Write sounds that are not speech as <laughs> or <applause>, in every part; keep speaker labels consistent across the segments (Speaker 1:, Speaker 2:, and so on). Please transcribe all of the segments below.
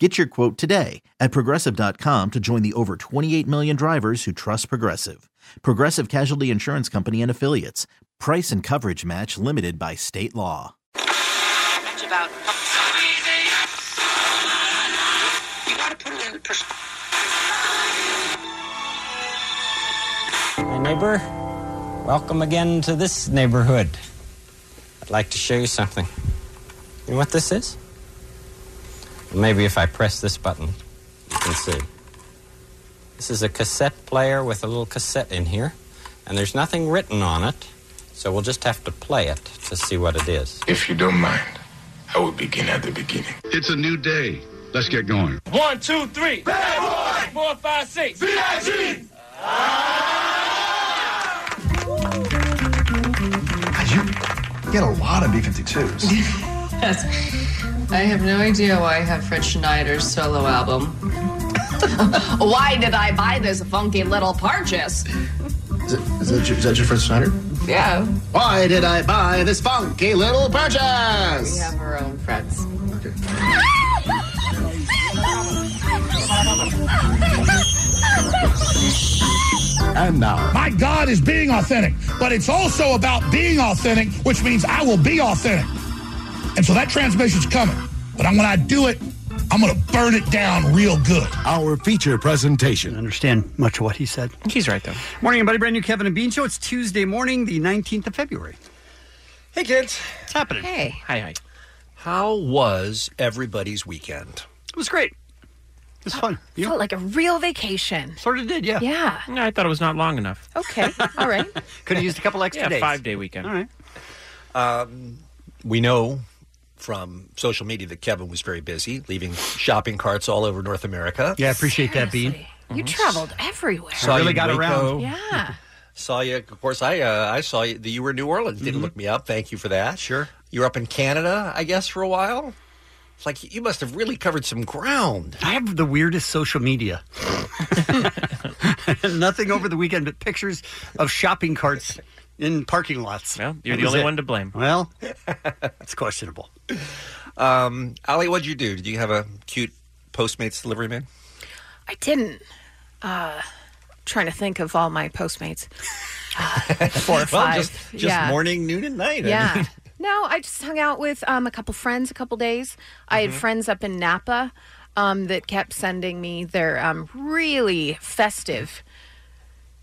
Speaker 1: Get your quote today at progressive.com to join the over 28 million drivers who trust Progressive. Progressive Casualty Insurance Company and Affiliates. Price and coverage match limited by state law.
Speaker 2: much about. You gotta put it in perspective.
Speaker 3: My neighbor, welcome again to this neighborhood. I'd like to show you something. You know what this is? Well, maybe if I press this button, you can see. This is a cassette player with a little cassette in here, and there's nothing written on it, so we'll just have to play it to see what it is.
Speaker 4: If you don't mind, I will begin at the beginning.
Speaker 5: It's a new day. Let's get going.
Speaker 6: One, two, three. Bad boy. Four, five, six. B.I.G.
Speaker 7: Ah!
Speaker 8: You get a lot of B-52s.
Speaker 7: Yes. I have no idea why I have Fred Schneider's solo album. <laughs> why did I buy this funky little purchase?
Speaker 8: is, it, is, that your, is that your Fred Snyder?
Speaker 7: Yeah.
Speaker 8: Why did I buy this funky little
Speaker 7: We
Speaker 8: purchase?
Speaker 7: have our own Freds.
Speaker 8: And now,
Speaker 9: My God is being authentic, but it's also about being authentic, which means I will be authentic. And so that transmission's coming. But I'm, when I do it, I'm going to burn it down real good.
Speaker 8: our feature presentation.
Speaker 10: understand much of what he said.
Speaker 11: He's right, though.
Speaker 10: Morning, everybody. Brand new Kevin and Bean Show. It's Tuesday morning, the 19th of February.
Speaker 11: Hey, kids.
Speaker 10: It's happening.
Speaker 7: Hey.
Speaker 11: <laughs> Hi, hi.
Speaker 12: How was everybody's weekend?
Speaker 10: It was great. It was fun. You
Speaker 13: felt like a real vacation.
Speaker 10: sort of did, yeah.
Speaker 13: Yeah.
Speaker 11: No, I thought it was not long enough.
Speaker 10: <laughs>
Speaker 13: Okay. All right.
Speaker 10: Could have used
Speaker 11: <laughs>
Speaker 10: a couple extra
Speaker 11: Yeah,
Speaker 10: days.
Speaker 11: five day weekend.
Speaker 10: All right.
Speaker 12: Um, We know from social media that Kevin was very busy, leaving shopping carts all over North America. Mm-hmm.
Speaker 10: Yeah, I appreciate that, Bean.
Speaker 13: You traveled everywhere.
Speaker 12: Saw
Speaker 10: really
Speaker 12: you in
Speaker 10: got
Speaker 12: Waco.
Speaker 10: around.
Speaker 13: Yeah.
Speaker 12: Saw you, of course. I uh, I saw you. That you were in New Orleans. Didn't look me up. Thank you for that.
Speaker 10: Mm-hmm. Sure.
Speaker 12: You were up in Canada, I guess, for a while. It's like you must have really covered some ground.
Speaker 10: I have the weirdest social media. Nothing over the weekend but pictures of shopping carts in parking lots.
Speaker 11: Well, you're
Speaker 10: That
Speaker 11: the
Speaker 10: was
Speaker 11: only
Speaker 10: it.
Speaker 11: one to blame. <laughs>
Speaker 10: Well, it's questionable.
Speaker 12: Um, Ali, what'd you do? Did you have a cute Postmates delivery man?
Speaker 13: I didn't. Uh, trying to think of all my Postmates.
Speaker 12: <laughs>
Speaker 13: Uh,
Speaker 12: Four or
Speaker 13: five.
Speaker 12: just, just
Speaker 13: Yeah.
Speaker 12: morning, noon, and night. I <laughs>
Speaker 13: Yeah. <laughs>
Speaker 12: mean,
Speaker 13: No, I just hung out with um, a couple friends a couple days. I
Speaker 12: Mm-hmm.
Speaker 13: had friends up in Napa um, that kept sending me their um, really festive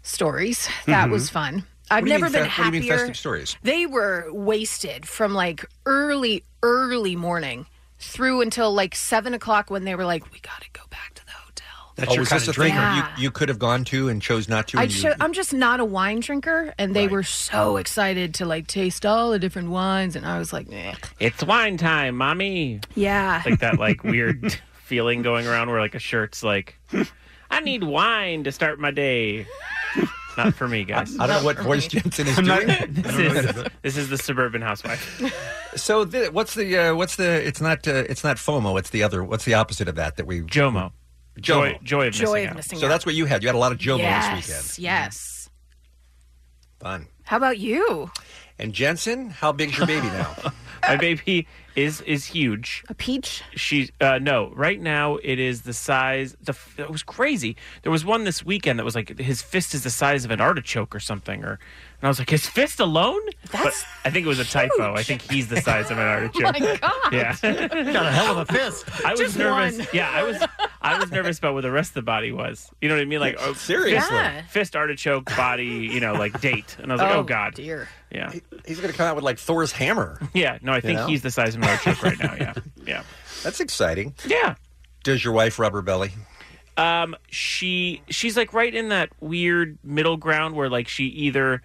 Speaker 13: stories. That was fun. I've
Speaker 12: Mm-hmm. What do you
Speaker 13: never
Speaker 12: mean
Speaker 13: been
Speaker 12: fe- what do
Speaker 13: happier.
Speaker 12: you mean festive stories?
Speaker 13: They were wasted from like early, early morning through until like seven o'clock when they were like, "We got to go back to the hotel."
Speaker 10: That's
Speaker 12: oh,
Speaker 10: your
Speaker 12: was
Speaker 10: kind
Speaker 12: this a
Speaker 10: of
Speaker 12: thing
Speaker 10: drink.
Speaker 13: drinker.
Speaker 12: you,
Speaker 13: Yeah.
Speaker 12: you could have gone to and chose not to?
Speaker 13: I
Speaker 12: and you-
Speaker 13: show, I'm just not a wine drinker, and they were so excited to like taste all the different wines, and I was like, "Nah."
Speaker 11: It's wine time, mommy.
Speaker 13: "Yeah,
Speaker 11: Like that, like weird <laughs> feeling going around where like a shirt's like, I need wine to start my day. Not for me, guys.
Speaker 12: I don't know what Boris Jensen is
Speaker 11: <laughs>
Speaker 12: doing.
Speaker 11: This is, this is the suburban housewife.
Speaker 12: so the, what's the uh, what's the? It's not uh, it's not FOMO. It's the other. What's the opposite of that? That we
Speaker 11: Jomo. Joy,
Speaker 12: Jomo.
Speaker 11: joy of missing
Speaker 13: joy
Speaker 11: out.
Speaker 13: of missing
Speaker 12: So
Speaker 13: out."
Speaker 12: that's what you had. You had a lot of Jomo
Speaker 13: yes,
Speaker 12: this weekend.
Speaker 13: yes.
Speaker 12: Fun.
Speaker 13: How about you?
Speaker 12: And Jensen, how big's your baby now?
Speaker 11: <laughs> My baby is is huge.
Speaker 13: A peach?
Speaker 11: She's uh, no. Right now, it is the size. The f- it was crazy. There was one this weekend that was like his fist is the size of an artichoke or something. Or and I was like, his fist alone?
Speaker 13: That's
Speaker 11: but I think it was a typo. I think he's the size of an
Speaker 13: <laughs>
Speaker 11: artichoke.
Speaker 13: Oh My God.
Speaker 11: yeah,
Speaker 13: <laughs>
Speaker 10: Got a hell of a fist.
Speaker 11: <laughs> I was
Speaker 13: Just
Speaker 11: nervous.
Speaker 13: one.
Speaker 11: Yeah, I was. I was nervous about where the rest of the body was. You know what I mean? Like oh,
Speaker 12: <laughs> Seriously,
Speaker 13: Yeah.
Speaker 11: fist artichoke body. You know, like date. And I was like, oh, God.
Speaker 13: dear.
Speaker 11: Yeah,
Speaker 12: he's going to come out with like Thor's hammer.
Speaker 11: <laughs> yeah. No, I think
Speaker 12: know?
Speaker 11: he's the size of an
Speaker 12: <laughs>
Speaker 11: artichoke right now. Yeah, yeah,
Speaker 12: That's exciting.
Speaker 11: yeah.
Speaker 12: Does your wife rub her belly?
Speaker 11: Um, she she's like right in that weird middle ground where like she either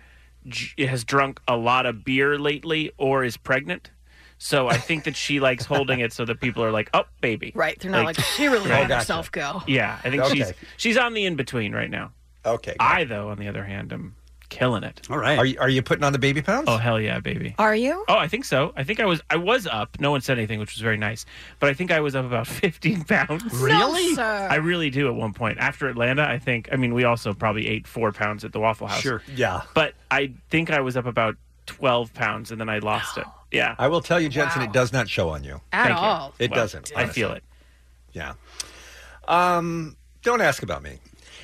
Speaker 11: j- has drunk a lot of beer lately or is pregnant. So I think that she likes holding it so that people are like, "Oh, baby."
Speaker 13: Right. They're not like,
Speaker 11: <laughs>
Speaker 13: she really
Speaker 12: Right.
Speaker 13: let
Speaker 12: Oh, Gotcha.
Speaker 13: herself go.
Speaker 11: Oh, Yeah, I think she's
Speaker 12: Okay.
Speaker 11: she's on the in between right now.
Speaker 12: Okay.
Speaker 11: I though, on the other hand, am Killing it.
Speaker 10: All right.
Speaker 12: Are you, are you putting on the baby pounds?
Speaker 11: Oh hell yeah, baby.
Speaker 13: Are you?
Speaker 11: Oh, I think so. I think I was I was up. No one said anything, which was very nice. But I think I was up about <laughs> 15 pounds.
Speaker 13: Really? sir.
Speaker 11: I really do at one point. After Atlanta, I think I mean we also probably ate 4 pounds at the Waffle House.
Speaker 12: Sure. Yeah.
Speaker 11: But I think I was up about 12 pounds and then I
Speaker 13: <gasps>
Speaker 11: lost it. Yeah.
Speaker 12: I will tell you, Jensen, it does not show on you.
Speaker 13: At
Speaker 11: Thank you.
Speaker 13: all.
Speaker 12: It
Speaker 11: Well,
Speaker 12: doesn't.
Speaker 11: I feel it.
Speaker 12: Yeah. Um, don't ask about me.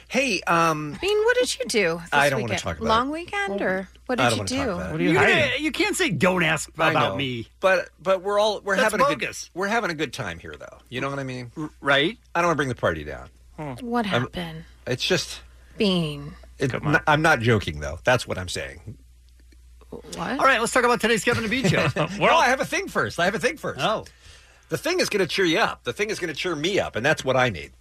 Speaker 12: Hey, um,
Speaker 13: Bean, what did you do? This
Speaker 12: I don't wanna
Speaker 13: weekend?
Speaker 12: talk about
Speaker 13: Long weekend, or what
Speaker 12: I
Speaker 13: did
Speaker 12: don't
Speaker 13: you
Speaker 12: wanna
Speaker 13: do?
Speaker 12: talk about it. What are
Speaker 10: You, you can't say don't ask
Speaker 12: I
Speaker 10: about
Speaker 12: know.
Speaker 10: me.
Speaker 12: but but we're all we're
Speaker 10: That's
Speaker 12: having
Speaker 10: bogus.
Speaker 12: a good, we're having a good time here, though. You know what I mean?
Speaker 10: Right?
Speaker 12: I don't want to bring the party down.
Speaker 13: What
Speaker 12: I'm-
Speaker 13: happened,
Speaker 12: It's just
Speaker 13: Bean?
Speaker 12: it, n- I'm not joking, though. That's what I'm saying.
Speaker 13: What?
Speaker 10: All right, let's talk about today's Kevin and <laughs> Bean show.
Speaker 12: well, I have a thing first. I have a thing first.
Speaker 10: Oh.
Speaker 12: The thing is going to cheer you up. The thing is going to cheer me up, and that's what I need.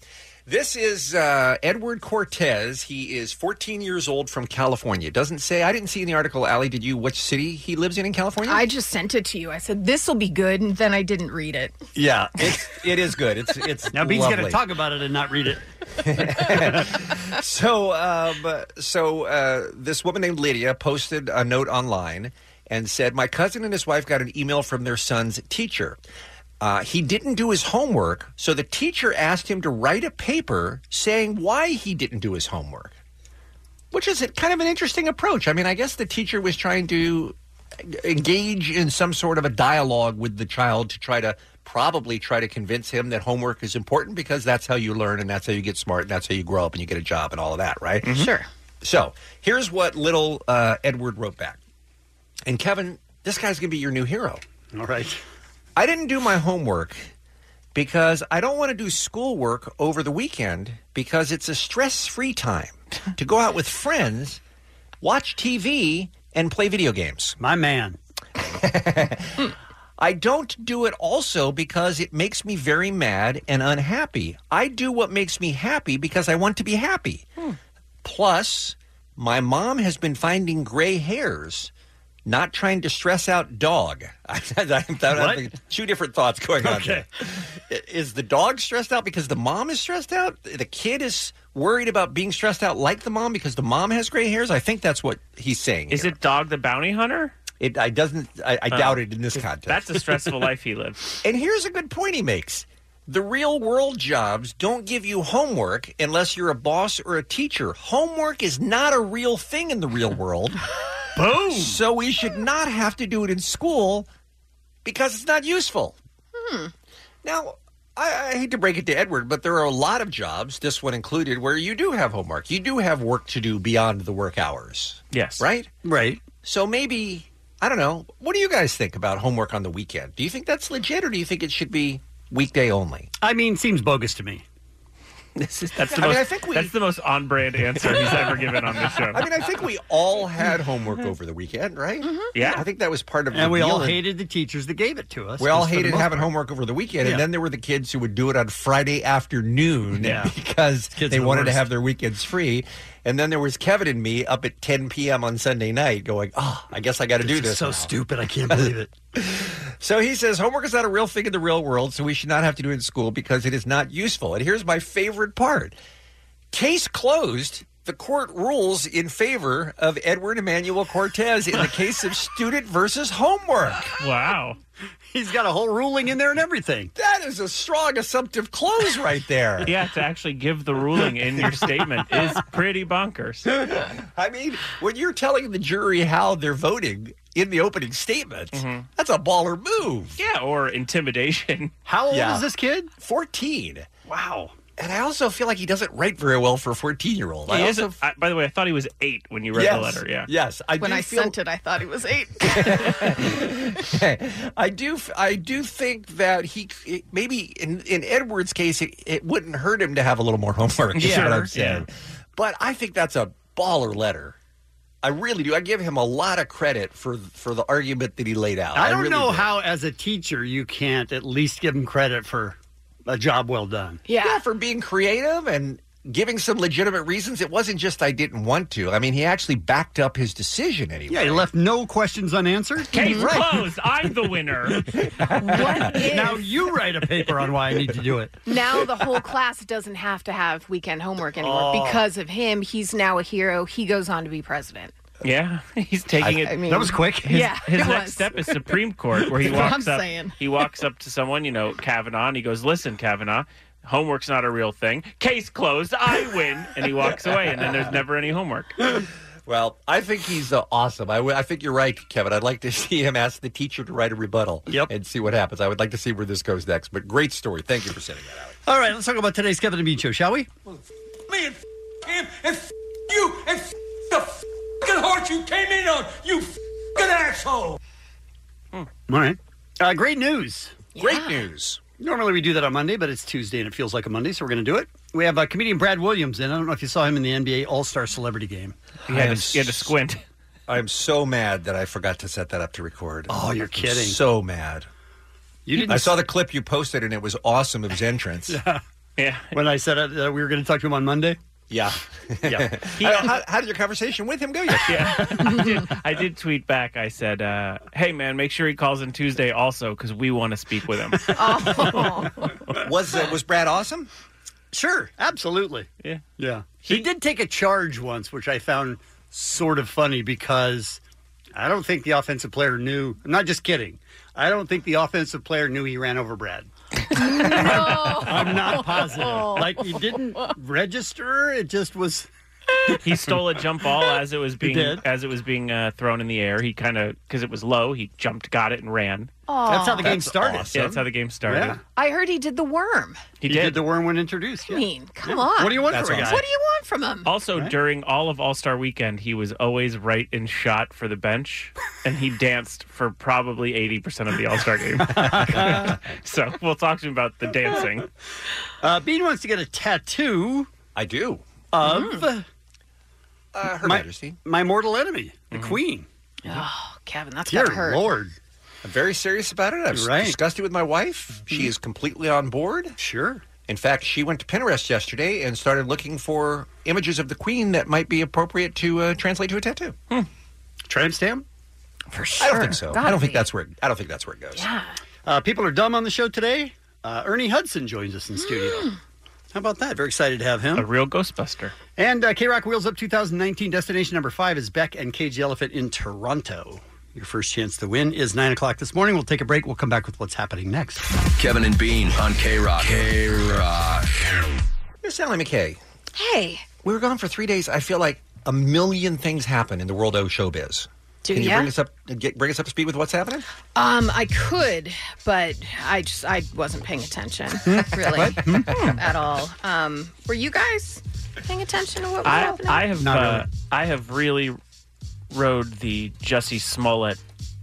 Speaker 12: This is uh, Edward Cortez. He is 14 years old from California. Doesn't say, I didn't see in the article, Allie, did you, which city he lives in in California?
Speaker 13: I just sent it to you. I said this will be good, and then I didn't read it.
Speaker 12: yeah, it's, it is good. It's, it's
Speaker 10: <laughs> Now Bean's going to
Speaker 12: lovely.
Speaker 10: talk about it and not read it.
Speaker 12: <laughs> so um, so uh, this woman named Lydia posted a note online and said, "My cousin and his wife got an email from their son's teacher. Uh, he didn't do his homework, so the teacher asked him to write a paper saying why he didn't do his homework." Which is a- kind of an interesting approach. I mean, I guess the teacher was trying to engage in some sort of a dialogue with the child to try to probably try to convince him that homework is important because that's how you learn and that's how you get smart and that's how you grow up and you get a job and all of that, right?
Speaker 13: Sure.
Speaker 12: So here's what little uh, Edward wrote back. And Kevin, this guy's going to be your new hero.
Speaker 10: All right.
Speaker 12: I didn't do my homework because I don't want to do schoolwork over the weekend because it's a stress free
Speaker 10: <laughs>
Speaker 12: time to go out with friends, watch TV, and play video games.
Speaker 10: My man.
Speaker 12: <laughs> I don't do it also because it makes me very mad and unhappy. I do what makes me happy because I want to be happy. Plus, my mom has been finding gray hairs, not trying to stress out dog. <laughs> I'm having two different thoughts going on there. I- Is the dog stressed out because the mom is stressed out? The kid is worried about being stressed out like the mom because the mom has gray hairs? I think that's what he's saying.
Speaker 11: Is
Speaker 12: here.
Speaker 11: it Dog the Bounty Hunter?
Speaker 12: It I doesn't I, I
Speaker 11: Oh.
Speaker 12: doubt it in this context.
Speaker 11: That's a
Speaker 12: <laughs>
Speaker 11: stressful life he lived.
Speaker 12: And here's a good point he makes. The real world jobs don't give you homework unless you're a boss or a teacher. Homework is not a real thing in the real world.
Speaker 11: <laughs> Boom!
Speaker 12: So we should not have to do it in school because it's not useful. Now, I, I hate to break it to Edward, but there are a lot of jobs, this one included, where you do have homework. You do have work to do beyond the work hours,
Speaker 11: Yes.
Speaker 12: right?
Speaker 10: Right.
Speaker 12: So maybe I don't know. What do you guys think about homework on the weekend? Do you think that's legit, or do you think it should be weekday only?
Speaker 10: I mean, seems bogus
Speaker 12: <laughs>
Speaker 10: to me.
Speaker 11: This is that's the
Speaker 12: I mean,
Speaker 11: most
Speaker 12: I think we-
Speaker 11: that's the most on brand answer he's ever given on this show.
Speaker 12: <laughs> I mean, I think we all had homework over the weekend, right?
Speaker 11: Yeah.
Speaker 12: I think that was part of. the
Speaker 10: And we all
Speaker 12: deal.
Speaker 10: hated the teachers that gave it to us.
Speaker 12: We all
Speaker 10: just for the
Speaker 12: hated
Speaker 10: most
Speaker 12: having
Speaker 10: part.
Speaker 12: homework over the weekend,
Speaker 10: Yeah.
Speaker 12: and then there were the kids who would do it on Friday afternoon
Speaker 10: Yeah.
Speaker 12: <laughs> because
Speaker 10: Kids
Speaker 12: they
Speaker 10: are the
Speaker 12: wanted to
Speaker 10: worst.
Speaker 12: have their weekends free. And then there was Kevin and me up at 10 p.m. on Sunday night, going, "Oh, I guess I got to do
Speaker 10: This
Speaker 12: this."
Speaker 10: is so
Speaker 12: now."
Speaker 10: stupid. I can't believe it.
Speaker 12: So he says homework is not a real thing in the real world, so we should not have to do it in school because it is not useful. And here's my favorite part case closed. The court rules in favor of Edward Emmanuel Cortez in the case
Speaker 10: <laughs>
Speaker 12: of student versus homework.
Speaker 11: wow.
Speaker 10: He's got a whole ruling in there and everything.
Speaker 12: That is a strong assumptive close
Speaker 10: <laughs>
Speaker 12: right there.
Speaker 11: <laughs> Yeah, to actually give the ruling in
Speaker 12: <laughs>
Speaker 11: your statement is pretty bonkers.
Speaker 12: I mean, when you're telling the jury how they're voting in the opening statement,
Speaker 13: Mm-hmm.
Speaker 12: that's a baller move.
Speaker 11: Yeah, or intimidation.
Speaker 8: Oh,
Speaker 10: How old
Speaker 12: Yeah.
Speaker 10: is this kid?
Speaker 12: 14.
Speaker 10: Wow.
Speaker 12: And I also feel like he doesn't write very well for a 14 year old.
Speaker 11: He
Speaker 12: I
Speaker 11: is
Speaker 12: also
Speaker 11: a- I- by the way, I thought he was eight when you read the letter. Yeah.
Speaker 12: Yes. I
Speaker 13: When
Speaker 12: do
Speaker 13: I
Speaker 12: feel,
Speaker 13: sent it, I thought it was
Speaker 8: <laughs>
Speaker 13: eight.
Speaker 12: I do. f- I do think that he c- maybe in in Edward's case, it, it wouldn't hurt him to have a little more homework. is
Speaker 11: Yeah.
Speaker 12: what
Speaker 11: Sure,
Speaker 12: I'm saying. But I think that's a baller letter. I really do. I give him a lot of credit for for the argument that he laid out.
Speaker 10: I don't
Speaker 12: really
Speaker 10: know
Speaker 12: do.
Speaker 10: how, as a teacher, you can't at least give him credit for a job well done.
Speaker 13: Yeah.
Speaker 12: yeah, for being creative and giving some legitimate reasons. It wasn't just I didn't want to. I mean, he actually backed up his decision anyway.
Speaker 10: Yeah, he left no questions unanswered.
Speaker 11: Case closed. I'm the winner.
Speaker 13: What if
Speaker 10: Now
Speaker 13: now,
Speaker 10: you write a paper on why I need to do it.
Speaker 13: the
Speaker 11: <laughs>
Speaker 13: whole class doesn't
Speaker 11: Oh.
Speaker 13: have to have weekend homework anymore because of him? He's now a hero. He goes on to be president.
Speaker 11: Yeah, he's taking
Speaker 13: I-
Speaker 11: it.
Speaker 13: I mean- That was quick.
Speaker 11: His,
Speaker 13: Yeah,
Speaker 11: his
Speaker 13: it
Speaker 11: next
Speaker 13: was.
Speaker 11: step is Supreme Court, where he
Speaker 13: That's what
Speaker 11: walks
Speaker 13: I'm
Speaker 11: up.
Speaker 13: saying.
Speaker 11: He walks up to someone, you know, Kavanaugh, and he goes, "Listen, Kavanaugh, homework's not a real thing. Case closed. I win." And he walks away, and then
Speaker 12: <laughs>
Speaker 11: there's never any homework.
Speaker 12: Well, I think he's uh, awesome. I, w- I think you're right, Kevin. I'd like to <laughs> see him ask the teacher to write a rebuttal yep. and see what happens. I would like to see where this goes next. But great story. Thank you for sending that out.
Speaker 10: All right, let's talk about today's Kevin and Bean show, shall we?
Speaker 8: Me and him and you and the fucking horse you came in on, you fucking asshole.
Speaker 10: All right. Uh, great news.
Speaker 12: Great news.
Speaker 10: Normally we do that on Monday, but it's Tuesday and it feels like a Monday, so we're going to do it. We have uh, comedian Brad Williams in. I don't know if you saw him in the NBA All Star Celebrity Game.
Speaker 12: He had I to- am
Speaker 11: he had to squint.
Speaker 12: I
Speaker 10: <laughs>
Speaker 12: am so mad that I forgot to set that up to record.
Speaker 10: Oh, you're
Speaker 12: I'm
Speaker 10: kidding.
Speaker 12: so mad.
Speaker 10: You didn't-
Speaker 12: I saw the clip you posted, and it was awesome of his
Speaker 10: <laughs>
Speaker 12: entrance.
Speaker 11: Yeah.
Speaker 10: When I said uh, that we were going to talk to him
Speaker 12: <laughs>
Speaker 10: on Monday.
Speaker 12: Yeah.
Speaker 10: Yeah.
Speaker 12: how, how- how did your conversation with him go yesterday?
Speaker 11: I did, I did tweet back. I said, uh, "Hey, man, make sure he calls in Tuesday also, because we want to speak with him."
Speaker 12: was uh, was Brad awesome?
Speaker 10: Sure, absolutely.
Speaker 11: Yeah.
Speaker 10: Yeah. He, did take a charge once, which I found sort of funny because I don't think the offensive player knew. I'm not just kidding. I don't think the offensive player knew he ran over Brad. I'm not positive. Like he didn't register. It just was.
Speaker 11: he stole a jump ball as it was being
Speaker 10: did.
Speaker 11: as it was being uh, thrown in the air. He kind of because it was low, he jumped, got it, and ran.
Speaker 13: Aw. That's how the game
Speaker 10: started.
Speaker 11: Yeah, that's how the game started.
Speaker 10: Yeah.
Speaker 13: I heard he did the worm.
Speaker 11: He,
Speaker 10: did. the worm when introduced.
Speaker 13: I mean, come
Speaker 11: Yeah.
Speaker 13: on.
Speaker 11: What do you want That's from a awesome. guy?
Speaker 13: What do you want from him?
Speaker 11: Also, during all of All Star Weekend, he was always right in shot for the bench, and he danced for probably eighty percent of the All Star game. <laughs> so we'll talk to him about the dancing.
Speaker 10: Uh, Bean wants to get a tattoo.
Speaker 12: I do.
Speaker 10: Of
Speaker 12: uh, Her
Speaker 10: my,
Speaker 12: Majesty.
Speaker 10: my mortal enemy, the Queen.
Speaker 13: Oh, Kevin, that's
Speaker 10: Dear
Speaker 13: got to hurt.
Speaker 10: Lord.
Speaker 12: I'm very serious about it. I've
Speaker 10: Right. Mm-hmm.
Speaker 12: discussed it with my wife. She is completely on board.
Speaker 10: Sure.
Speaker 12: In fact, she went to Pinterest yesterday and started looking for images of the Queen that might be appropriate to uh, translate to a tattoo.
Speaker 10: Tramp stamp?
Speaker 13: For
Speaker 12: I don't think so. I don't think that's where. It, I don't think that's where it goes.
Speaker 13: Yeah.
Speaker 10: Uh, people are dumb on the show today. Uh, Ernie Hudson joins us in studio.
Speaker 13: Hmm.
Speaker 10: How about that? Very excited to have him.
Speaker 11: A real Ghostbuster.
Speaker 10: And uh, K Rock Wheels Up 2019 destination number five is Beck and Cage the Elephant in Toronto. Your first chance to win is nine o'clock this morning. We'll take a break. We'll come back with what's happening next.
Speaker 14: Kevin and Bean on K Rock. K Rock.
Speaker 12: Miss Sally McKay.
Speaker 13: Hey.
Speaker 12: We were gone for three days. I feel like a million things happen in the world of showbiz.
Speaker 13: Do
Speaker 12: Can you
Speaker 13: ya?
Speaker 12: bring us up? Get, bring us up to speed with what's happening.
Speaker 13: Um, I could, but I just I wasn't paying attention
Speaker 10: Hmm?
Speaker 13: really at all. Um, were you guys paying attention to what was
Speaker 11: I,
Speaker 13: happening?
Speaker 11: I have
Speaker 13: Not
Speaker 11: uh, I have really rode the Jesse Smollett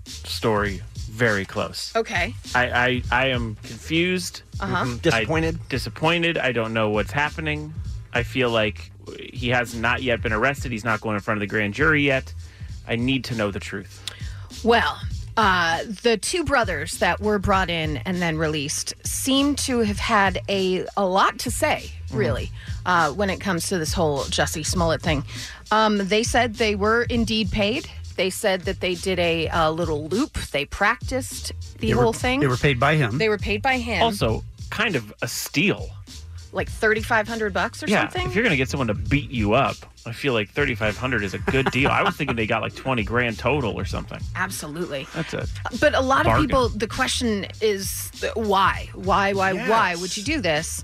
Speaker 11: story very close.
Speaker 13: Okay.
Speaker 11: I I, I am confused,
Speaker 13: Uh-huh. Mhm.
Speaker 12: disappointed,
Speaker 11: disappointed. I don't know what's happening. I feel like he has not yet been arrested. He's not going in front of the grand jury yet. I need to know the truth.
Speaker 13: Well, uh, the two brothers that were brought in and then released seem to have had a, a lot to say,
Speaker 10: Hmm.
Speaker 13: really, uh, when it comes to this whole Jesse Smollett thing. Um, they said they were indeed paid. They said that they did a, uh little loop. They practiced the
Speaker 10: They were-
Speaker 13: whole thing.
Speaker 10: they were paid by him.
Speaker 13: They were paid by him.
Speaker 11: Also, kind of a steal.
Speaker 13: like thirty five hundred bucks or
Speaker 11: yeah,
Speaker 13: something.
Speaker 11: if you're going to get someone to beat you up, I feel like 3500 is a good deal. I was thinking they got like 20 grand total or something.
Speaker 13: Absolutely.
Speaker 11: That's it.
Speaker 13: But a lot
Speaker 11: Bargain.
Speaker 13: of people, the question is th- why? Why, why, why would you do this?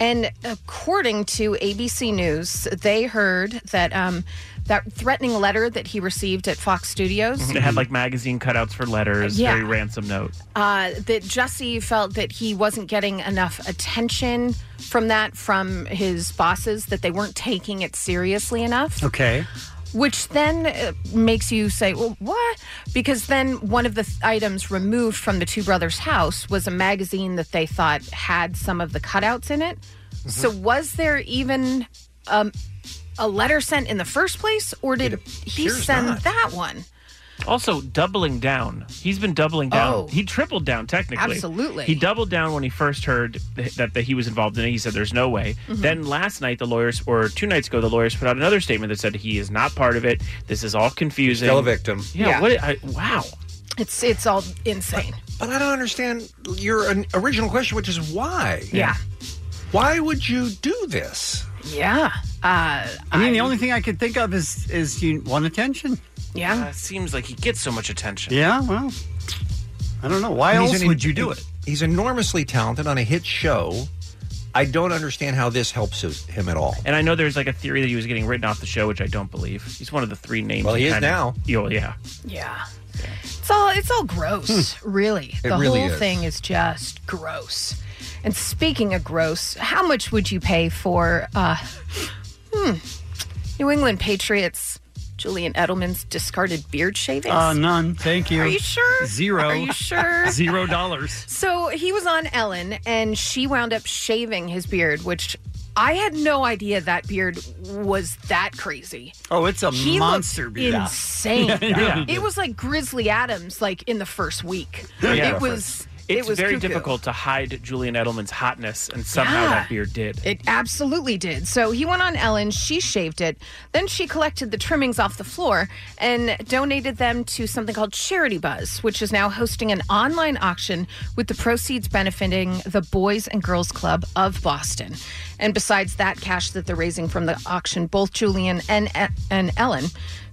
Speaker 13: And according to ABC News, they heard that um, that threatening letter that he received at Fox Studios.
Speaker 10: Mm-hmm.
Speaker 11: They had like magazine cutouts for letters,
Speaker 13: Yeah.
Speaker 11: very ransom note.
Speaker 13: uh, that Jesse felt that he wasn't getting enough attention from that from his bosses, that they weren't taking it seriously enough.
Speaker 10: Okay.
Speaker 13: Which then uh, makes you say, well, what? Because then one of the th- items removed from the two brothers' house was a magazine that they thought had some of the cutouts in it.
Speaker 11: Mm-hmm.
Speaker 13: So was there even um, a letter sent in the first place, or did he
Speaker 11: appears
Speaker 13: send
Speaker 11: not.
Speaker 13: that one?
Speaker 11: Also, doubling down. He's been doubling down.
Speaker 13: Oh.
Speaker 11: He tripled down, technically.
Speaker 13: Absolutely.
Speaker 11: He doubled down when he first heard th- that, that he was involved in it. He said, there's no way.
Speaker 13: Mhm.
Speaker 11: Then last night, the lawyers, or two nights ago, the lawyers put out another statement that said he is not part of it. This is all confusing.
Speaker 12: Still a victim.
Speaker 11: Yeah.
Speaker 13: Yeah.
Speaker 11: What, I, wow.
Speaker 13: It's it's all insane.
Speaker 12: But I don't understand your an original question, which is why.
Speaker 13: Yeah.
Speaker 12: Why would you do this?
Speaker 13: Yeah. Uh,
Speaker 10: I mean, the only thing I could think of is is you want attention.
Speaker 13: Yeah.
Speaker 11: uh, seems like he gets so much attention.
Speaker 10: Yeah, well, I don't know. Why
Speaker 12: He's
Speaker 10: else
Speaker 12: an-
Speaker 10: would you do it?
Speaker 12: He's enormously talented on a hit show. I don't understand how this helps his, him at all.
Speaker 11: And I know there's like a theory that he was getting written off the show, which I don't believe. He's one of the three names.
Speaker 12: Well, he is
Speaker 11: kinda-
Speaker 12: now.
Speaker 11: Yeah, well, yeah.
Speaker 13: Yeah. It's all it's all gross, really.
Speaker 11: Hmm. It
Speaker 13: the
Speaker 11: really
Speaker 13: whole
Speaker 11: is.
Speaker 13: thing is just gross. And speaking of gross, how much would you pay for uh hmm, New England Patriots Julian Edelman's discarded beard shavings?
Speaker 10: Uh, none. Thank you.
Speaker 13: Are you sure?
Speaker 10: Zero.
Speaker 13: Are you sure?
Speaker 10: <laughs> Zero dollars.
Speaker 13: So he was on Ellen, and she wound up shaving his beard, which I had no idea that beard was that crazy.
Speaker 10: Oh, it's a
Speaker 13: He
Speaker 10: monster
Speaker 13: looked
Speaker 10: beard. <laughs>
Speaker 13: insane.
Speaker 10: Yeah, he really
Speaker 13: It
Speaker 10: did.
Speaker 13: was like Grizzly Adams, like in the first week.
Speaker 11: Yeah.
Speaker 13: It was.
Speaker 11: It's
Speaker 13: it was
Speaker 11: very
Speaker 13: cuckoo.
Speaker 11: difficult to hide Julian Edelman's hotness, and somehow
Speaker 13: Yeah.
Speaker 11: that beard did.
Speaker 13: It absolutely did. So he went on Ellen, she shaved it, then she collected the trimmings off the floor and donated them to something called Charity Buzz, which is now hosting an online auction with the proceeds benefiting the Boys and Girls Club of Boston. And besides that cash that they're raising from the auction, both Julian and and Ellen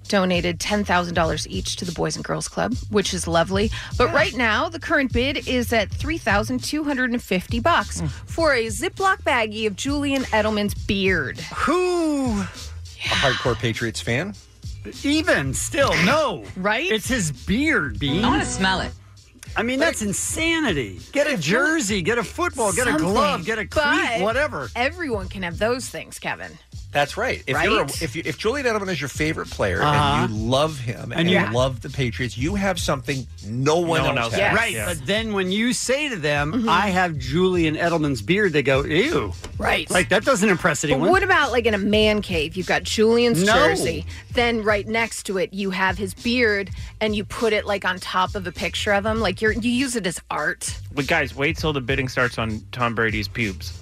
Speaker 13: donated $10,000 each to the Boys and Girls Club, which is lovely. But right now, the current bid is at 3,250
Speaker 10: Hmm.
Speaker 13: bucks for a Ziploc baggie of Julian Edelman's beard.
Speaker 10: Who?
Speaker 12: A hardcore Patriots fan.
Speaker 10: Even still, no.
Speaker 13: Right?
Speaker 10: It's his beard, Bean.
Speaker 13: I wanna smell it.
Speaker 10: I mean, that's insanity. Get a jersey, get a football, get a glove, get a cleat, whatever.
Speaker 13: Everyone can have those things, Kevin.
Speaker 12: That's right. If you're a,
Speaker 13: Right?
Speaker 12: if you, if Julian Edelman is your favorite player
Speaker 10: Uh-huh.
Speaker 12: and you love him and,
Speaker 10: And
Speaker 12: you
Speaker 10: you-
Speaker 12: love the Patriots, you have something no one else has.
Speaker 10: Right. But then when you say to them,
Speaker 13: Mm-hmm.
Speaker 10: I have Julian Edelman's beard, they go, ew.
Speaker 13: Right.
Speaker 10: Like, that doesn't impress
Speaker 13: But
Speaker 10: anyone.
Speaker 13: what about like in a man cave? You've got Julian's
Speaker 10: No.
Speaker 13: jersey. Then right next to it, you have his beard, and you put it like on top of a picture of him. Like you're you use it as
Speaker 10: <laughs>
Speaker 13: art.
Speaker 11: But guys, wait till the bidding starts on Tom Brady's pubes.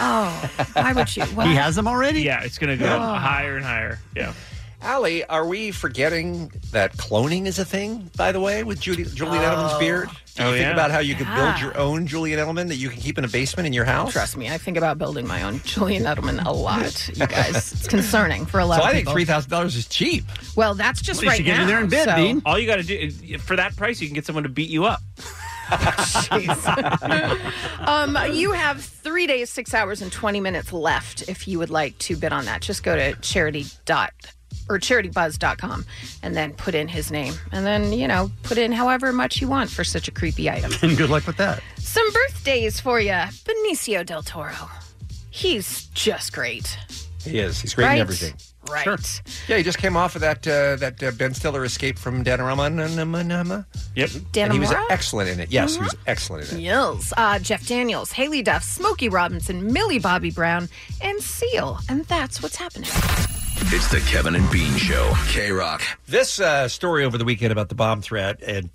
Speaker 13: Oh, why would you? What?
Speaker 10: them already.
Speaker 11: Yeah, it's going to go
Speaker 12: Oh.
Speaker 11: higher and higher. Yeah.
Speaker 12: Allie, are we forgetting that cloning is a thing, by the way, with Judy, Julian Edelman's beard? Do you
Speaker 11: Oh,
Speaker 12: think
Speaker 11: yeah.
Speaker 12: about how you could build
Speaker 13: Yeah.
Speaker 12: your own Julian Edelman that you can keep in a basement in your house?
Speaker 13: Trust me, I think about building my own Julian Edelman a lot, you guys. It's concerning for a lot
Speaker 12: So
Speaker 13: of
Speaker 12: I think
Speaker 13: people.
Speaker 12: three thousand dollars is cheap.
Speaker 13: well, that's just right now. so-
Speaker 11: All you got to do for that price, you can get someone to beat you up.
Speaker 12: <laughs>
Speaker 13: Um, you have three days, six hours, and 20 minutes left if you would like to bid on that. Just go to charity dot or charitybuzz.com and then put in his name. And then, you know, put in however much you want for such a creepy item.
Speaker 10: <laughs> and good luck with that.
Speaker 13: Some birthdays for you. Benicio del Toro. He's just great.
Speaker 12: <laughs> He is. He's great
Speaker 13: Right.
Speaker 12: in everything.
Speaker 13: Right.
Speaker 12: Yeah, he just came off of that uh, that uh, Ben Stiller escape from Danarama.
Speaker 11: Yep.
Speaker 12: And he was
Speaker 13: Dannemora?
Speaker 12: excellent in it. Yes, he was
Speaker 13: Mm-hmm.
Speaker 12: excellent in it.
Speaker 13: Yells. Uh, Jeff Daniels, Haley Duff, Smokey Robinson, Millie Bobby Brown, and Seal. And that's what's happening.
Speaker 15: It's the Kevin and Bean Show. K Rock.
Speaker 12: This uh, story over the weekend about the bomb threat and <laughs>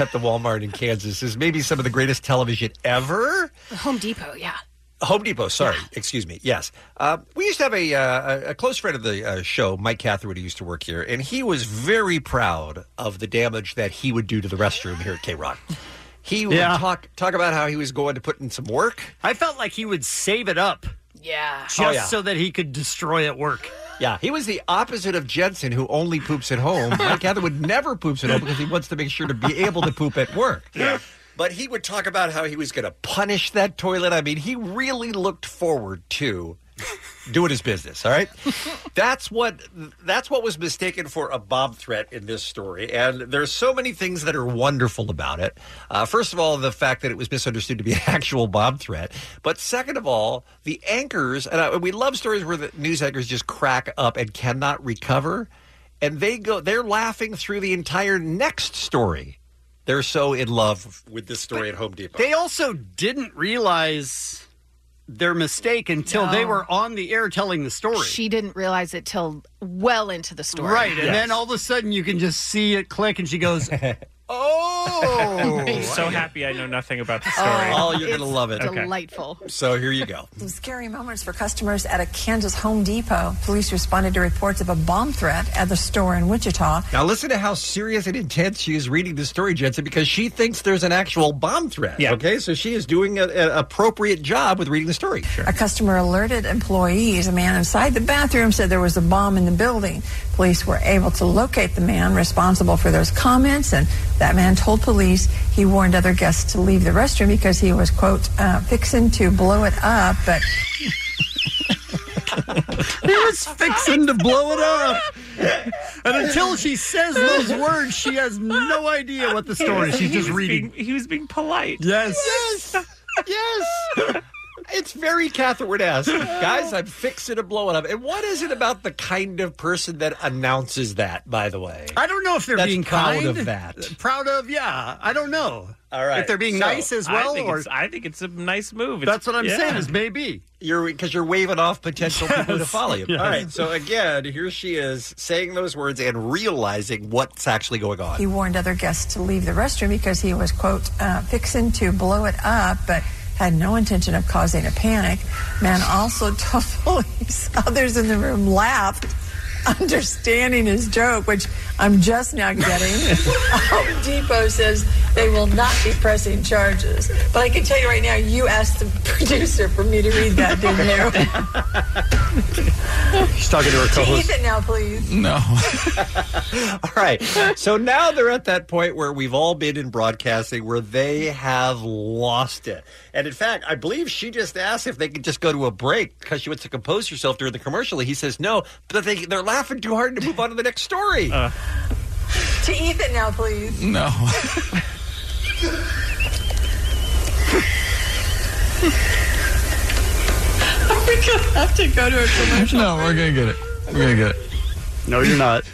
Speaker 12: at the Walmart in Kansas is maybe some of the greatest television ever.
Speaker 13: Home Depot, yeah.
Speaker 12: Home Depot, sorry, excuse me. Yes, uh, we used to have a, uh, a- a close friend of the uh, show, Mike Catherwood, who used to work here, and he was very proud of the damage that he would do to the restroom here at K Rock. He would
Speaker 10: Yeah.
Speaker 12: talk talk about how he was going to put in some work.
Speaker 10: I felt like he would save it up
Speaker 13: Oh, Yeah.
Speaker 10: just so that he could destroy at work.
Speaker 12: Oh, Yeah, he was the opposite of Jensen, who only poops at home. Mike
Speaker 10: <laughs>
Speaker 12: Catherwood never poops at home because he wants to make sure to be able to poop at work. Yeah. But he would talk about how he was going to punish that toilet. I mean, he really looked forward to doing his business. All
Speaker 10: <laughs>
Speaker 12: right, <laughs> that's what that's what was mistaken for a bomb threat in this story. And there's so many things that are wonderful about it. Uh, first of all, the fact that it was misunderstood to be <laughs> an actual bomb threat. But second of all, the anchors and I, we love stories where the news anchors just crack up and cannot recover. And they go, they're laughing through the entire next story. They're so in love with this story at Home Depot.
Speaker 10: They also didn't realize their mistake until
Speaker 13: No.
Speaker 10: they were on the air telling the story.
Speaker 13: She didn't realize it till well into the
Speaker 12: <laughs>
Speaker 13: story.
Speaker 10: Right. And then all of a sudden you can just see it click and she goes,
Speaker 12: Oh, Oh,
Speaker 8: I'm so happy I know nothing about the story.
Speaker 12: Oh, you're gonna love it.
Speaker 13: Delightful.
Speaker 12: So here you
Speaker 13: <laughs>
Speaker 12: go.
Speaker 16: Some scary moments for customers at a Kansas Home Depot. Police responded to reports of a bomb threat at the store in Wichita.
Speaker 12: Now listen to how serious and intense she is reading the story, Jensen, because she thinks there's an actual bomb threat. Yeah. Okay, so she is doing a- an appropriate job with reading the story. Sure.
Speaker 16: A customer alerted employees. A man inside the bathroom said there was a bomb in the building. Police were able to locate the man responsible for those comments, and that man told police he warned other guests to leave the restroom because he was, quote, uh, fixing to blow it up, but.
Speaker 10: He
Speaker 8: <laughs>
Speaker 10: was fixing to blow it up. And until she says those words, she has no idea what the story is. She's
Speaker 8: He
Speaker 10: just
Speaker 8: was
Speaker 10: reading.
Speaker 8: being- he was being polite.
Speaker 10: Yes. <laughs>
Speaker 12: Yes. yes. It's very
Speaker 10: <laughs>
Speaker 12: Catherine-esque. Guys, I'm fixing to blow it up. And what is it about the kind of person that announces that, by the way?
Speaker 10: I don't know if they're
Speaker 12: That's
Speaker 10: being
Speaker 12: proud
Speaker 10: kind.
Speaker 12: of that.
Speaker 10: Proud of, yeah. I don't know.
Speaker 12: All right.
Speaker 10: Oh, If they're being
Speaker 12: So,
Speaker 10: nice as
Speaker 12: I
Speaker 10: well,
Speaker 12: think
Speaker 10: or
Speaker 12: it's-
Speaker 8: I think it's a nice move.
Speaker 10: That's what I'm saying is maybe
Speaker 12: you're because you're waving off potential people to follow you.
Speaker 10: Yes.
Speaker 12: All right. So again, here she is saying those words and realizing what's actually going on.
Speaker 16: He warned other guests to leave the restroom because he was, quote, uh, fixing to blow it up, but had no intention of causing a panic. Man also <laughs> told police others in the room laughed, understanding his joke, which I'm just now getting.
Speaker 12: <laughs>
Speaker 16: Home Depot says they will not be pressing charges. But I can tell you right now, you asked the <laughs> producer for me to read that, didn't
Speaker 12: <laughs>
Speaker 16: you?
Speaker 12: She's talking to her
Speaker 16: Tease it now, please.
Speaker 12: No. all right. So now they're at that point where we've all been in broadcasting where they have lost it. And in fact, I believe she just asked if they could just go to a break because she wants to compose herself during the commercial. He says no, but they, they're laughing too hard to move on to the next story.
Speaker 16: To Ethan now, please. <laughs>
Speaker 12: no.
Speaker 16: Are we gonna have to go to a commercial?
Speaker 17: No, we're gonna get it. We're gonna get it.
Speaker 10: No,
Speaker 12: <laughs>
Speaker 10: you're not.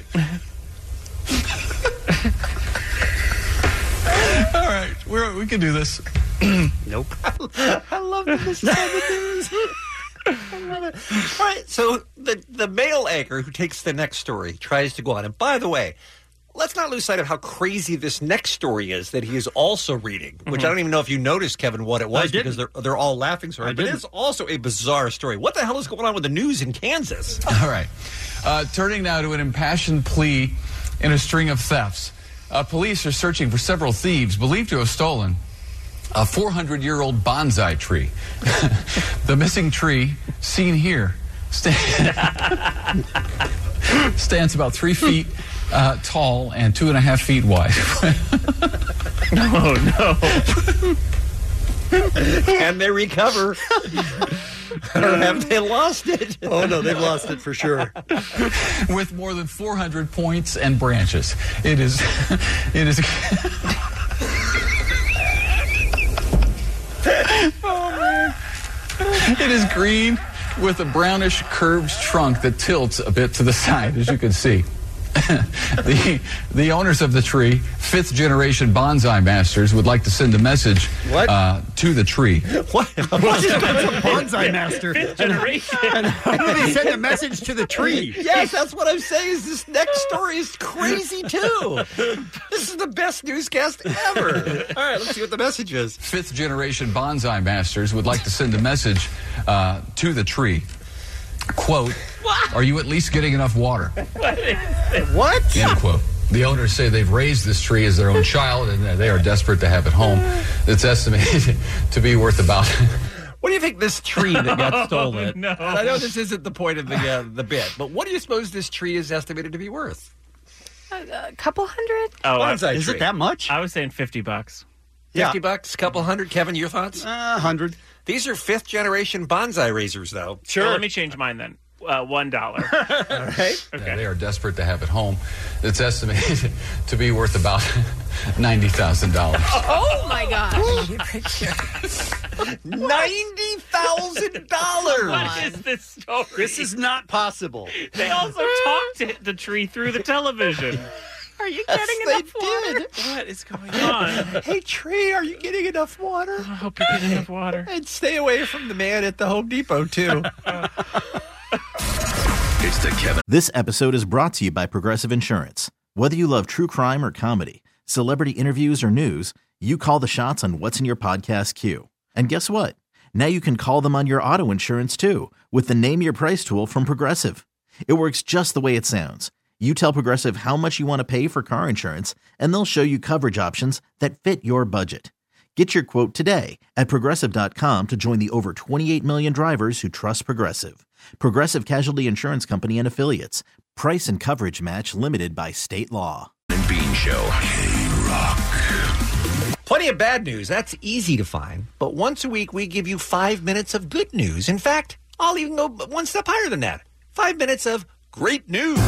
Speaker 17: All right, we're, we can do this.
Speaker 10: nope.
Speaker 12: <laughs> I
Speaker 8: <laughs>
Speaker 12: love this I love it. All right, so the the male anchor who takes the next story tries to go on. And by the way, let's not lose sight of how crazy this next story is that he is also reading, which I don't even know if you noticed, Kevin, what it was because they're they're all laughing so hard. But it's also a bizarre story. What the hell is going on with the news in Kansas?
Speaker 17: <laughs> All right. Uh, turning now to an impassioned plea in a string of thefts. Uh, police are searching for several thieves believed to have stolen a 400 year old bonsai tree. <laughs> the missing tree, seen here, stand- <laughs> stands about three feet uh, tall and two and a half feet wide. <laughs>
Speaker 8: oh,
Speaker 12: no. <laughs> and they
Speaker 10: <laughs>
Speaker 12: recover. I don't know if they lost it.
Speaker 10: Oh no, they've lost it for sure.
Speaker 17: <laughs> with more than 400 points and branches. It is, <laughs> it is. Oh, It is green with a brownish curved trunk that tilts a bit to the side, as you can see. <laughs> the, the owners of the tree, fifth generation bonsai masters, would like to send a message Uh, to the tree.
Speaker 12: What?
Speaker 10: What is that's a bonsai master?
Speaker 17: Fifth
Speaker 10: generation. And, how do
Speaker 12: <laughs>
Speaker 10: they send a message to the tree?
Speaker 8: <laughs>
Speaker 12: Yes, that's what I'm saying. Is this next story is crazy
Speaker 10: <laughs>
Speaker 12: too? This is the best newscast ever. All right, let's see what the message is.
Speaker 17: Fifth generation bonsai masters would like to send a message uh, to the tree. Quote, are you at least getting enough water?
Speaker 8: What is this?
Speaker 12: What?
Speaker 17: End quote. The owners say they've raised this tree as their own child and they are desperate to have it home. It's estimated <laughs> to be worth about.
Speaker 12: <laughs>
Speaker 17: <laughs>
Speaker 12: What do you think this tree that <laughs> got stolen?
Speaker 17: Oh, no.
Speaker 12: I know this isn't the point of the uh, the bit, but what do you suppose this tree is estimated to be worth?
Speaker 13: A, a couple hundred?
Speaker 8: Oh, I-
Speaker 12: Bonsai tree.
Speaker 10: much?
Speaker 8: I was saying fifty bucks.
Speaker 12: Fifty bucks, couple hundred. Kevin, your thoughts?
Speaker 10: Uh, hundred.
Speaker 12: These are fifth generation bonsai razors, though.
Speaker 8: Sure. let me change mine then. Uh, One dollar.
Speaker 17: All right. they are desperate to have it home. It's estimated <laughs> to be worth about <laughs> $90,000.
Speaker 13: Oh <laughs> my
Speaker 12: god. Ninety thousand dollars.
Speaker 8: What is this story?
Speaker 10: This is not possible.
Speaker 8: They also talked at the tree through the television.
Speaker 12: Are you
Speaker 8: getting
Speaker 12: enough water?
Speaker 8: What is going on?
Speaker 12: Hey, tree, are you getting enough water? I
Speaker 8: hope you're getting enough water.
Speaker 12: And stay away from the man at the Home Depot too.
Speaker 1: This episode is brought to you by Progressive Insurance. Whether you love true crime or comedy, celebrity interviews, or news, you call the shots on what's in your podcast queue. And guess what? Now you can call them on your auto insurance too with the Name Your Price tool from Progressive. It works just the way it sounds. You tell Progressive how much you want to pay for car insurance, and they'll show you coverage options that fit your budget. Get your quote today at progressive.com to join the over 28 million drivers who trust Progressive. Progressive Casualty Insurance Company and Affiliates. Price and coverage match limited by state law.
Speaker 18: And Bean Show.
Speaker 12: <laughs> Plenty of bad news. That's easy to find. But once a week, we give you five minutes of good news. In fact, I'll even go one step higher than that five minutes of great news.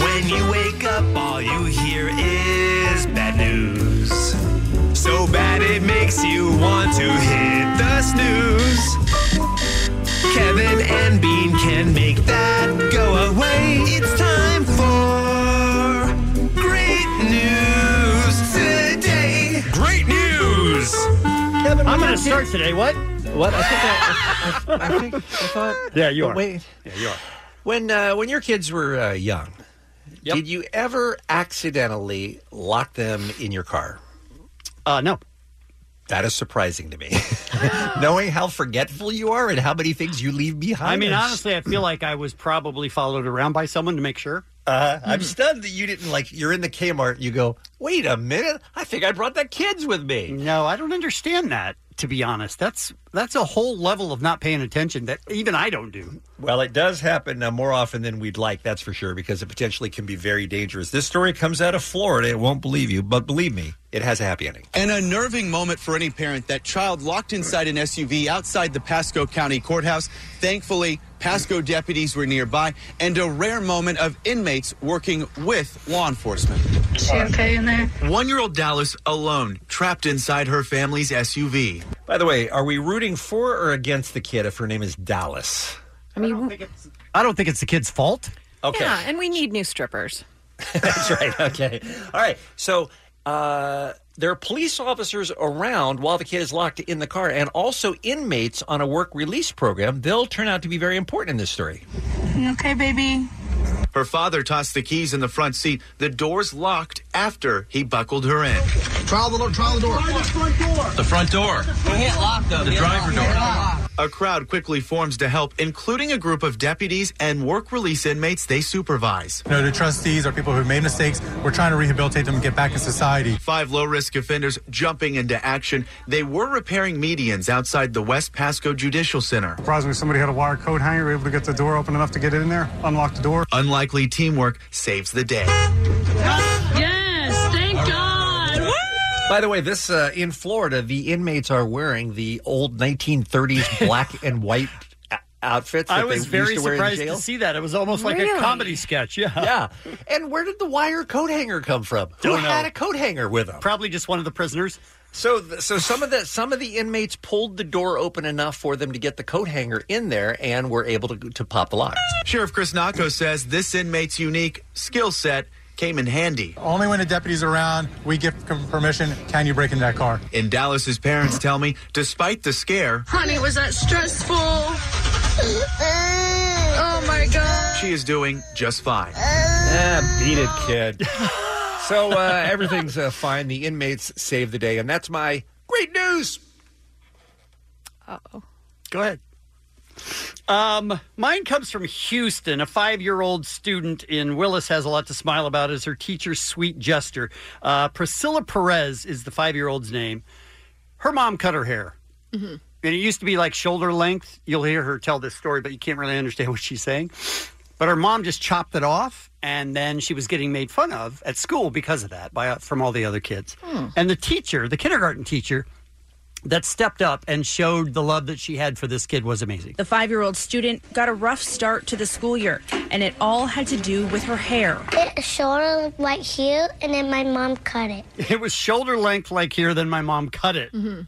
Speaker 8: When you wake up, all you hear is bad news. So bad it makes you want to hit the snooze. Kevin and Bean can make that go away. It's time for great news today. Great news!
Speaker 10: Kevin, I'm going to start today. What?
Speaker 12: What? I think I, I, I
Speaker 19: <laughs>
Speaker 12: think I thought.
Speaker 10: <laughs> Yeah, you
Speaker 12: but
Speaker 10: are.
Speaker 12: Wait,
Speaker 10: Yeah, you are.
Speaker 12: when uh, when your kids were uh, young, did you ever accidentally lock them in your car?
Speaker 10: Uh, no.
Speaker 12: That is surprising to me, <laughs> knowing how forgetful you are and how many things you leave behind.
Speaker 10: I mean,
Speaker 12: I'm
Speaker 10: honestly, I feel like I was probably followed around by someone to make sure.
Speaker 12: Uh, I'm stunned that you didn't like. You're in the Kmart. and You go. Wait a minute. I think I brought the kids with me.
Speaker 10: No, I don't understand that. To be honest, that's that's a whole level of not paying attention that even I don't do.
Speaker 12: Well, it does happen uh, more often than we'd like, that's for sure, because it potentially can be very dangerous. This story comes out of Florida. It won't believe you, but believe me, it has a happy ending.
Speaker 20: An unnerving moment for any parent. That child locked inside an SUV outside the Pasco County Courthouse. Thankfully, Pasco deputies were nearby, and a rare moment of inmates working with law enforcement.
Speaker 19: okay in there?
Speaker 20: One year old Dallas alone, trapped inside her family's SUV.
Speaker 12: By the way, are we rooting for or against the kid if her name is Dallas?
Speaker 13: I mean,
Speaker 10: I don't think it's the kid's fault.
Speaker 12: Okay.
Speaker 13: yeah, and we need new strippers.
Speaker 12: That's right. Okay. All right. So uh, there are police officers around while the kid is locked in the car, and also inmates on a work release program. They'll turn out to be very important in this story.
Speaker 19: You okay, baby?
Speaker 20: Her father tossed the keys in the front seat, the doors locked after he buckled her in.
Speaker 19: Trial the door. Trial the door. the front door.
Speaker 20: The front door.
Speaker 19: them.
Speaker 20: The driver door.
Speaker 19: door.
Speaker 20: A crowd quickly forms to help, including a group of deputies and work release inmates they supervise.
Speaker 21: You know, the trustees are people who made mistakes. We're trying to rehabilitate them and get back in society.
Speaker 20: Five low risk offenders jumping into action. They were repairing medians outside the West Pasco Judicial Center.
Speaker 21: Surprisingly, somebody had a wire coat hanger. We were able to get the door open enough to get it in there, unlock the door.
Speaker 20: Unlikely teamwork saves the day.
Speaker 19: Yes. Thank God.
Speaker 12: By the way, this uh, in Florida, the inmates are wearing the old 1930s black and white o- outfits. That
Speaker 10: I was
Speaker 12: they
Speaker 10: very
Speaker 12: used to wear
Speaker 10: surprised
Speaker 12: in jail.
Speaker 10: to see that. It was almost like a
Speaker 12: Really?
Speaker 10: comedy sketch. Yeah.
Speaker 12: Yeah. And where did the wire coat hanger come from? Who
Speaker 10: Don't know.
Speaker 12: had a coat hanger with them?
Speaker 10: Probably just one of the prisoners.
Speaker 12: So, th- so some of the some of the inmates pulled the door open enough for them to get the coat hanger in there, and were able to to pop the lock.
Speaker 20: Sheriff Chris Naco says this inmate's unique skill set came in handy.
Speaker 21: Only when the deputy's around, we give com- permission. Can you break into that car?
Speaker 20: In Dallas, his parents tell me, despite the scare,
Speaker 19: Honey, was that stressful?
Speaker 3: Mm-hmm.
Speaker 19: oh my God.
Speaker 20: she is doing just fine.
Speaker 12: Ah, beat it, <laughs> kid. so uh, everything's uh, fine. The inmates save the day, and that's my great news.
Speaker 13: Uh-oh.
Speaker 10: Go ahead. Um, mine comes from Houston. A five-year-old student in Willis has a lot to smile about as her teacher's sweet jester. Uh, Priscilla Perez is the five-year-old's name. Her mom cut her hair.
Speaker 19: Mhm.
Speaker 10: And it used to be like shoulder length. You'll hear her tell this story, but you can't really understand <laughs> what she's saying. But her mom just chopped it off, and then she was getting made fun of at school because of that by uh, from all the other kids.
Speaker 19: Hmm.
Speaker 10: And the teacher, the kindergarten teacher, that stepped up and showed the love that she had for this kid was amazing. <laughs>
Speaker 22: The five year old student got a rough start to the school year, and it all had to do with her hair.
Speaker 23: It shoulder looked like here, and then my mom cut it.
Speaker 10: It was shoulder length like here, then my mom cut
Speaker 22: Hmm.
Speaker 10: it.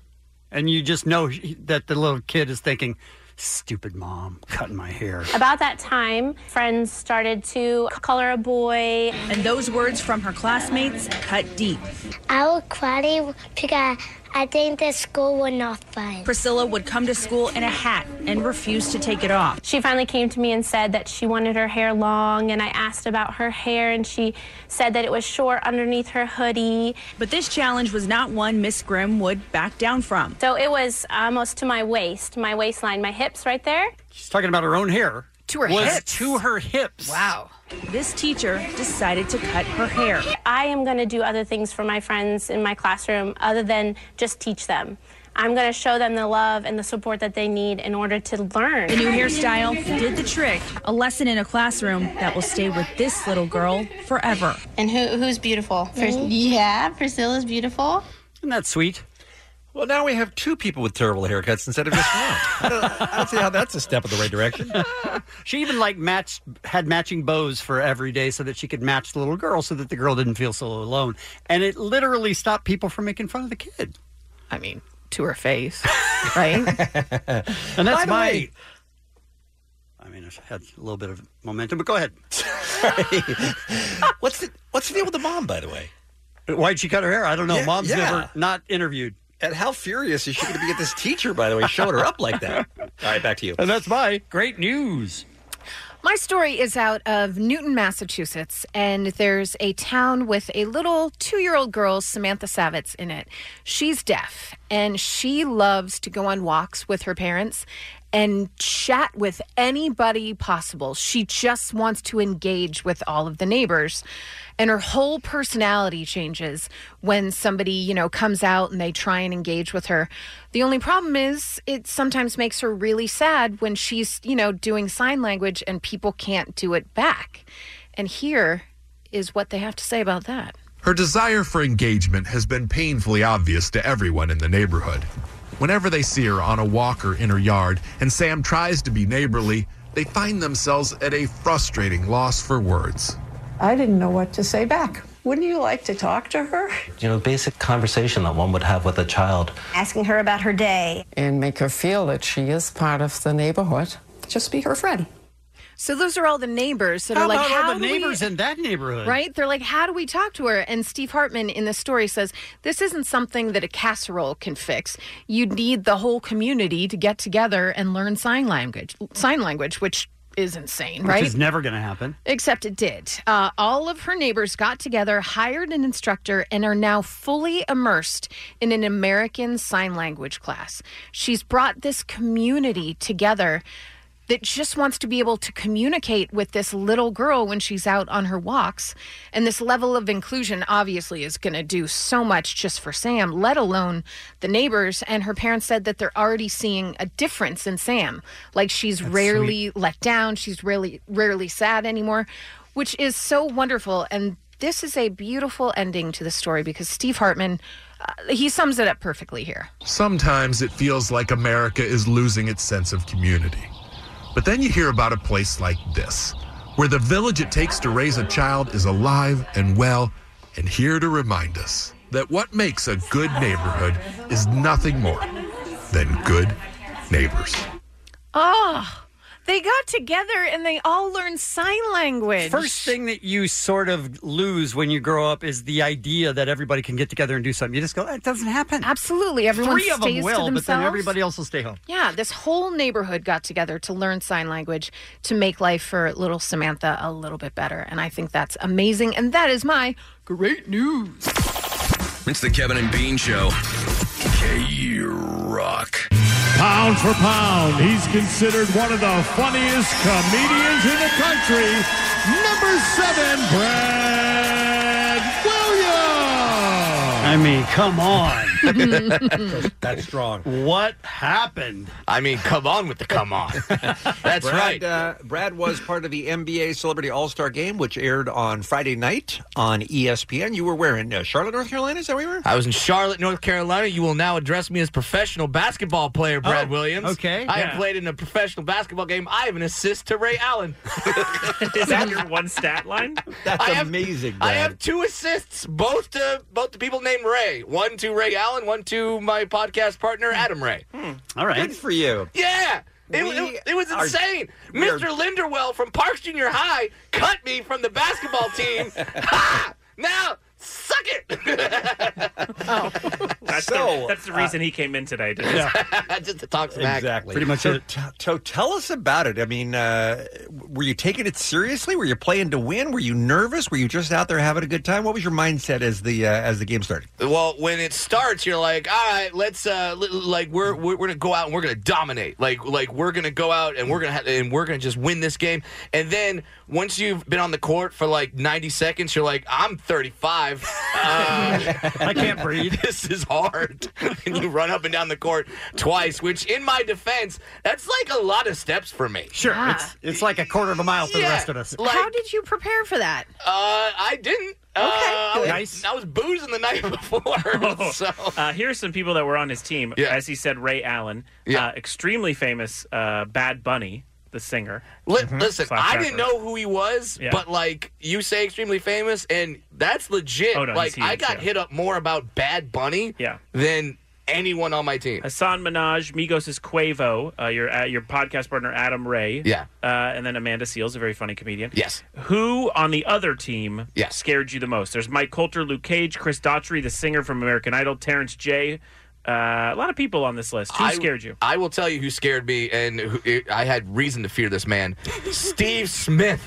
Speaker 10: And you just know she- that the little kid is thinking, stupid mom cutting my hair.
Speaker 24: About that time, friends started to call her a boy.
Speaker 22: And those words from her classmates cut deep.
Speaker 23: I was crying because I think that school was not fun.
Speaker 22: Priscilla would come to school in a hat and refuse to take it off.
Speaker 25: She finally came to me and said that she wanted her hair long, and I asked about her hair, and she said that it was short underneath her hoodie.
Speaker 22: But this challenge was not one Miss Grimm would back down from.
Speaker 25: So it was almost to my waist, my waistline, my hips right there.
Speaker 10: She's talking about her own hair.
Speaker 22: To her
Speaker 10: was
Speaker 22: hips.
Speaker 10: to her hips.
Speaker 22: Wow. This teacher decided to cut her hair.
Speaker 25: I am going to do other things for my friends in my classroom other than just teach them. I'm going to show them the love and the support that they need in order to learn.
Speaker 22: The new hairstyle did the trick. A lesson in a classroom that will stay with this little girl forever.
Speaker 2: And who who's beautiful? Pris- yeah, Priscilla's beautiful.
Speaker 10: Isn't that sweet?
Speaker 8: Well, now we have two people with terrible haircuts instead of just one. I, don't, I don't see how that's a step in the right direction.
Speaker 10: <laughs> She even like matched had matching bows for every day so that she could match the little girl so that the girl didn't feel so alone. And it literally stopped people from making fun of the kid.
Speaker 13: I mean, to her face, right? <laughs>
Speaker 10: And
Speaker 25: By
Speaker 10: that's
Speaker 25: the
Speaker 10: my.
Speaker 25: way-
Speaker 10: I mean, I had a little bit of momentum, but
Speaker 8: <laughs>
Speaker 10: go ahead.
Speaker 8: what's the What's the deal with the mom, by the way?
Speaker 10: Why'd she cut her hair? I don't know.
Speaker 8: Yeah,
Speaker 10: Mom's
Speaker 8: yeah.
Speaker 10: never not interviewed.
Speaker 8: And how furious is she going to be at this teacher, by the way, showing her up like that? All right, back to you.
Speaker 10: And that's my great news.
Speaker 13: My story is out of Newton, Massachusetts, and there's a town with a little two year old girl, Samantha Savitz, in it. She's deaf, and she loves to go on walks with her parents and chat with anybody possible. She just wants to engage with all of the neighbors, and her whole personality changes when somebody, you know, comes out and they try and engage with her. The only problem is it sometimes makes her really sad when she's, you know, doing sign language and people can't do it back. And here is what they have to say about that.
Speaker 9: Her desire for engagement has been painfully obvious to everyone in the neighborhood. Whenever they see her on a walk or in her yard, and Sam tries to be neighborly, they find themselves at a frustrating loss for words.
Speaker 16: I didn't know what to say back. Wouldn't you like to talk to her?
Speaker 3: You know, basic conversation that one would have with a child.
Speaker 26: asking her about her day and make her feel that she is part of the neighborhood. Just be her friend.
Speaker 13: So those are all the neighbors that
Speaker 26: How
Speaker 13: are like,
Speaker 26: about all
Speaker 13: how
Speaker 26: the
Speaker 13: do we-"
Speaker 26: neighbors
Speaker 10: in that neighborhood?
Speaker 13: Right? They're like, how do we talk to her? And Steve Hartman in the story says, this isn't something that a casserole can fix. You need the whole community to get together and learn sign language, sign language, which is insane, right?
Speaker 10: Which is never going to happen.
Speaker 13: Except it did. Uh, all of her neighbors got together, hired an instructor, and are now fully immersed in an American Sign Language class. She's brought this community together that just wants to be able to communicate with this little girl when she's out on her walks. And this level of inclusion obviously is going to do so much just for Sam, let alone the neighbors. And her parents said that they're already seeing a difference in Sam. Like she's rarely let down, she's rarely rarely sad anymore, which is so wonderful. And this is a beautiful ending to the story because Steve Hartman, uh, he sums it up perfectly here.
Speaker 9: Sometimes it feels like America is losing its sense of community. But then you hear about a place like this, where the village it takes to raise a child is alive and well, and here to remind us that what makes a good neighborhood is nothing more than good neighbors.
Speaker 13: Oh, they got together and they all learned sign language.
Speaker 10: First thing that you sort of lose when you grow up is the idea that everybody can get together and do something. You just go, it doesn't happen.
Speaker 13: Absolutely. Everyone
Speaker 10: Three of them
Speaker 13: stays to
Speaker 10: will, but then
Speaker 13: themselves.
Speaker 10: everybody else will stay home.
Speaker 13: Yeah, this whole neighborhood got together to learn sign language to make life for little Samantha a little bit better. And I think that's amazing. And that is my great news.
Speaker 15: It's the Kevin and Bean Show. K Rock.
Speaker 27: Pound for pound, he's considered one of the funniest comedians in the country. Number seven, Brad Williams.
Speaker 10: I mean, come on.
Speaker 8: <laughs> That's strong.
Speaker 10: What happened?
Speaker 8: I mean, come on with the come
Speaker 7: <laughs>
Speaker 8: on. That's
Speaker 10: right.
Speaker 8: Uh, Brad was part of the NBA Celebrity All Star Game, which aired on Friday night on E ESPN. You were wearing uh, Charlotte, North Carolina. Is that where you were?
Speaker 7: I was in Charlotte, North Carolina. You will now address me as professional basketball player, Brad
Speaker 8: Oh,
Speaker 7: Williams.
Speaker 8: okay.
Speaker 7: I
Speaker 8: Yeah.
Speaker 7: have played in a professional basketball game. I have an assist to Ray Allen.
Speaker 11: <laughs> Is that your one stat line?
Speaker 7: That's I have-
Speaker 8: amazing.
Speaker 7: I have two assists, both to both to people named Ray. One to Ray Allen, one to my podcast partner Adam Ray.
Speaker 10: All right.
Speaker 8: Good for you.
Speaker 7: Yeah. It,
Speaker 8: We
Speaker 7: it, it was
Speaker 8: are-
Speaker 7: insane.
Speaker 8: we are-
Speaker 7: Mr. Linderwell from Parks Junior High cut me from
Speaker 8: <laughs>
Speaker 7: the
Speaker 8: Oh,
Speaker 7: basketball team. ha! Now, suck it.
Speaker 11: That's,
Speaker 8: So,
Speaker 11: the, that's the reason he came in
Speaker 12: uh, <laughs>
Speaker 11: today. To
Speaker 7: just to talk
Speaker 8: Exactly. so, t- so tell us about it. I mean, uh, were you taking it seriously? Were you playing to win? Were you nervous? Were you just out there having a good time? What was your mindset as the uh, as the game started?
Speaker 7: Well, when it starts, you're like, all right, let's uh, li- like we're we're we're gonna go out and we're gonna dominate. Like like we're gonna go out and we're gonna ha- and we're gonna just win this game. And then once you've been on the court for like 90 seconds, you're like, I'm <laughs> 35. Uh, I can't breathe. <laughs> This is hard. <laughs> and you run up and down the court twice, which in my defense, that's like a lot of steps for me.
Speaker 10: Sure,
Speaker 13: Yeah. it's-
Speaker 10: it's like a quarter of a mile for the rest of us.
Speaker 13: How did you prepare for that?
Speaker 7: Uh, I didn't. Okay. I was,
Speaker 11: Nice.
Speaker 7: I was boozing the night <laughs>
Speaker 11: <laughs>
Speaker 7: before. so.
Speaker 11: uh, here are some people that were on his team. As he said, Ray Allen, uh, extremely famous uh, Bad Bunny, the singer.
Speaker 7: Li- Listen,
Speaker 11: Slash
Speaker 7: I didn't
Speaker 11: rapper.
Speaker 7: know who he was,
Speaker 11: Yeah.
Speaker 7: but like you say, extremely famous, and that's legit.
Speaker 11: Oh, no,
Speaker 7: like
Speaker 11: he's huge,
Speaker 7: I got
Speaker 11: yeah.
Speaker 7: hit up more about Bad Bunny
Speaker 11: Yeah.
Speaker 7: than anyone on my team.
Speaker 11: Hassan Minaj, Migos' Quavo, uh, your uh, your podcast partner Adam Ray,
Speaker 7: Yeah.
Speaker 11: uh, and then Amanda Seals, a very funny comedian.
Speaker 7: Yes.
Speaker 11: Who on the other team
Speaker 7: Yes.
Speaker 11: scared you the most? There's Mike Coulter, Luke Cage, Chris Daughtry, the singer from American Idol, Terrence J. Uh, a lot of people on this list. Who
Speaker 7: I-
Speaker 11: scared you?
Speaker 7: I will tell you who scared me, and who, it, I had reason to fear this man, <laughs> Steve Smith,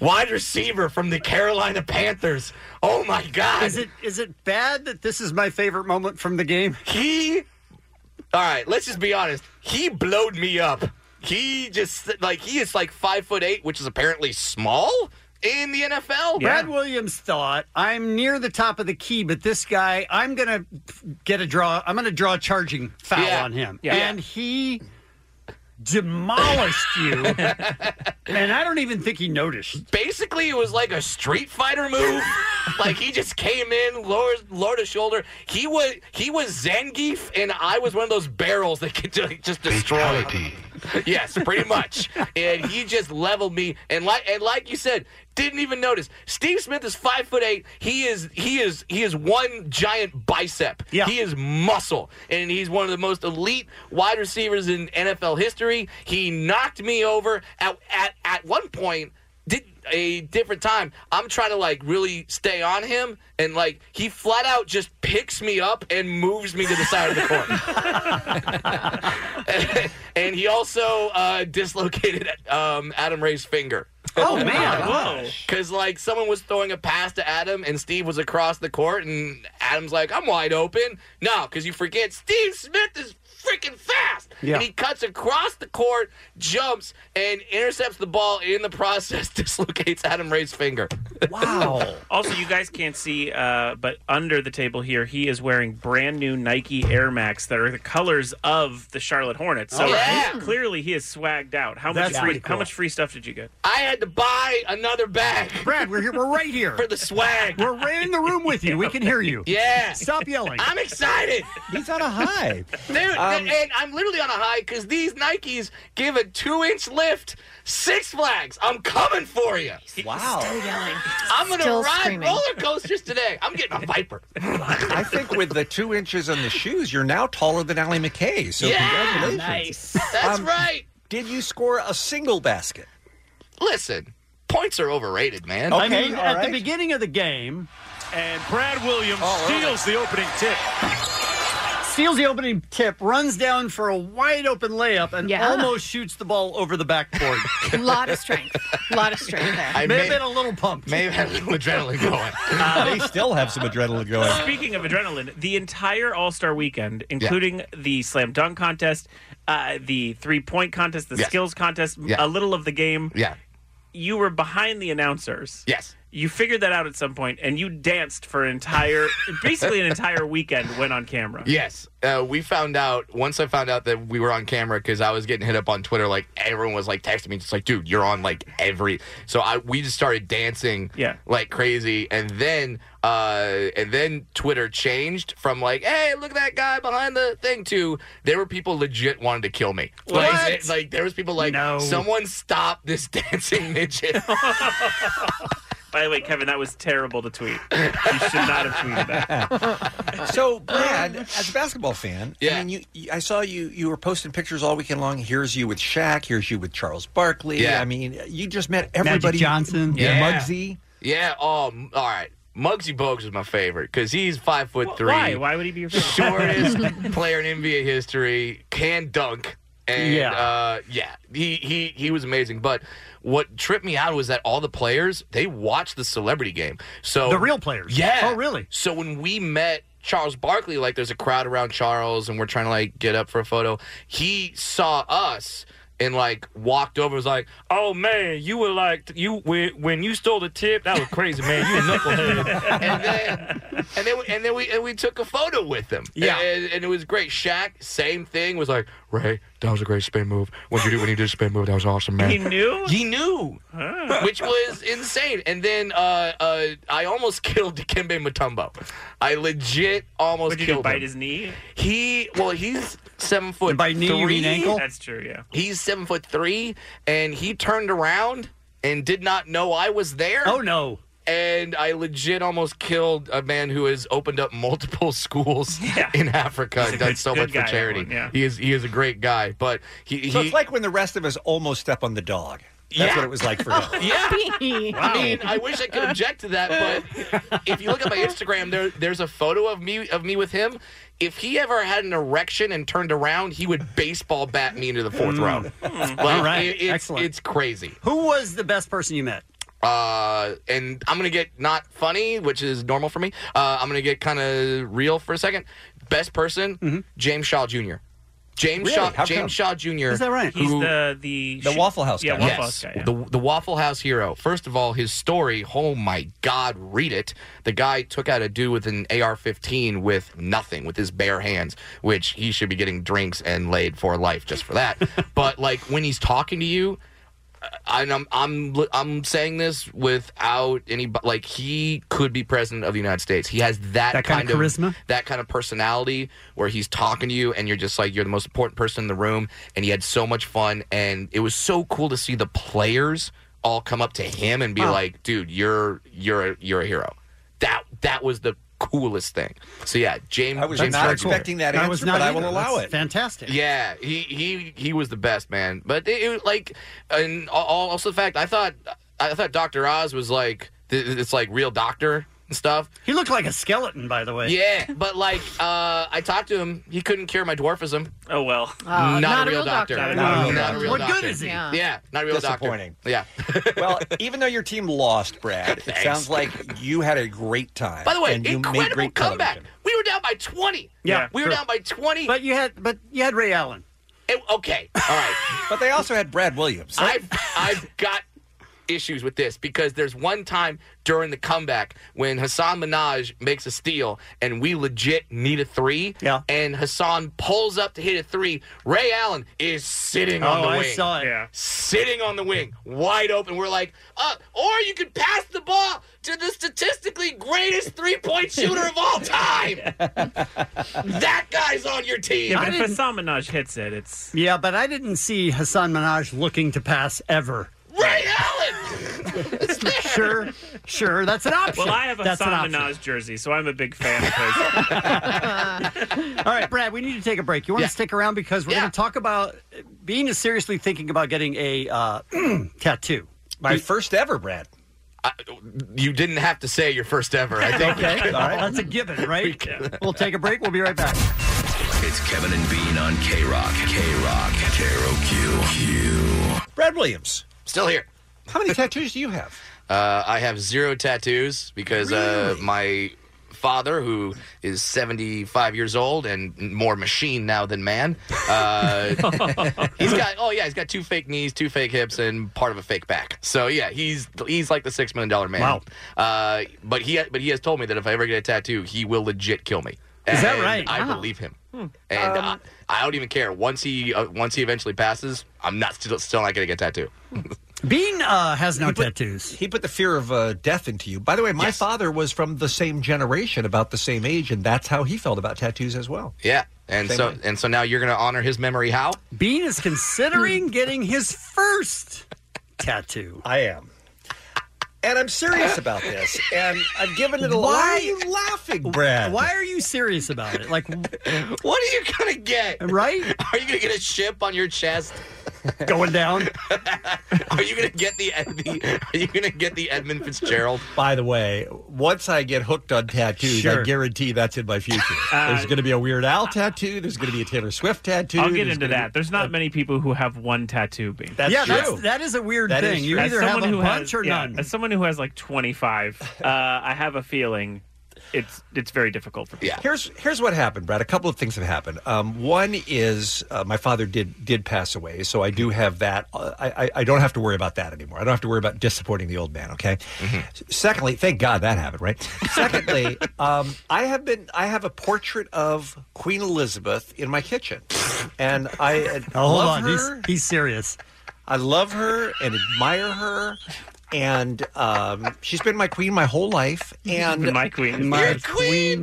Speaker 7: wide receiver from the Carolina Panthers. Oh my God!
Speaker 10: Is it is it bad that this is my favorite moment from the game?
Speaker 7: He All right, let's just be honest. He blowed me up. He just like he is like five foot eight, which is apparently small in the NFL.
Speaker 10: Oh, Brad Williams thought, I'm near the top of the key, but this guy, I'm going to get a draw. I'm going to draw a charging foul
Speaker 7: Yeah.
Speaker 10: on him.
Speaker 7: Yeah.
Speaker 10: And he demolished
Speaker 27: <laughs>
Speaker 10: you. and I don't even think he noticed.
Speaker 7: Basically, it was like a Street Fighter move. like he just came in, lowered lowered his shoulder. He was he was Zangief, and I was one of those barrels that could ju- just destroy. <laughs> yes, pretty much. and he just leveled me, and like and like you said, didn't even notice. Steve Smith is five foot eight. He is he is he is one giant bicep. Yeah. he is muscle, and he's one of the most elite wide receivers in NFL history. He knocked me over at at, at one point. Did a different time. I'm trying to like really stay on him, and like he flat out just picks me up and moves me to the side of the court and he also uh, dislocated um, Adam Ray's finger.
Speaker 10: Oh, man. Whoa.
Speaker 7: Because like someone was throwing a pass to Adam, and Steve was across the court, and Adam's like, "I'm wide open." No, because you forget Steve Smith is freaking fast,
Speaker 28: Yeah.
Speaker 7: and he cuts across the court, jumps, and intercepts the ball. In the process, <laughs> dislocates Adam Ray's finger.
Speaker 11: Wow. <laughs> also, you guys can't see, uh, but under the table here, he is wearing brand new Nike Air Max that are the colors of the Charlotte Hornets. So
Speaker 7: Oh, yeah.
Speaker 11: clearly, he is swagged out. How
Speaker 7: That's
Speaker 11: much free,
Speaker 7: pretty cool.
Speaker 11: How much free stuff did you get?
Speaker 7: I had to buy another bag.
Speaker 10: <laughs> Brad, we're here. We're right here
Speaker 7: for the swag.
Speaker 10: We're right in the room with you. We can hear you.
Speaker 7: Yeah.
Speaker 10: Stop yelling.
Speaker 7: I'm excited.
Speaker 8: He's on a high.
Speaker 7: Dude, th-
Speaker 8: Um,
Speaker 7: and I'm literally on a high because these Nikes give a two-inch lift. Six Flags, I'm coming for you.
Speaker 8: Wow. Still
Speaker 7: yelling. I'm gonna
Speaker 8: Still
Speaker 7: ride
Speaker 8: screaming.
Speaker 7: roller coasters today. I'm getting a Viper.
Speaker 8: I think with the two inches on the shoes, you're now taller than Allie McKay. So
Speaker 7: Yeah! Um,
Speaker 8: congratulations.
Speaker 7: Nice. That's right.
Speaker 8: Did you score a single basket?
Speaker 7: Listen, points are overrated, man.
Speaker 10: I mean, at the beginning of the game,
Speaker 27: And Brad Williams steals the opening tip.
Speaker 10: steals the opening tip, runs down for a wide open layup, and
Speaker 13: Yeah.
Speaker 10: almost shoots the ball over the backboard.
Speaker 13: A <laughs> lot of strength. A lot of strength there.
Speaker 10: may, have been a little pumped.
Speaker 7: May have had a little adrenaline
Speaker 8: they
Speaker 7: going.
Speaker 8: still have some adrenaline going.
Speaker 11: Speaking of adrenaline, the entire All Star weekend, including the slam dunk contest, uh, the three point contest, the
Speaker 7: Yes.
Speaker 11: skills contest,
Speaker 7: Yeah.
Speaker 11: a little of the game.
Speaker 7: Yeah.
Speaker 11: You were behind the announcers.
Speaker 7: Yes.
Speaker 11: You figured that out at some point, and you danced for an
Speaker 7: <laughs>
Speaker 11: entire, basically an entire weekend went on camera.
Speaker 7: Yes, uh, we found out once I found out that we were on camera because I was getting hit up on Twitter. Like everyone was like texting me, just like, "Dude, you're on like every." So I we just started dancing,
Speaker 11: Yeah.
Speaker 7: like crazy, and then uh, and then Twitter changed from like, "Hey, look at that guy behind the thing," to there were people legit wanted to kill me. Like,
Speaker 28: What?
Speaker 7: it- like there was people like, "Someone stop this <laughs> dancing midget."
Speaker 11: <laughs> By the way, Kevin, that was terrible to tweet. You should not have tweeted that.
Speaker 8: so, Brad, as a basketball fan, I mean, you, you, I saw you. You were posting pictures all weekend long. Here's you with Shaq. Here's you with Charles Barkley.
Speaker 7: Yeah.
Speaker 8: I mean, you just met everybody. Yeah, Muggsy.
Speaker 7: Yeah. Oh, m- all right. Muggsy Bogues is my favorite because he's five foot three.
Speaker 11: Why? Why would he be
Speaker 7: <laughs>
Speaker 11: your favorite?
Speaker 7: shortest player in NBA history, can dunk. And
Speaker 11: Yeah.
Speaker 7: uh, yeah, he, he he was amazing. But what tripped me out was that all the players they watched the celebrity game. So
Speaker 10: The real players?
Speaker 7: yeah.
Speaker 10: Oh, really?
Speaker 7: So when we met Charles Barkley, like there's a crowd around Charles, and we're trying to like get up for a photo. He saw us and like walked over, and was like, "Oh man, you were like you when when you stole the tip, that was crazy, man. You a knucklehead." and then and then we and we took a photo with him.
Speaker 28: Yeah.
Speaker 7: and, and it was great. Shaq, same thing, was like, Ray, that was a great spin move. What you do when you did a spin move, that was awesome, man.
Speaker 28: He
Speaker 7: knew. He knew, which was insane. And then uh, uh, I almost <laughs> killed Dikembe Mutombo. I legit almost
Speaker 11: Would you
Speaker 7: killed
Speaker 11: bite
Speaker 7: him.
Speaker 11: his knee?
Speaker 7: He well, he's seven foot.
Speaker 11: by knee,
Speaker 7: three.
Speaker 11: you mean ankle? That's true, yeah.
Speaker 7: He's seven foot three, and he turned around and did not know I was there. Oh
Speaker 10: no.
Speaker 7: And I legit almost killed a man who has opened up multiple <laughs> schools in Africa
Speaker 8: He's
Speaker 7: and
Speaker 8: a
Speaker 7: done
Speaker 8: good-
Speaker 7: so
Speaker 8: good
Speaker 7: much for
Speaker 8: guy,
Speaker 7: charity.
Speaker 8: Edwin, yeah.
Speaker 7: He is he is a great guy, but he,
Speaker 8: So
Speaker 7: he
Speaker 8: it's like when the rest of us almost step on the dog. That's
Speaker 7: Yeah.
Speaker 8: what it was like for him.
Speaker 10: <laughs>
Speaker 7: yeah. I mean, I wish I could object to that, but if you look at my Instagram, there there's a photo of me of me with him. If he ever had an erection and turned around, he would baseball bat me into the fourth
Speaker 10: Mm.
Speaker 7: round.
Speaker 10: Mm.
Speaker 7: Like,
Speaker 10: All right.
Speaker 7: it- it's,
Speaker 10: Excellent.
Speaker 7: It's crazy.
Speaker 10: Who was the best person you met?
Speaker 7: Uh, and I'm gonna get not funny, which is normal for me. Uh, I'm gonna get kind of real for a second. Best person,
Speaker 10: Mm-hmm.
Speaker 7: James Shaw Jr. James
Speaker 11: Really?
Speaker 7: Shaw.
Speaker 11: How
Speaker 7: James
Speaker 11: come?
Speaker 7: Shaw Jr.
Speaker 11: He's
Speaker 7: who-
Speaker 11: the the
Speaker 7: the
Speaker 11: sh-
Speaker 7: Waffle House
Speaker 11: Yeah,
Speaker 7: guy.
Speaker 11: Waffle
Speaker 7: yes.
Speaker 11: House guy. yeah.
Speaker 7: The, the Waffle House hero. First of all, his story, oh my God, read it. The guy took out a dude with an AR 15 with nothing, with his bare hands, which he should be getting drinks and laid for life just for
Speaker 11: <laughs>
Speaker 7: that. but like when he's talking to you, I- and I'm I'm I'm saying this without any bu- like he could be president of the United States. He has that,
Speaker 10: That kind of charisma?
Speaker 7: that kind of personality where he's talking to you and you're just like you're the most important person in the room. And he had so much fun, and it was so cool to see the players all come up to him and be
Speaker 10: Wow.
Speaker 7: like, "Dude, you're you're a, you're a hero." That that was the coolest thing. So yeah, James.
Speaker 8: I was
Speaker 7: James
Speaker 8: not
Speaker 7: Harden.
Speaker 8: expecting that answer, but I will allow it.
Speaker 10: Fantastic.
Speaker 7: Yeah, he he he was the best man. But it, it was like, and al- al- also the fact I thought I thought Doctor Oz was like th- it's like real doctor and stuff.
Speaker 10: He looked like a skeleton, by the way.
Speaker 7: Yeah, but like uh, I talked to him, he couldn't cure my dwarfism.
Speaker 11: Oh well,
Speaker 7: not, a real doctor.
Speaker 8: Not a real
Speaker 7: Not a
Speaker 8: doctor.
Speaker 7: real doctor. Yeah, not a real
Speaker 8: Disappointing.
Speaker 7: doctor. Yeah.
Speaker 8: <laughs> well, even though your team lost, Brad, it
Speaker 7: Thanks.
Speaker 8: sounds like you had a great time.
Speaker 7: By the way,
Speaker 8: and you made
Speaker 7: incredible
Speaker 8: great
Speaker 7: comeback.
Speaker 8: television.
Speaker 7: We were down by twenty.
Speaker 8: Yeah,
Speaker 7: we were
Speaker 8: true.
Speaker 7: down by twenty.
Speaker 10: But you had but you had Ray Allen.
Speaker 7: It- okay, all right.
Speaker 8: But they also had Brad Williams.
Speaker 7: I've I've got issues with this because there's one time during the comeback when Hassan Minaj makes a steal and we legit need a three. Yeah. And Hassan pulls up to hit a three. Ray Allen is sitting on
Speaker 10: Oh,
Speaker 7: the
Speaker 10: I
Speaker 7: wing.
Speaker 10: saw it.
Speaker 11: Yeah.
Speaker 7: Sitting on the wing, wide open. We're like, uh, or you could pass the ball to the statistically greatest three point shooter of all
Speaker 8: <laughs>
Speaker 7: time. that guy's on your team.
Speaker 11: Yeah, but if Hassan Minaj hits it, it's
Speaker 10: Yeah, but I didn't see Hassan Minaj looking to pass ever. <laughs>
Speaker 7: Ray Allen.
Speaker 10: sure, sure,
Speaker 11: <laughs>
Speaker 10: that's an option.
Speaker 11: Well, I have a
Speaker 10: that's an
Speaker 11: Hassan
Speaker 10: option.
Speaker 11: Minaj jersey, so I'm a big fan of
Speaker 10: <laughs>
Speaker 11: his.
Speaker 10: All right, Brad, we need to take a break. You want to stick around because we're going to talk about being is seriously thinking about getting a uh, <clears throat> tattoo.
Speaker 8: My first ever, Brad.
Speaker 7: You didn't have to say your first ever. I think. <laughs>
Speaker 10: okay, all right, that's a given, right? <laughs> We'll take a break. We'll be right back.
Speaker 15: It's Kevin and Bean on K Rock. K Rock. K R O Q.
Speaker 8: Brad Williams.
Speaker 7: Still here.
Speaker 8: How many tattoos do you have?
Speaker 7: Uh, I have zero tattoos because uh, my father, who is 75 years old and more machine now than man,
Speaker 10: <laughs>
Speaker 7: uh, he's got oh yeah, he's got two fake knees, two fake hips, and part of a fake back. So yeah, he's he's like the six million dollar man.
Speaker 10: Wow.
Speaker 7: Uh, but he but he has told me that if I ever get a tattoo, he will legit kill me.
Speaker 10: Is that
Speaker 7: And
Speaker 10: right?
Speaker 7: I
Speaker 10: Wow.
Speaker 7: believe him.
Speaker 10: Hmm.
Speaker 7: And
Speaker 11: Um,
Speaker 7: I, I don't even care. Once he uh, once he eventually passes, I'm not still still not gonna get a tattoo.
Speaker 10: Bean uh, has no tattoos.
Speaker 8: He put the fear of uh, death into you. By the way, my father was from the same generation, about the same age, and that's how he felt about tattoos as well.
Speaker 7: Yeah, and
Speaker 8: Same
Speaker 7: so
Speaker 8: way.
Speaker 7: and so now you're gonna honor his memory. How?
Speaker 10: Bean is
Speaker 7: <laughs>
Speaker 10: considering getting his first tattoo.
Speaker 8: I am. And I'm serious about
Speaker 10: <laughs>
Speaker 8: this, and I've given it a
Speaker 10: Why
Speaker 8: lot.
Speaker 10: are you
Speaker 8: laughing, Brad?
Speaker 10: Why are you
Speaker 8: <laughs>
Speaker 10: serious about it? Like,
Speaker 7: What <laughs> are you gonna get?
Speaker 10: Right?
Speaker 7: Are you gonna get a chip on your chest?
Speaker 10: <laughs> going down.
Speaker 7: <laughs> Are you gonna get the, <laughs> the Are you gonna get the Edmund Fitzgerald?
Speaker 12: By the way, once I get hooked on tattoos,
Speaker 7: Sure.
Speaker 12: I guarantee that's in my future.
Speaker 11: Uh,
Speaker 12: there's going to be a Weird Al tattoo. There's going to be a Taylor Swift tattoo.
Speaker 11: I'll get
Speaker 12: there's
Speaker 11: into
Speaker 12: gonna
Speaker 11: that. There's not many people who have one tattoo. Being
Speaker 12: That's Yeah, true. that's-
Speaker 10: that is a weird
Speaker 12: That
Speaker 10: thing. You either have a bunch or
Speaker 11: yeah,
Speaker 10: none.
Speaker 11: As someone who has like 25, uh, I have a feeling it's it's very difficult for people.
Speaker 12: Here's here's what happened, Brad. A couple of things have happened. Um, one is uh, my father did did pass away, so I
Speaker 10: Mm-hmm.
Speaker 12: do have that. Uh, I, I I don't have to worry about that anymore. I don't have to worry about disappointing the old man. Okay.
Speaker 10: Mm-hmm.
Speaker 12: Secondly, thank God that happened, right?
Speaker 10: <laughs>
Speaker 12: Secondly, um, I have been I have a portrait of Queen Elizabeth in my kitchen, and
Speaker 10: <laughs>
Speaker 12: I uh,
Speaker 10: Now, Oh, hold
Speaker 12: love
Speaker 10: on,
Speaker 12: her.
Speaker 10: he's- he's serious.
Speaker 12: I love her and admire her. And um, she's been my queen my whole life. And
Speaker 10: my queen,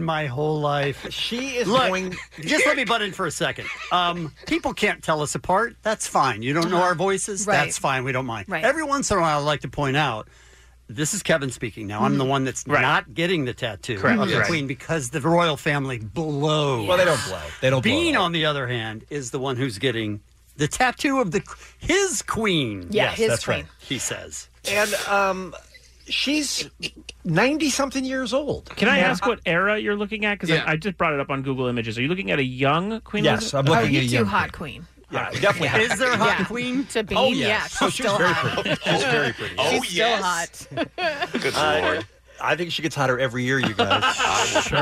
Speaker 10: my whole life.
Speaker 12: She is
Speaker 10: Look,
Speaker 12: going-
Speaker 10: Just let me butt in for a second. Um, people can't tell us apart. That's fine. You don't know our voices.
Speaker 28: Right.
Speaker 10: That's fine. We don't mind.
Speaker 28: Right.
Speaker 10: Every once in a while, I like to point out. This is Kevin speaking now. I'm the one that's not getting the tattoo
Speaker 12: Correct.
Speaker 10: of the
Speaker 12: Yes.
Speaker 10: queen because the royal family blows.
Speaker 12: Well, they don't blow. They don't blow
Speaker 10: Bean, on the other hand, is the one who's getting the tattoo of the his queen.
Speaker 12: Yeah, Yes, his that's right. queen.
Speaker 10: He says.
Speaker 12: and um, she's ninety something years old.
Speaker 11: Can I ask what era you're looking at? Because
Speaker 12: Yeah.
Speaker 11: I, just brought it up on Google Images. Are you looking at a young Queen?
Speaker 12: Yes,
Speaker 11: Elizabeth?
Speaker 12: I'm
Speaker 10: Oh,
Speaker 12: looking
Speaker 13: you too hot, queen.
Speaker 12: Yeah, definitely.
Speaker 11: Is there a hot
Speaker 10: queen?
Speaker 13: To be,
Speaker 11: Oh,
Speaker 13: yeah.
Speaker 11: yes.
Speaker 13: she's
Speaker 12: Oh, she was
Speaker 13: still
Speaker 12: very
Speaker 13: hot.
Speaker 12: pretty. She's
Speaker 13: <laughs>
Speaker 12: very pretty. Uh,
Speaker 13: She's
Speaker 10: Oh, <laughs>
Speaker 13: still hot.
Speaker 12: Good lord. I think she gets hotter every year, you <laughs> guys. sure.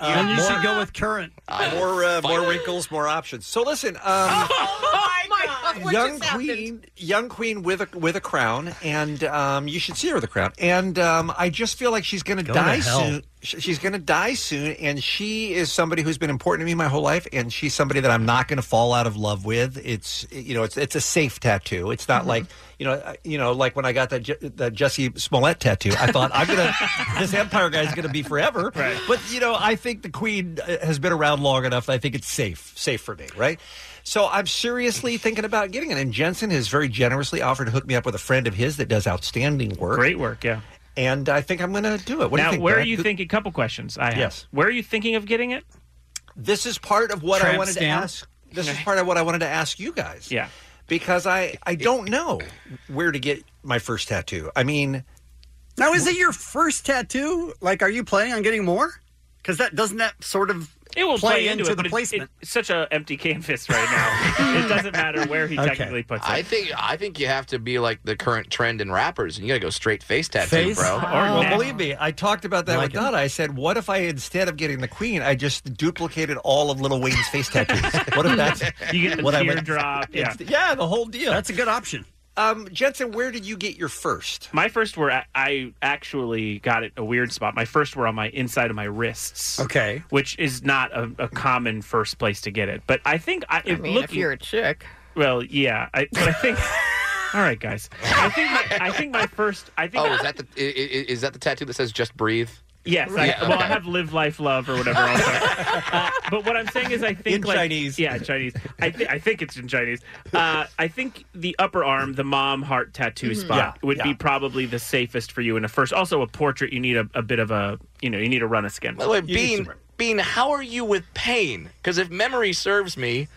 Speaker 10: Then you should go with current.
Speaker 12: more uh, more wrinkles, more options. So listen, um,
Speaker 13: Oh my god! what
Speaker 12: young
Speaker 13: just happened?
Speaker 12: queen, young queen with a with a crown, and um, you should see her with a crown. And um, I just feel like she's going to
Speaker 10: Go
Speaker 12: die
Speaker 10: to hell.
Speaker 12: soon. Sh- She's going to die soon, and she is somebody who's been important to me my whole life, and she's somebody that I'm not going to fall out of love with. It's you know, it's it's a safe tattoo. It's
Speaker 11: Mm-hmm.
Speaker 12: not like you know, uh, you know, like when I got that Je- that Jesse Smollett tattoo, I thought
Speaker 11: <laughs>
Speaker 12: I'm gonna this Empire guy's gonna be forever. Right. But you know, I think the Queen uh, has been around long enough. that I think it's safe, safe for me, right? So I'm seriously thinking about getting it. And Jensen has very generously offered to hook me up with a friend of his that does outstanding work. Great
Speaker 11: work, yeah.
Speaker 12: And I think I'm going to do it. What do
Speaker 11: now,
Speaker 12: you think?
Speaker 11: where
Speaker 12: Brad?
Speaker 11: are you
Speaker 12: Good-
Speaker 11: thinking? Couple questions. I have.
Speaker 12: Yes.
Speaker 11: Where are you thinking of getting it?
Speaker 12: This is part of what I
Speaker 11: Tramp
Speaker 12: wanted
Speaker 11: stamp?
Speaker 12: to ask. This is part of what I wanted to ask you guys.
Speaker 11: Yeah.
Speaker 12: Because I I don't know where to get my first tattoo. I mean,
Speaker 10: Now, is it your first tattoo? Like, are you planning on getting more? Because that doesn't that sort of
Speaker 11: It will play,
Speaker 10: into,
Speaker 11: it,
Speaker 10: the
Speaker 11: but it's-
Speaker 10: placement.
Speaker 11: it's such an empty canvas right now. <laughs> it doesn't matter where he
Speaker 7: Okay.
Speaker 11: technically puts it.
Speaker 7: I think I think you have to be like the current trend in rappers, and you gotta go straight face tattoo, bro.
Speaker 11: Oh,
Speaker 10: Oh,
Speaker 12: well, believe me, I talked about that with Donna. I said, what if I instead of getting the queen, I just duplicated all of Little Wayne's face <laughs> tattoos? what if that's
Speaker 11: You get the
Speaker 12: what I would-
Speaker 11: teardrop, yeah.
Speaker 12: <laughs> It's the- yeah, the whole deal.
Speaker 10: That's a good option.
Speaker 12: Um, Jensen, where did you get your first?
Speaker 11: My first were I- I actually got it a weird spot. My first were on my inside of my wrists.
Speaker 10: Okay,
Speaker 11: which is not a, a common first place to get it. But I think I,
Speaker 13: I mean, if you're a chick,
Speaker 11: well, yeah. I, but I think. <laughs> all right, guys. I think my, I think my first. I think.
Speaker 7: Oh, is that the i- i- is that the tattoo that says "Just Breathe"?
Speaker 11: Yes, I,
Speaker 7: Yeah,
Speaker 11: well, I
Speaker 7: okay.
Speaker 11: have live, life, love, or whatever. Also.
Speaker 12: <laughs>
Speaker 11: uh, but what I'm saying is, I think
Speaker 7: In
Speaker 11: like,
Speaker 7: Chinese.
Speaker 11: yeah, Chinese. I, th- I think it's in Chinese. Uh, I think the upper arm, the mom heart tattoo
Speaker 12: Mm-hmm.
Speaker 7: Mhm.
Speaker 11: spot,
Speaker 7: Yeah,
Speaker 11: would
Speaker 7: yeah.
Speaker 11: be probably the safest for you in a first. Also, a portrait. You need a, a bit of a, you know, you need a run of skin.
Speaker 7: By the way, Bean, Bean, how are you with pain? Because if memory serves me,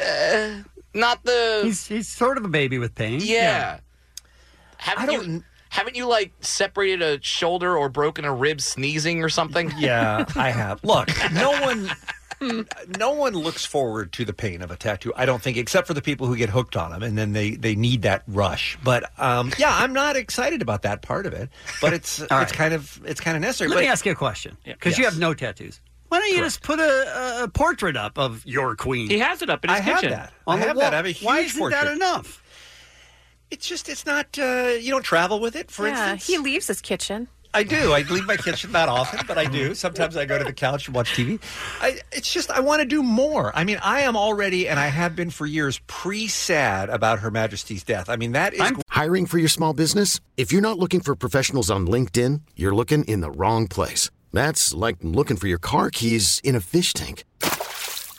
Speaker 7: uh, not the
Speaker 10: He's he's sort of a baby with pain.
Speaker 7: yeah. Haven't you haven't you like separated a shoulder or broken a rib sneezing or something?
Speaker 12: Yeah,
Speaker 7: <laughs>
Speaker 12: I have. Look, no one no one looks forward to the pain of a tattoo. I don't think except for the people who get hooked on them and then they they need that rush. But um yeah, I'm not excited about that part of it, but
Speaker 10: <laughs>
Speaker 12: it's it's
Speaker 10: right.
Speaker 12: kind of it's kind of necessary.
Speaker 10: Let
Speaker 12: but
Speaker 10: me ask you a question because you have no tattoos. Why don't you just put a, a- a portrait up of your queen?
Speaker 12: He has it up in his
Speaker 10: I
Speaker 12: kitchen.
Speaker 10: Have that. On
Speaker 12: I
Speaker 10: the
Speaker 12: have
Speaker 10: wall.
Speaker 12: that. I have a
Speaker 10: Why
Speaker 12: huge
Speaker 10: isn't that
Speaker 12: portrait.
Speaker 10: enough?
Speaker 12: It's just it's not uh you don't travel with it for
Speaker 13: yeah,
Speaker 12: instance.
Speaker 13: he leaves his kitchen.
Speaker 12: I do. I leave my kitchen not often, but I do. Sometimes I go to the couch and watch TV. I, it's just I want to do more. I mean, I am already and I have been for years pre-sad about Her Majesty's death. I mean, that is
Speaker 29: Hiring for your small business? If you're not looking for professionals on LinkedIn, you're looking in the wrong place. That's like looking for your car keys in a fish tank.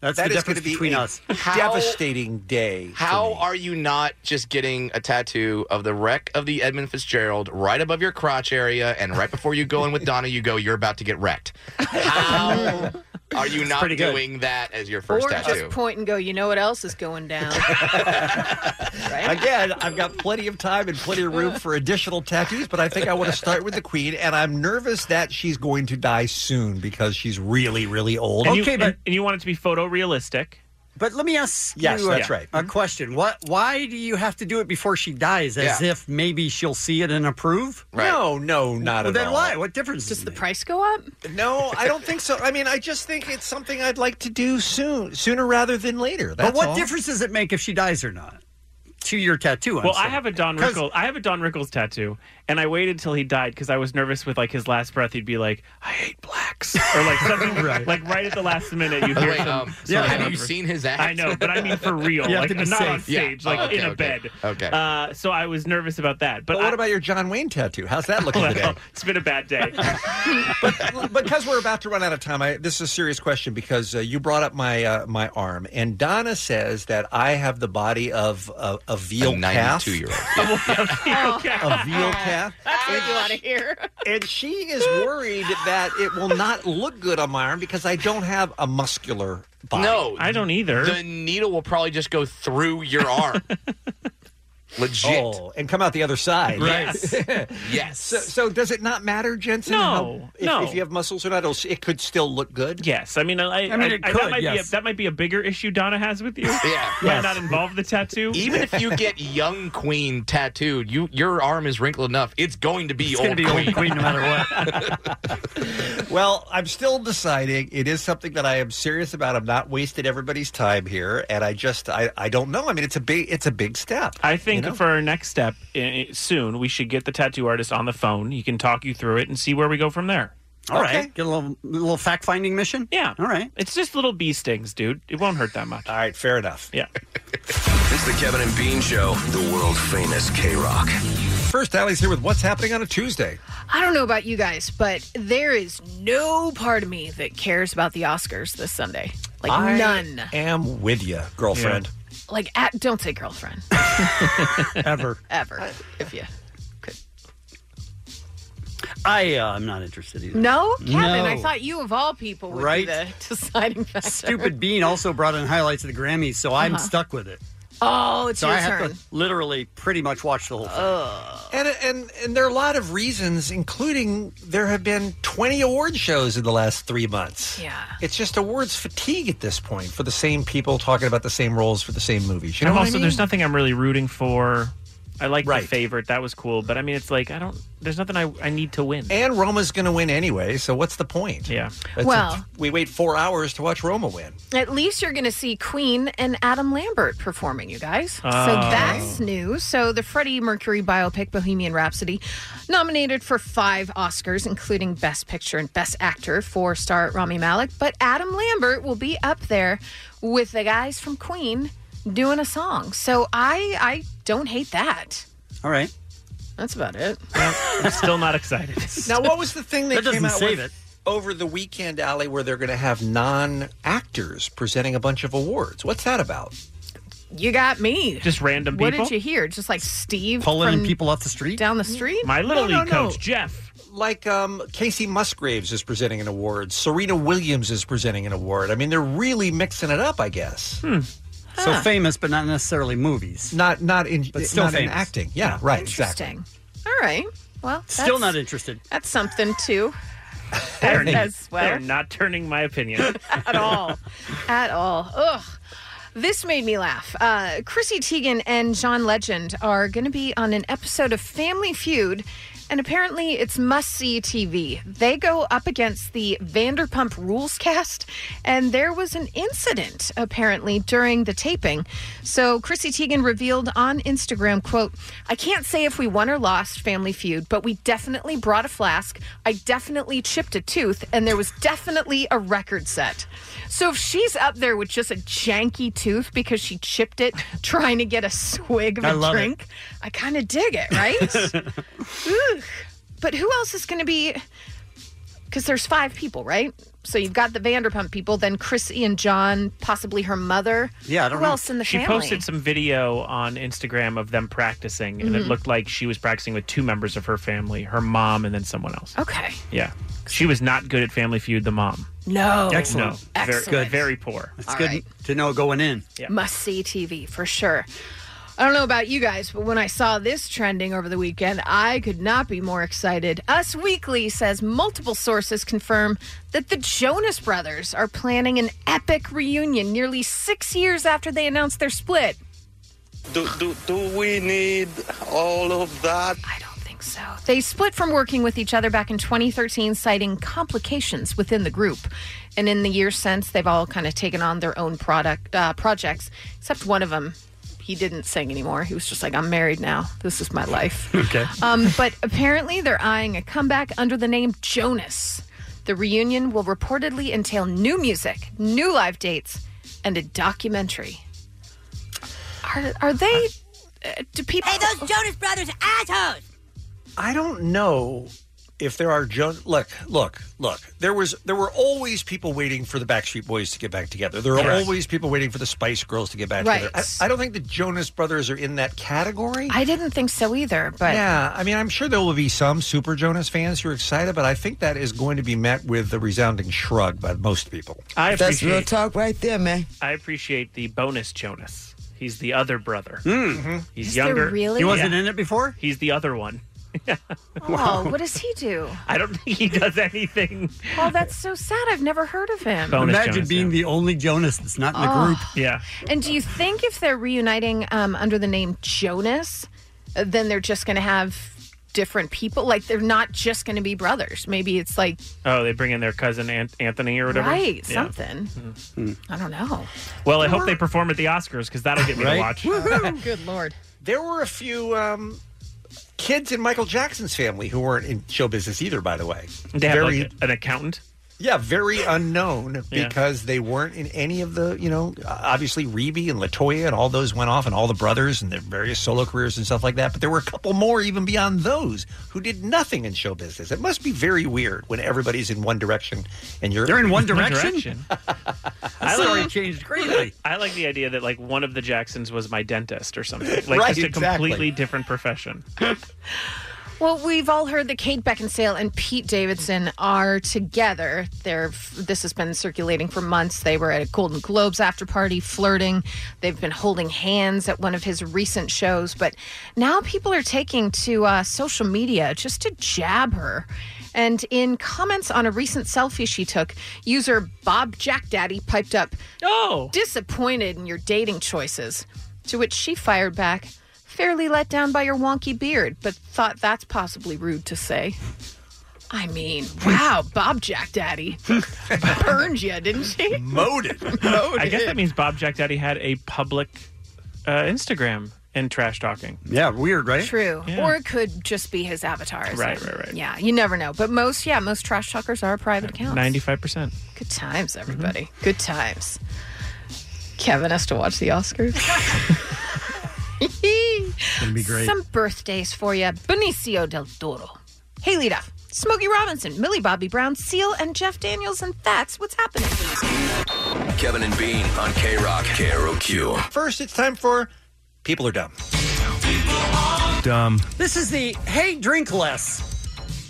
Speaker 10: That's
Speaker 12: That
Speaker 10: the
Speaker 12: is gonna
Speaker 10: difference
Speaker 12: be
Speaker 10: between
Speaker 12: a
Speaker 10: us.
Speaker 12: Devastating day.
Speaker 7: How are you not just getting a tattoo of the wreck of the Edmund Fitzgerald right above your crotch area, and right before you go in with Donna, you go, you're about to get wrecked?
Speaker 12: <laughs>
Speaker 7: How are you not doing that as your first
Speaker 13: or
Speaker 7: tattoo?
Speaker 13: just point and go, you know what else is going down?
Speaker 12: Again, I've got plenty of time and plenty of room for additional tattoos, but I think I want to start with the Queen, and I'm nervous that she's going to die soon because she's really, really old.
Speaker 11: And you, and, and you want it to be photorealistic.
Speaker 10: But let me ask
Speaker 12: Yes,
Speaker 10: you uh,
Speaker 12: that's
Speaker 10: a,
Speaker 12: right. Mm-hmm.
Speaker 10: a question. What? Why do you have to do it before she dies? As
Speaker 12: Yeah.
Speaker 10: if maybe she'll see it and approve?
Speaker 12: No, no, not
Speaker 10: well,
Speaker 12: at
Speaker 10: then
Speaker 12: all. <laughs>
Speaker 10: why? What difference does the
Speaker 13: price go up?
Speaker 12: No, I don't think so. I mean, I just think it's something I'd like to do soon, sooner rather than later. That's
Speaker 10: but what
Speaker 12: all.
Speaker 10: difference does it make if she dies or not? To your tattoo. I'm
Speaker 11: Well, I
Speaker 10: saying.
Speaker 11: have a Don
Speaker 10: 'Cause-
Speaker 11: Rickles. I have a Don Rickles tattoo, and I waited till he died because I was nervous with like his last breath. He'd be like, "I hate blacks," or like
Speaker 12: <laughs>
Speaker 11: something
Speaker 7: Right.
Speaker 11: like right at the last minute you
Speaker 7: By the
Speaker 11: hear
Speaker 7: way,
Speaker 11: some.
Speaker 7: um,
Speaker 11: some
Speaker 7: sorry, have
Speaker 11: Don
Speaker 7: you
Speaker 11: Rickles.
Speaker 7: seen his act?
Speaker 11: I know, but I mean
Speaker 7: <laughs>
Speaker 11: for real,
Speaker 7: You have
Speaker 11: like
Speaker 7: to be
Speaker 11: not on
Speaker 7: safe. Yeah.
Speaker 11: stage, like
Speaker 7: Oh, okay,
Speaker 11: in a
Speaker 7: okay.
Speaker 11: bed.
Speaker 7: Okay.
Speaker 11: Uh, so I was nervous about that. But
Speaker 12: But what
Speaker 11: I-
Speaker 12: about your John Wayne tattoo? How's that looking
Speaker 11: Well,
Speaker 12: today?
Speaker 11: <laughs> It's been a bad day.
Speaker 12: because we're about to run out of time, I, this is a serious question because uh, you brought up my uh, my arm, and Donna says that I have the body of a, a veal calf,
Speaker 7: 92-year-old.
Speaker 12: <laughs> a
Speaker 13: <laughs>
Speaker 12: veal calf,
Speaker 13: That's what Oh. Ah, you want to hear.
Speaker 12: and she is worried that it will not look good on my arm because I don't have a muscular body.
Speaker 7: No,
Speaker 11: I don't either.
Speaker 7: The needle will probably just go through your
Speaker 12: <laughs>
Speaker 7: arm. Legit.
Speaker 12: Oh, and come out the other side.
Speaker 7: Right.
Speaker 12: <laughs>
Speaker 7: <laughs> yes.
Speaker 12: So, so does it not matter, Jensen?
Speaker 11: No,
Speaker 12: how- if,
Speaker 11: no.
Speaker 12: If you have muscles or not, it'll, it could still look good.
Speaker 11: Yes, I mean, I,
Speaker 12: <laughs> I mean, it
Speaker 11: that
Speaker 12: could,
Speaker 11: might
Speaker 12: yes.
Speaker 11: be a, that might be a bigger issue Donna has with you.
Speaker 7: Yeah.
Speaker 11: might
Speaker 7: Yes.
Speaker 11: not involve the tattoo.
Speaker 7: Even if you get young queen tattooed, you your arm is wrinkled enough. It's going to be,
Speaker 12: It's
Speaker 7: old,
Speaker 12: gonna be
Speaker 7: queen.
Speaker 12: old queen no matter Well, I'm still deciding. It is something that I am serious about. I'm not wasting everybody's time here, and I just I, I don't know. I mean, it's a big it's a big step.
Speaker 11: I <laughs> think
Speaker 12: you know?
Speaker 11: for our next step i- i- soon, we should get the tattoo artist on the phone. He can talk you through it and see where we go from there.
Speaker 10: All right. Get a little little fact finding mission.
Speaker 11: Yeah.
Speaker 10: All right.
Speaker 11: It's just little bee stings, dude. It won't hurt that much. All
Speaker 12: right. Fair enough.
Speaker 11: Yeah.
Speaker 15: It's the Kevin and Bean Show, the world famous K Rock.
Speaker 12: First, Allie's here with what's happening on a Tuesday.
Speaker 13: I don't know about you guys, but there is no part of me that cares about the Oscars this Sunday. Like
Speaker 12: I
Speaker 13: none.
Speaker 12: am with you, girlfriend.
Speaker 13: Like at, don't say girlfriend
Speaker 10: Ever.
Speaker 13: ever. if you
Speaker 10: I uh, I'm not interested either.
Speaker 13: no, Kevin,
Speaker 10: No.
Speaker 13: I thought you of all people would
Speaker 10: Right?
Speaker 13: be the <laughs> deciding factor.
Speaker 10: Stupid Bean also brought in highlights of the Grammys, so I'm
Speaker 13: Uh-huh.
Speaker 10: stuck with it.
Speaker 13: Oh, it's
Speaker 10: so
Speaker 13: your
Speaker 10: I have
Speaker 13: turn. Oh.
Speaker 10: to literally pretty much watch the whole thing.
Speaker 12: And, and and there are a lot of reasons, including there have been 20 award shows in the last three months.
Speaker 13: Yeah.
Speaker 12: It's just awards fatigue at this point for the same people talking about the same roles for the same movies. You know
Speaker 11: I'm
Speaker 12: what
Speaker 11: also,
Speaker 12: I mean?
Speaker 11: there's nothing I'm really rooting for. I like the favorite. That was cool. But I mean, it's like, I don't, there's nothing I, I need to win.
Speaker 12: And Roma's going to win anyway, so what's the point?
Speaker 11: Yeah.
Speaker 13: Well-
Speaker 12: we wait four hours to watch Roma win.
Speaker 13: At least you're going to see Queen and Adam Lambert performing, you guys. So
Speaker 12: Oh.
Speaker 13: that's new. So the Freddie Mercury biopic Bohemian Rhapsody, nominated for five Oscars, including Best Picture and Best Actor for star Rami Malek. But Adam Lambert will be up there with the guys from Queen doing a song. So I I don't hate that.
Speaker 10: All right.
Speaker 13: That's about it.
Speaker 11: I'm still not excited.
Speaker 12: <laughs> Now,
Speaker 13: <laughs>
Speaker 12: what was the thing they
Speaker 10: That
Speaker 12: came
Speaker 10: doesn't
Speaker 12: out
Speaker 10: save
Speaker 12: with over the weekend, Alley, where they're going to have non actors presenting a bunch of awards? What's that about?
Speaker 13: You got me.
Speaker 11: Just random
Speaker 13: What did you hear? Just like Steve from
Speaker 10: off the street?
Speaker 13: down the street.
Speaker 12: No, no, no. Like um, Casey Musgraves is presenting an award. Serena Williams is presenting an award. I mean, they're really mixing it up, I guess.
Speaker 10: So famous, but not necessarily movies.
Speaker 12: Not not in
Speaker 10: but still
Speaker 12: not in
Speaker 10: famous.
Speaker 12: acting. Yeah, right, exactly.
Speaker 13: Interesting. All right. Well,
Speaker 10: Still
Speaker 13: that's-
Speaker 10: not interested.
Speaker 13: That's something too.
Speaker 11: <laughs> They're,
Speaker 13: as well.
Speaker 10: <laughs>
Speaker 11: they're not turning my opinion.
Speaker 13: At all. At all. Ugh. This made me laugh. Uh, Chrissy Teigen and John Legend are going to be on an episode of Family Feud, and apparently it's must see TV. They go up against the Vanderpump Rules cast, and there was an incident apparently during the taping. So Chrissy Teigen revealed on Instagram, "quote I can't say if we won or lost Family Feud, but we definitely brought a flask. I definitely chipped a tooth, and there was definitely a record set." So if she's up there with just a janky tooth because she chipped it <laughs> trying to get a swig of
Speaker 10: I
Speaker 13: a
Speaker 10: love it.
Speaker 13: drink, I kind of dig
Speaker 11: <laughs>
Speaker 13: it,
Speaker 30: <laughs>
Speaker 13: right? Ooh. But who else is going to be? Because there's five people, right? So you've got the Vanderpump people, then Chrissy and John, possibly her mother.
Speaker 11: Yeah, I don't
Speaker 13: who
Speaker 11: know.
Speaker 13: else in the
Speaker 11: she
Speaker 13: family?
Speaker 11: posted some video on Instagram of them practicing, and it
Speaker 13: Mhm.
Speaker 11: looked like she was practicing with two members of her family: her mom and then someone else.
Speaker 13: Okay.
Speaker 11: Yeah, she was not good at Family Feud. The mom.
Speaker 13: No.
Speaker 11: No.
Speaker 13: Excellent. Oh. Excellent.
Speaker 11: Very, good. Very poor.
Speaker 13: It's All good right.
Speaker 11: to know going in.
Speaker 13: Must see TV for sure. I don't know about you guys, but when I saw this trending over the weekend, I could not be more excited. Us Weekly says multiple sources confirm that the Jonas Brothers are planning an epic reunion nearly six years after they announced their split.
Speaker 1: Do, do, do we need all of that?
Speaker 13: I don't think so. They split from working with each other back in 2013, citing complications within the group. And in the years since, they've all kind of taken on their own product uh, projects, except one of them. He didn't sing anymore. He was just like, "I'm married now. This is my
Speaker 8: <laughs>
Speaker 13: life."
Speaker 10: <laughs> Okay.
Speaker 13: Um, but apparently, they're eyeing a comeback under the name Jonas. The reunion will reportedly entail new music, new live dates, and a documentary. Are, are they? Uh, do people? Hey, those Jonas Brothers assholes!
Speaker 12: I don't know if there are Jonas. Look, look, look. There was there were always people waiting for the Backstreet Boys to get back together. There are
Speaker 8: Yes.
Speaker 12: always people waiting for the Spice Girls to get back
Speaker 13: Right.
Speaker 12: together. I, I don't think the Jonas Brothers are in that category.
Speaker 13: I didn't think so either, but
Speaker 12: yeah, I mean, I'm sure there will be some Super Jonas fans who are excited, but I think that is going to be met with the resounding shrug by most people.
Speaker 11: I
Speaker 12: That's real
Speaker 11: appreciate
Speaker 1: talk right there, man.
Speaker 11: I appreciate the bonus Jonas. He's the other brother. He's
Speaker 13: Is there
Speaker 11: younger.
Speaker 13: really? He wasn't
Speaker 11: Hmm. in it before. He's the other one.
Speaker 13: oh, what does he do?
Speaker 11: I don't <laughs> think he does anything.
Speaker 13: Oh, that's so sad. I've never heard of him.
Speaker 10: Imagine being the only Jonas that's not in the
Speaker 13: Oh.
Speaker 10: group.
Speaker 11: Yeah.
Speaker 13: And do you think if they're reuniting um, under the name Jonas, uh, then they're just going to have different people? Like they're not just going to be brothers. Maybe it's like
Speaker 11: Oh, they bring in their cousin Ant- Anthony or whatever.
Speaker 13: right
Speaker 11: Yeah.
Speaker 13: something.
Speaker 11: Hmm.
Speaker 13: I don't know.
Speaker 11: Well, I hope they perform at the Oscars because that'll get me to watch.
Speaker 13: <laughs> Good lord.
Speaker 12: There were a few um, kids in Michael Jackson's family who weren't in show business either, by the way.
Speaker 11: They have, like, an accountant?
Speaker 12: Yeah, very unknown
Speaker 11: Yeah.
Speaker 12: because they weren't in any of the, you know, uh, obviously Reby and Latoya and all those went off and all the brothers and their various solo careers and stuff like that. But there were a couple more even beyond those who did nothing in show business. It must be very weird when everybody's in one direction and you're.
Speaker 10: They're in
Speaker 12: <laughs>
Speaker 10: one
Speaker 11: <laughs> One Direction? I
Speaker 10: story
Speaker 11: like,
Speaker 10: changed greatly.
Speaker 11: I like the idea that like one of the Jacksons was my dentist or <laughs> something. Like
Speaker 10: Right,
Speaker 11: just a
Speaker 10: exactly.
Speaker 11: completely different profession.
Speaker 13: Well, we've all heard that Kate Beckinsale and Pete Davidson are together. They're this has been circulating for months. They were at a Golden Globes after party flirting. They've been holding hands at one of his recent shows, but now people are taking to uh, social media just to jab her. And in comments on a recent selfie she took, user Bob Jack Daddy piped up,
Speaker 11: "Oh,
Speaker 13: disappointed in your dating choices." To which she fired back, fairly let down by your wonky beard, but thought that's possibly rude to say. I mean, wow, Bob Jack <laughs> Daddy burned you, didn't she?
Speaker 11: <laughs>
Speaker 13: Mowed
Speaker 11: I guess
Speaker 13: it.
Speaker 11: that means Bob Jack Daddy had a public uh, Instagram and trash talking.
Speaker 10: Yeah, weird, right?
Speaker 13: True.
Speaker 11: Yeah.
Speaker 13: Or it could just be his avatar. isn't
Speaker 11: Right,
Speaker 13: it?
Speaker 11: right, right.
Speaker 13: Yeah, you never know. But most, yeah, most trash talkers are private accounts.
Speaker 11: Ninety-five percent.
Speaker 13: Good times, everybody. Good times. Kevin has to watch the Oscars.
Speaker 10: <laughs> gonna be great.
Speaker 13: Some birthdays for you Benicio del Toro, Haley Duff, Smokey Robinson, Millie Bobby Brown, Seal, and Jeff Daniels. And that's what's happening.
Speaker 15: Kevin and Bean on K Rock. K R O Q.
Speaker 12: First, it's time for People Are Dumb.
Speaker 31: Dumb.
Speaker 10: This is the hey, drink less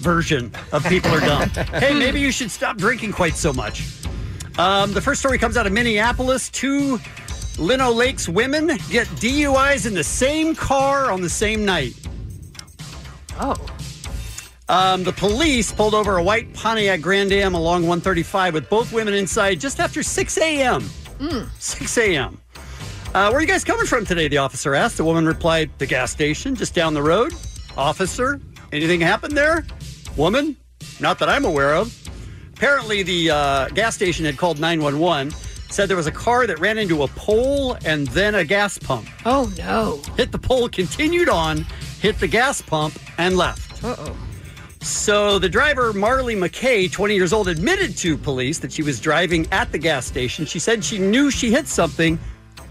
Speaker 10: version of people are dumb. hey, maybe you should stop drinking quite so much. Um, the first story comes out of Minneapolis. Two Lino Lakes women get DUIs in the same car on the same night.
Speaker 13: Oh.
Speaker 10: Um, the police pulled over a white Pontiac Grand Am along 135 with both women inside just after 6 a.m. 6 a.m. Uh, where are you guys coming from today? The officer asked. The woman replied, The gas station just down the road. Officer, anything happened there? Woman, not that I'm aware of. Apparently, the uh, gas station had called 911, said there was a car that ran into a pole and then a gas pump.
Speaker 13: Oh, no.
Speaker 10: Hit the pole, continued on, hit the gas pump, and left.
Speaker 13: Uh oh.
Speaker 10: So the driver, Marley McKay, 20 years old, admitted to police that she was driving at the gas station. She said she knew she hit something,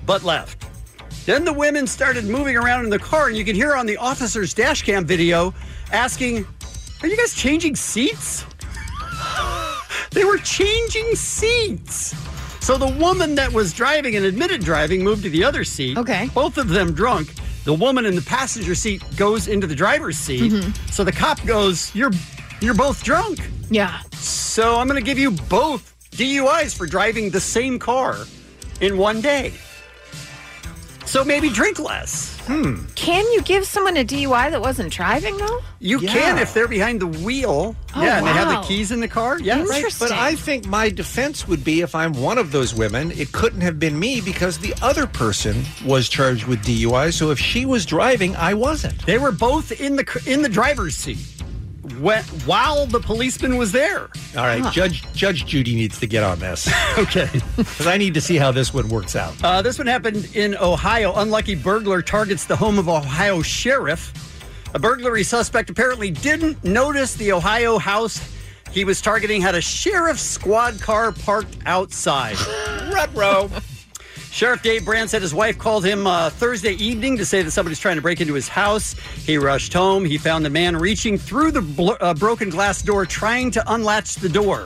Speaker 10: but left. Then the women started moving around in the car, and you can hear on the officer's dash cam video asking, Are you guys changing seats? <laughs> they were changing seats. So the woman that was driving and admitted driving moved to the other seat. Okay. Both of them drunk. The woman in the passenger seat goes into the driver's seat. So the cop goes, "You're you're both drunk."
Speaker 13: Yeah.
Speaker 10: So I'm going to give you both DUIs for driving the same car in one day. So maybe drink less. Hmm.
Speaker 13: Can you give someone a DUI that wasn't driving, though?
Speaker 10: You can if they're behind the wheel.
Speaker 13: Oh,
Speaker 10: yeah, and they have
Speaker 13: wow.
Speaker 10: the keys in the car. Yeah, right.
Speaker 12: But I think my defense would be if I'm one of those women, it couldn't have been me because the other person was charged with DUI. So if she was driving, I wasn't.
Speaker 10: They were both in the c- in the driver's seat when, while the policeman was there.
Speaker 12: All right,
Speaker 10: Huh.
Speaker 12: Judge Judge Judy needs to get on this.
Speaker 10: <laughs> okay.
Speaker 12: Because I need to see how this one works out.
Speaker 10: Uh, this one happened in Ohio. Unlucky burglar targets the home of Ohio sheriff. A burglary suspect apparently didn't notice the Ohio house he was targeting had a sheriff's squad car parked outside.
Speaker 12: Retro.
Speaker 10: Sheriff Dave Brand said his wife called him uh, Thursday evening to say that somebody's trying to break into his house. He rushed home. He found the man reaching through the bl- uh, broken glass door trying to unlatch the door.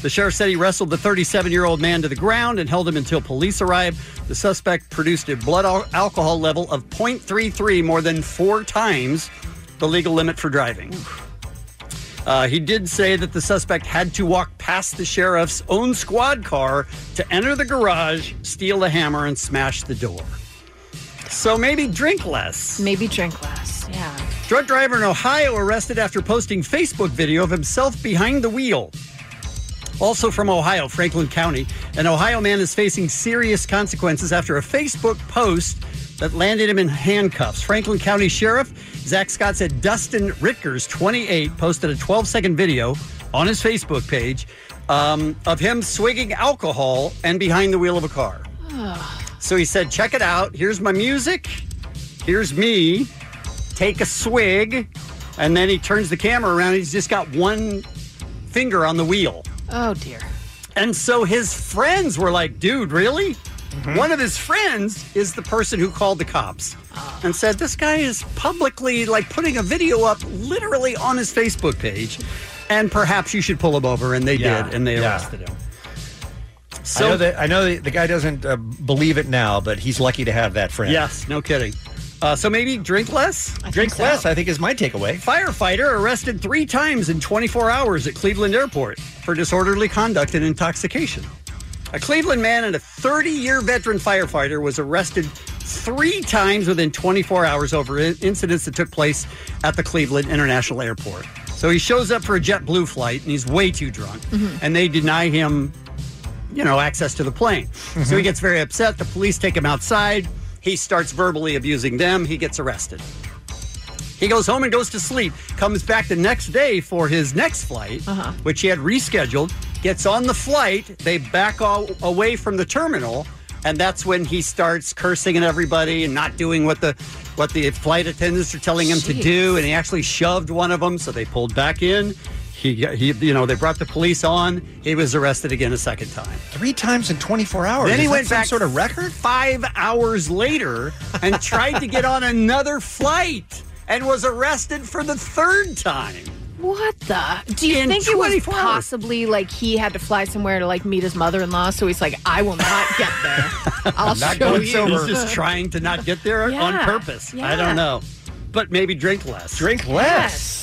Speaker 10: The sheriff said he wrestled the 37 year old man to the ground and held him until police arrived. The suspect produced a blood al- alcohol level of 0.33, more than four times the legal limit for driving. Uh, he did say that the suspect had to walk past the sheriff's own squad car to enter the garage, steal the hammer, and smash the door. So maybe drink less.
Speaker 13: Maybe drink less, yeah.
Speaker 10: Drunk driver in Ohio arrested after posting Facebook video of himself behind the wheel. Also from Ohio, Franklin County, an Ohio man is facing serious consequences after a Facebook post that landed him in handcuffs. Franklin County Sheriff Zach Scott said Dustin Ritkers, 28, posted a 12 second video on his Facebook page um, of him swigging alcohol and behind the wheel of a car.
Speaker 13: Oh,
Speaker 10: So he said, check it out. Here's my music. Here's me. Take a swig. And then he turns the camera around. He's just got one finger on the wheel.
Speaker 13: Oh, dear.
Speaker 10: And so his friends were like, dude, really? One of his friends is the person who called the cops and said, this guy is publicly like putting a video up literally on his Facebook page. And perhaps you should pull him over. And they
Speaker 12: Yeah,
Speaker 10: did. And they
Speaker 12: yeah.
Speaker 10: arrested him.
Speaker 12: I know that I know that the guy doesn't uh, believe it now, but he's lucky to have that friend.
Speaker 10: Yes, no kidding. Uh, so maybe drink less.
Speaker 12: Drink less, I think, is my takeaway.
Speaker 10: Firefighter arrested three times in 24 hours at Cleveland Airport for disorderly conduct and intoxication. A Cleveland man and a 30 year veteran firefighter was arrested three times within 24 hours over in- incidents that took place at the Cleveland International Airport. So he shows up for a JetBlue flight and he's way too drunk,
Speaker 12: Mm-hmm.
Speaker 28: Mhm.
Speaker 10: and they deny him you know, access to the plane. So he gets very upset. The police take him outside. He starts verbally abusing them. He gets arrested. He goes home and goes to sleep. Comes back the next day for his next flight, which he had rescheduled. Gets on the flight. They back all, away from the terminal, and that's when he starts cursing at everybody and not doing what the what the flight attendants are telling him to
Speaker 28: Jeez.
Speaker 10: do. And he actually shoved one of them, so they pulled back in. He, he, you know, they brought the police on. He was arrested again a second time.
Speaker 12: Three times in 24 hours.
Speaker 10: Then he
Speaker 12: Is that
Speaker 10: went
Speaker 12: some
Speaker 10: back
Speaker 12: sort of record.
Speaker 10: Five hours later, and tried to get on another flight and was arrested for the third time.
Speaker 13: What the? Do you
Speaker 10: In
Speaker 13: think it was
Speaker 10: 24 hours.
Speaker 13: possibly like he had to fly somewhere to like meet his mother in law? So he's like, I will not <laughs> get there. I'll
Speaker 10: Not
Speaker 13: show
Speaker 10: going
Speaker 13: you.
Speaker 10: sober. He's just trying to not get there on
Speaker 13: Yeah,
Speaker 10: purpose. I
Speaker 13: yeah.
Speaker 10: don't know. But maybe drink less. Drink
Speaker 13: less.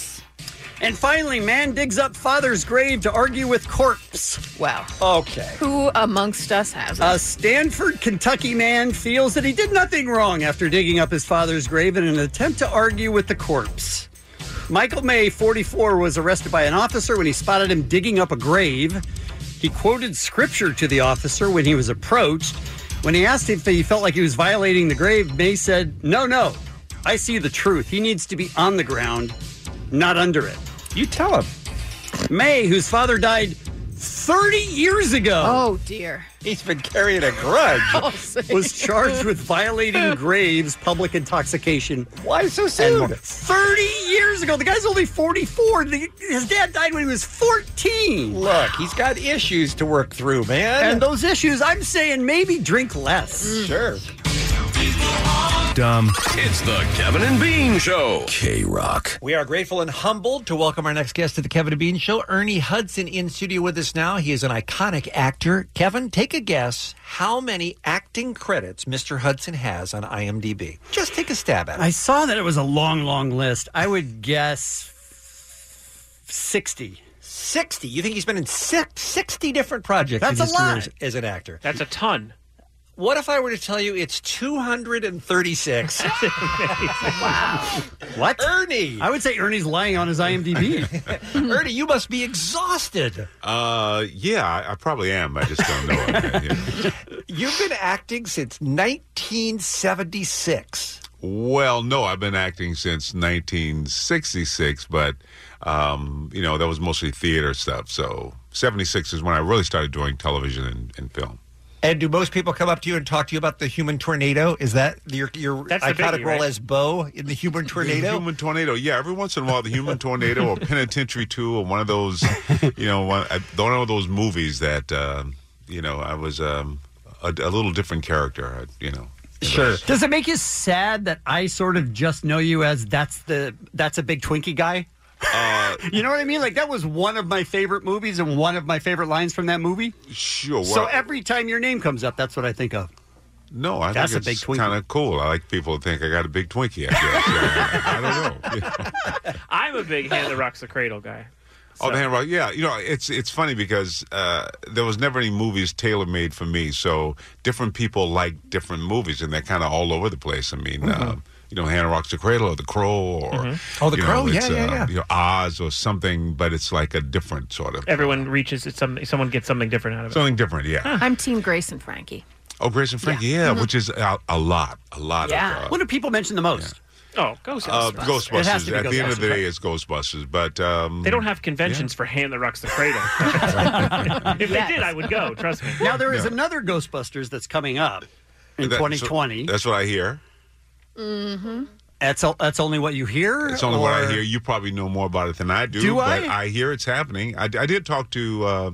Speaker 10: And finally, man digs up father's grave to argue with corpse.
Speaker 13: Wow.
Speaker 10: Okay.
Speaker 13: Who amongst us has it?
Speaker 10: A Stanford, Kentucky man feels that he did nothing wrong after digging up his father's grave in an attempt to argue with the corpse. Michael May, 44, was arrested by an officer when he spotted him digging up a grave. He quoted scripture to the officer when he was approached. When he asked if he felt like he was violating the grave, May said, No, no. I see the truth. He needs to be on the ground, not under it.
Speaker 8: You tell him.
Speaker 10: May, whose father died 30 years ago.
Speaker 13: Oh,
Speaker 30: <laughs>
Speaker 13: dear. Oh,
Speaker 8: He's been carrying a
Speaker 13: <laughs>
Speaker 8: grudge.
Speaker 10: was
Speaker 11: <laughs>
Speaker 10: charged with violating Graves' public intoxication.
Speaker 8: Why so soon?
Speaker 10: 30 years ago. The guy's only 44. The- His dad died when he was 14.
Speaker 8: Look, he's got issues to work through, man.
Speaker 10: And those issues, I'm saying maybe drink less.
Speaker 8: Sure.
Speaker 31: Dumb.
Speaker 15: It's the Kevin and Bean Show. K Rock.
Speaker 12: We are grateful and humbled to welcome our next guest to the Kevin and Bean Show, Ernie Hudson, in studio with us now. He is an iconic actor. Kevin, take a guess how many acting credits Mr. Hudson has on IMDb. Just take a stab at it.
Speaker 10: I saw that it was a long, long list. I would guess 60.
Speaker 12: 60? You think he's been in six, 60 different projects
Speaker 10: That's
Speaker 12: in
Speaker 10: a
Speaker 12: his career
Speaker 10: lot.
Speaker 12: as, as an actor?
Speaker 11: That's a ton.
Speaker 12: What if I were to tell you it's
Speaker 10: <laughs>
Speaker 12: 236? wow.
Speaker 10: What?
Speaker 12: Ernie!
Speaker 10: I would say Ernie's lying on
Speaker 8: <laughs>
Speaker 10: his IMDb.
Speaker 12: <laughs> Ernie, you must be exhausted.
Speaker 30: Uh, yeah, I, I probably am. I just
Speaker 12: <laughs>
Speaker 30: don't know.
Speaker 12: You've been acting since 1976.
Speaker 30: well, no, I've been acting since 1966, but um, you know that was mostly theater stuff. So 76 is when I really started doing television and, and film.
Speaker 12: And do most people come up to you and talk to you about the human tornado? Is that your your
Speaker 30: That's the
Speaker 12: iconic
Speaker 30: biggie,
Speaker 12: role
Speaker 30: right?
Speaker 12: as Bo in the human
Speaker 30: The
Speaker 12: tornado?
Speaker 30: human tornado. Yeah, every once in a while, the
Speaker 12: <laughs>
Speaker 30: human tornado
Speaker 7: <laughs>
Speaker 30: or Penitentiary Two or one of those, you know, one, I don't know those movies that uh, you know I was um, a, a little different character. I, you know,
Speaker 10: Sure. Does it make you sad that I sort of just know you as that's the that's a big Twinkie guy?
Speaker 30: Uh,
Speaker 10: <laughs> you know what I mean? Like that was one of my favorite movies and one of my favorite lines from that movie.
Speaker 30: Sure.
Speaker 10: So
Speaker 30: well-
Speaker 10: every time your name comes up, that's what I think of.
Speaker 30: No, I
Speaker 10: That's
Speaker 30: think
Speaker 10: a
Speaker 30: it's
Speaker 10: big Twinkie.
Speaker 30: Kind of cool. I like people to think I got a big Twinkie. I guess.
Speaker 11: I'm a big hand that rocks the cradle guy.
Speaker 30: Oh, the hand rock. Yeah, you know, it's it's funny because uh, there was never any movies tailor made for me. So different people like different movies, and they're kind of all over the place. I mean. Uh, you know, Hand Rocks the Cradle or The Crow or.
Speaker 12: Oh, The
Speaker 30: you
Speaker 12: Crow,
Speaker 30: Know,
Speaker 12: yeah,
Speaker 30: it's,
Speaker 12: yeah,
Speaker 30: uh,
Speaker 12: yeah.
Speaker 30: You know, Oz or something, but it's like a different sort of.
Speaker 11: Everyone reaches it. Some someone gets something different out of it.
Speaker 30: Something different, yeah.
Speaker 13: I'm Team Grace and Frankie.
Speaker 30: Oh, Grace and Frankie, yeah, which is a, a lot. A lot of. uh,
Speaker 10: what do people mention the most?
Speaker 11: Oh,
Speaker 30: Uh,
Speaker 11: Ghostbusters.
Speaker 30: Ghostbusters.
Speaker 11: It has to be
Speaker 30: At the end of the
Speaker 11: Ghostbusters.
Speaker 30: day, it's Ghostbusters. But um,
Speaker 11: They don't have conventions for hand that rocks the
Speaker 30: <laughs>
Speaker 11: cradle. if they did, I would go. Trust me.
Speaker 10: Now there is
Speaker 30: Yeah.
Speaker 10: another Ghostbusters that's coming up in
Speaker 30: That- so-
Speaker 10: 2020.
Speaker 30: that's what I hear.
Speaker 13: Mm-hmm.
Speaker 10: That's o- that's only what you hear.
Speaker 30: It's only what I
Speaker 10: or-
Speaker 30: hear. You probably know more about it than I do.
Speaker 10: Do
Speaker 30: but
Speaker 10: I?
Speaker 30: I hear it's happening. I, I did talk to uh, uh,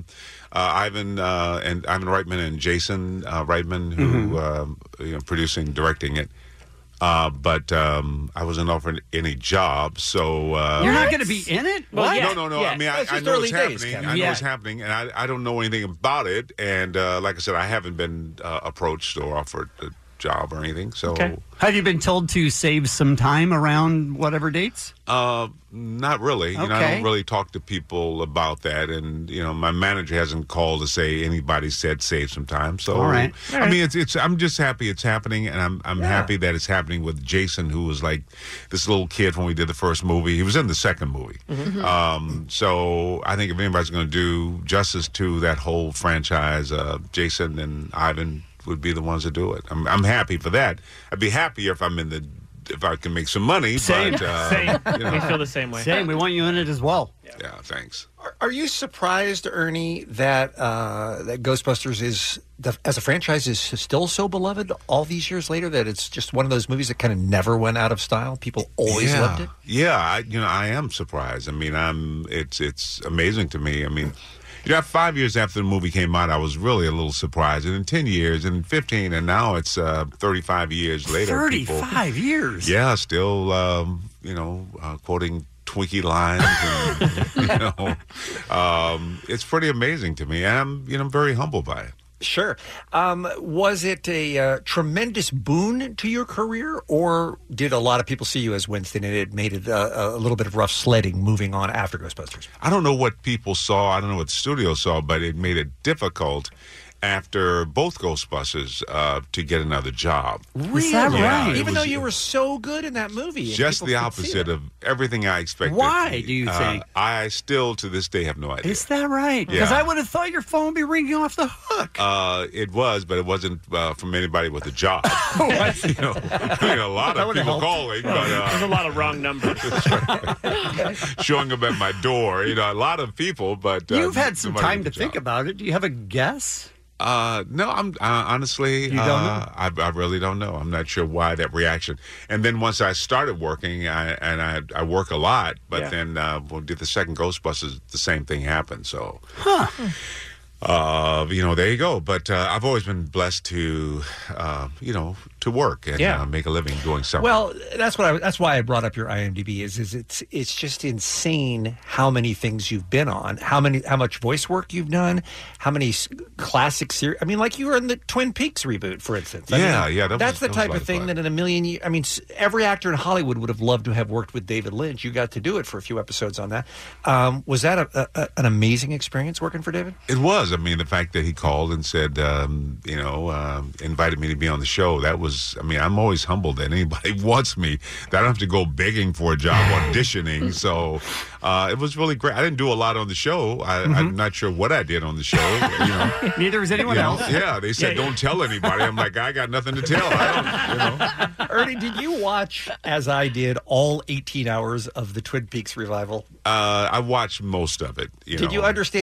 Speaker 30: Ivan uh, and Ivan Reitman and Jason uh, Reitman, who
Speaker 10: Mm-hmm.
Speaker 30: um you know, producing, directing it. Uh, but um, I wasn't offered any job, so uh,
Speaker 10: You're not going to be in it. What?
Speaker 30: no, no, no. I mean, I, I know it's happening. I know
Speaker 10: Yeah.
Speaker 30: it's happening, and I, I don't know anything about it. And uh, like I said, I haven't been uh, approached or offered a job or anything. So,
Speaker 10: Have you been told to save some time around whatever dates?
Speaker 30: uh, not really. You know, I
Speaker 10: Okay.
Speaker 30: don't really talk to people about that, and you know, my manager hasn't called to say anybody said save some time. So,
Speaker 10: All right. All
Speaker 30: I
Speaker 10: right.
Speaker 30: mean, it's it's. I'm just happy it's happening, and I'm I'm happy that it's happening with Jason, who was like this little kid when we did the first movie. He was in the second movie.
Speaker 10: Mm-hmm.
Speaker 30: Um, so I think if anybody's going to do justice to that whole franchise, uh, Jason and Ivan would be the ones to do it. I'm, I'm happy for that. I'd be happier if I'm in the if I can make some money.
Speaker 10: Same.
Speaker 30: but, uh,
Speaker 11: Same.
Speaker 10: <laughs>
Speaker 30: You know,
Speaker 11: We feel the same way.
Speaker 10: Same. We want you in it as well.
Speaker 30: yeah, thanks.
Speaker 12: Are you surprised, Ernie, that uh, that Ghostbusters is the, as a franchise is still so beloved all these years later that it's just one of those movies that kind of never went out of style? People always
Speaker 30: yeah.
Speaker 12: loved it.
Speaker 30: Yeah, I, you know, I am surprised. I mean, I'm it's it's amazing to me. I mean, you know, five years after the movie came out, I was really a little surprised, and in ten years, and in fifteen, and now it's uh, thirty-five
Speaker 12: Mm-hmm.
Speaker 30: years later. people-
Speaker 10: Thirty-five years.
Speaker 30: Yeah, still, um, you know, uh, quoting Twinkie lines. And, <laughs> you know, um, it's pretty amazing to me, and I'm you know I'm very humbled by it.
Speaker 12: Sure. Um, was it a uh, tremendous boon to your career, or did a lot of people see you as Winston and it made it uh, a little bit of rough sledding moving on after Ghostbusters?
Speaker 30: I don't know what people saw. I don't know what the studio saw, but it made it difficult after both Ghostbusters uh, to get another job.
Speaker 12: Really?
Speaker 30: Yeah, it
Speaker 12: Even
Speaker 30: was
Speaker 12: though you were so good in that movie. and
Speaker 30: just
Speaker 12: people
Speaker 30: the
Speaker 12: could see
Speaker 30: opposite
Speaker 12: that.
Speaker 30: of everything I expected. Uh,
Speaker 10: Why do you think?
Speaker 30: I still to this day have no idea.
Speaker 10: Is that right? Because
Speaker 30: Yeah.
Speaker 10: I would have thought your phone would be ringing off the hook.
Speaker 30: Uh, it was, but it wasn't uh, from anybody with a job. you
Speaker 11: <laughs>
Speaker 30: know, I mean, a lot
Speaker 11: That
Speaker 30: of
Speaker 11: would've
Speaker 30: people
Speaker 11: helped.
Speaker 30: calling, but
Speaker 11: <laughs>
Speaker 30: uh,
Speaker 11: There's a lot of wrong numbers.
Speaker 30: showing up at my door. You know, a lot of people, but uh,
Speaker 10: You've had some
Speaker 30: nobody
Speaker 10: time
Speaker 30: with
Speaker 10: to
Speaker 30: a
Speaker 10: think
Speaker 30: job.
Speaker 10: about it. Do you have a guess?
Speaker 30: Uh, no, I'm uh, honestly,
Speaker 10: You don't
Speaker 30: uh, I, I really don't know. I'm not sure why that reaction. And then once I started working, I, and I, I work a lot, but
Speaker 10: Yeah.
Speaker 30: then uh, when we did the second Ghostbusters, the same thing happened. So,
Speaker 10: Huh.
Speaker 30: uh, you know, there you go. But uh, I've always been blessed to, uh, you know, to work and
Speaker 12: Yeah.
Speaker 30: uh, make a living doing something.
Speaker 12: Well, that's what I, that's why I brought up your IMDb is is it's it's just insane how many things you've been on, how many how much voice work you've done, how many s- classic series. I mean, like you were in the Twin Peaks reboot, for instance. I
Speaker 30: Yeah,
Speaker 12: mean,
Speaker 30: yeah, that
Speaker 12: that's
Speaker 30: was-
Speaker 12: the
Speaker 30: that was a
Speaker 12: type
Speaker 30: lot
Speaker 12: of
Speaker 30: of
Speaker 12: thing that in a million years, I mean, s- every actor in Hollywood would have loved to have worked with David Lynch. You got to do it for a few episodes on that. Um, was that a, a, a- an amazing experience working for David?
Speaker 30: It was. I mean, the fact that he called and said, um, you know, um invited me to be on the show. That was. I mean, I'm always humbled that anybody <laughs> wants me. That I don't have to go begging for a job, auditioning. So uh, it was really great. I didn't do a lot on the show. I, I'm not sure what I did on the show. You know,
Speaker 10: Neither is Mm-hmm. <laughs> anyone
Speaker 30: You know,
Speaker 10: else.
Speaker 30: Yeah, they said
Speaker 10: Yeah, yeah.
Speaker 30: don't tell anybody. I'm like, I got nothing to tell.
Speaker 12: Ernie, did you watch, as I did, all 18 hours of the Twin Peaks revival?
Speaker 30: Uh, I watched most of it. You
Speaker 12: Did
Speaker 30: know.
Speaker 12: you understand?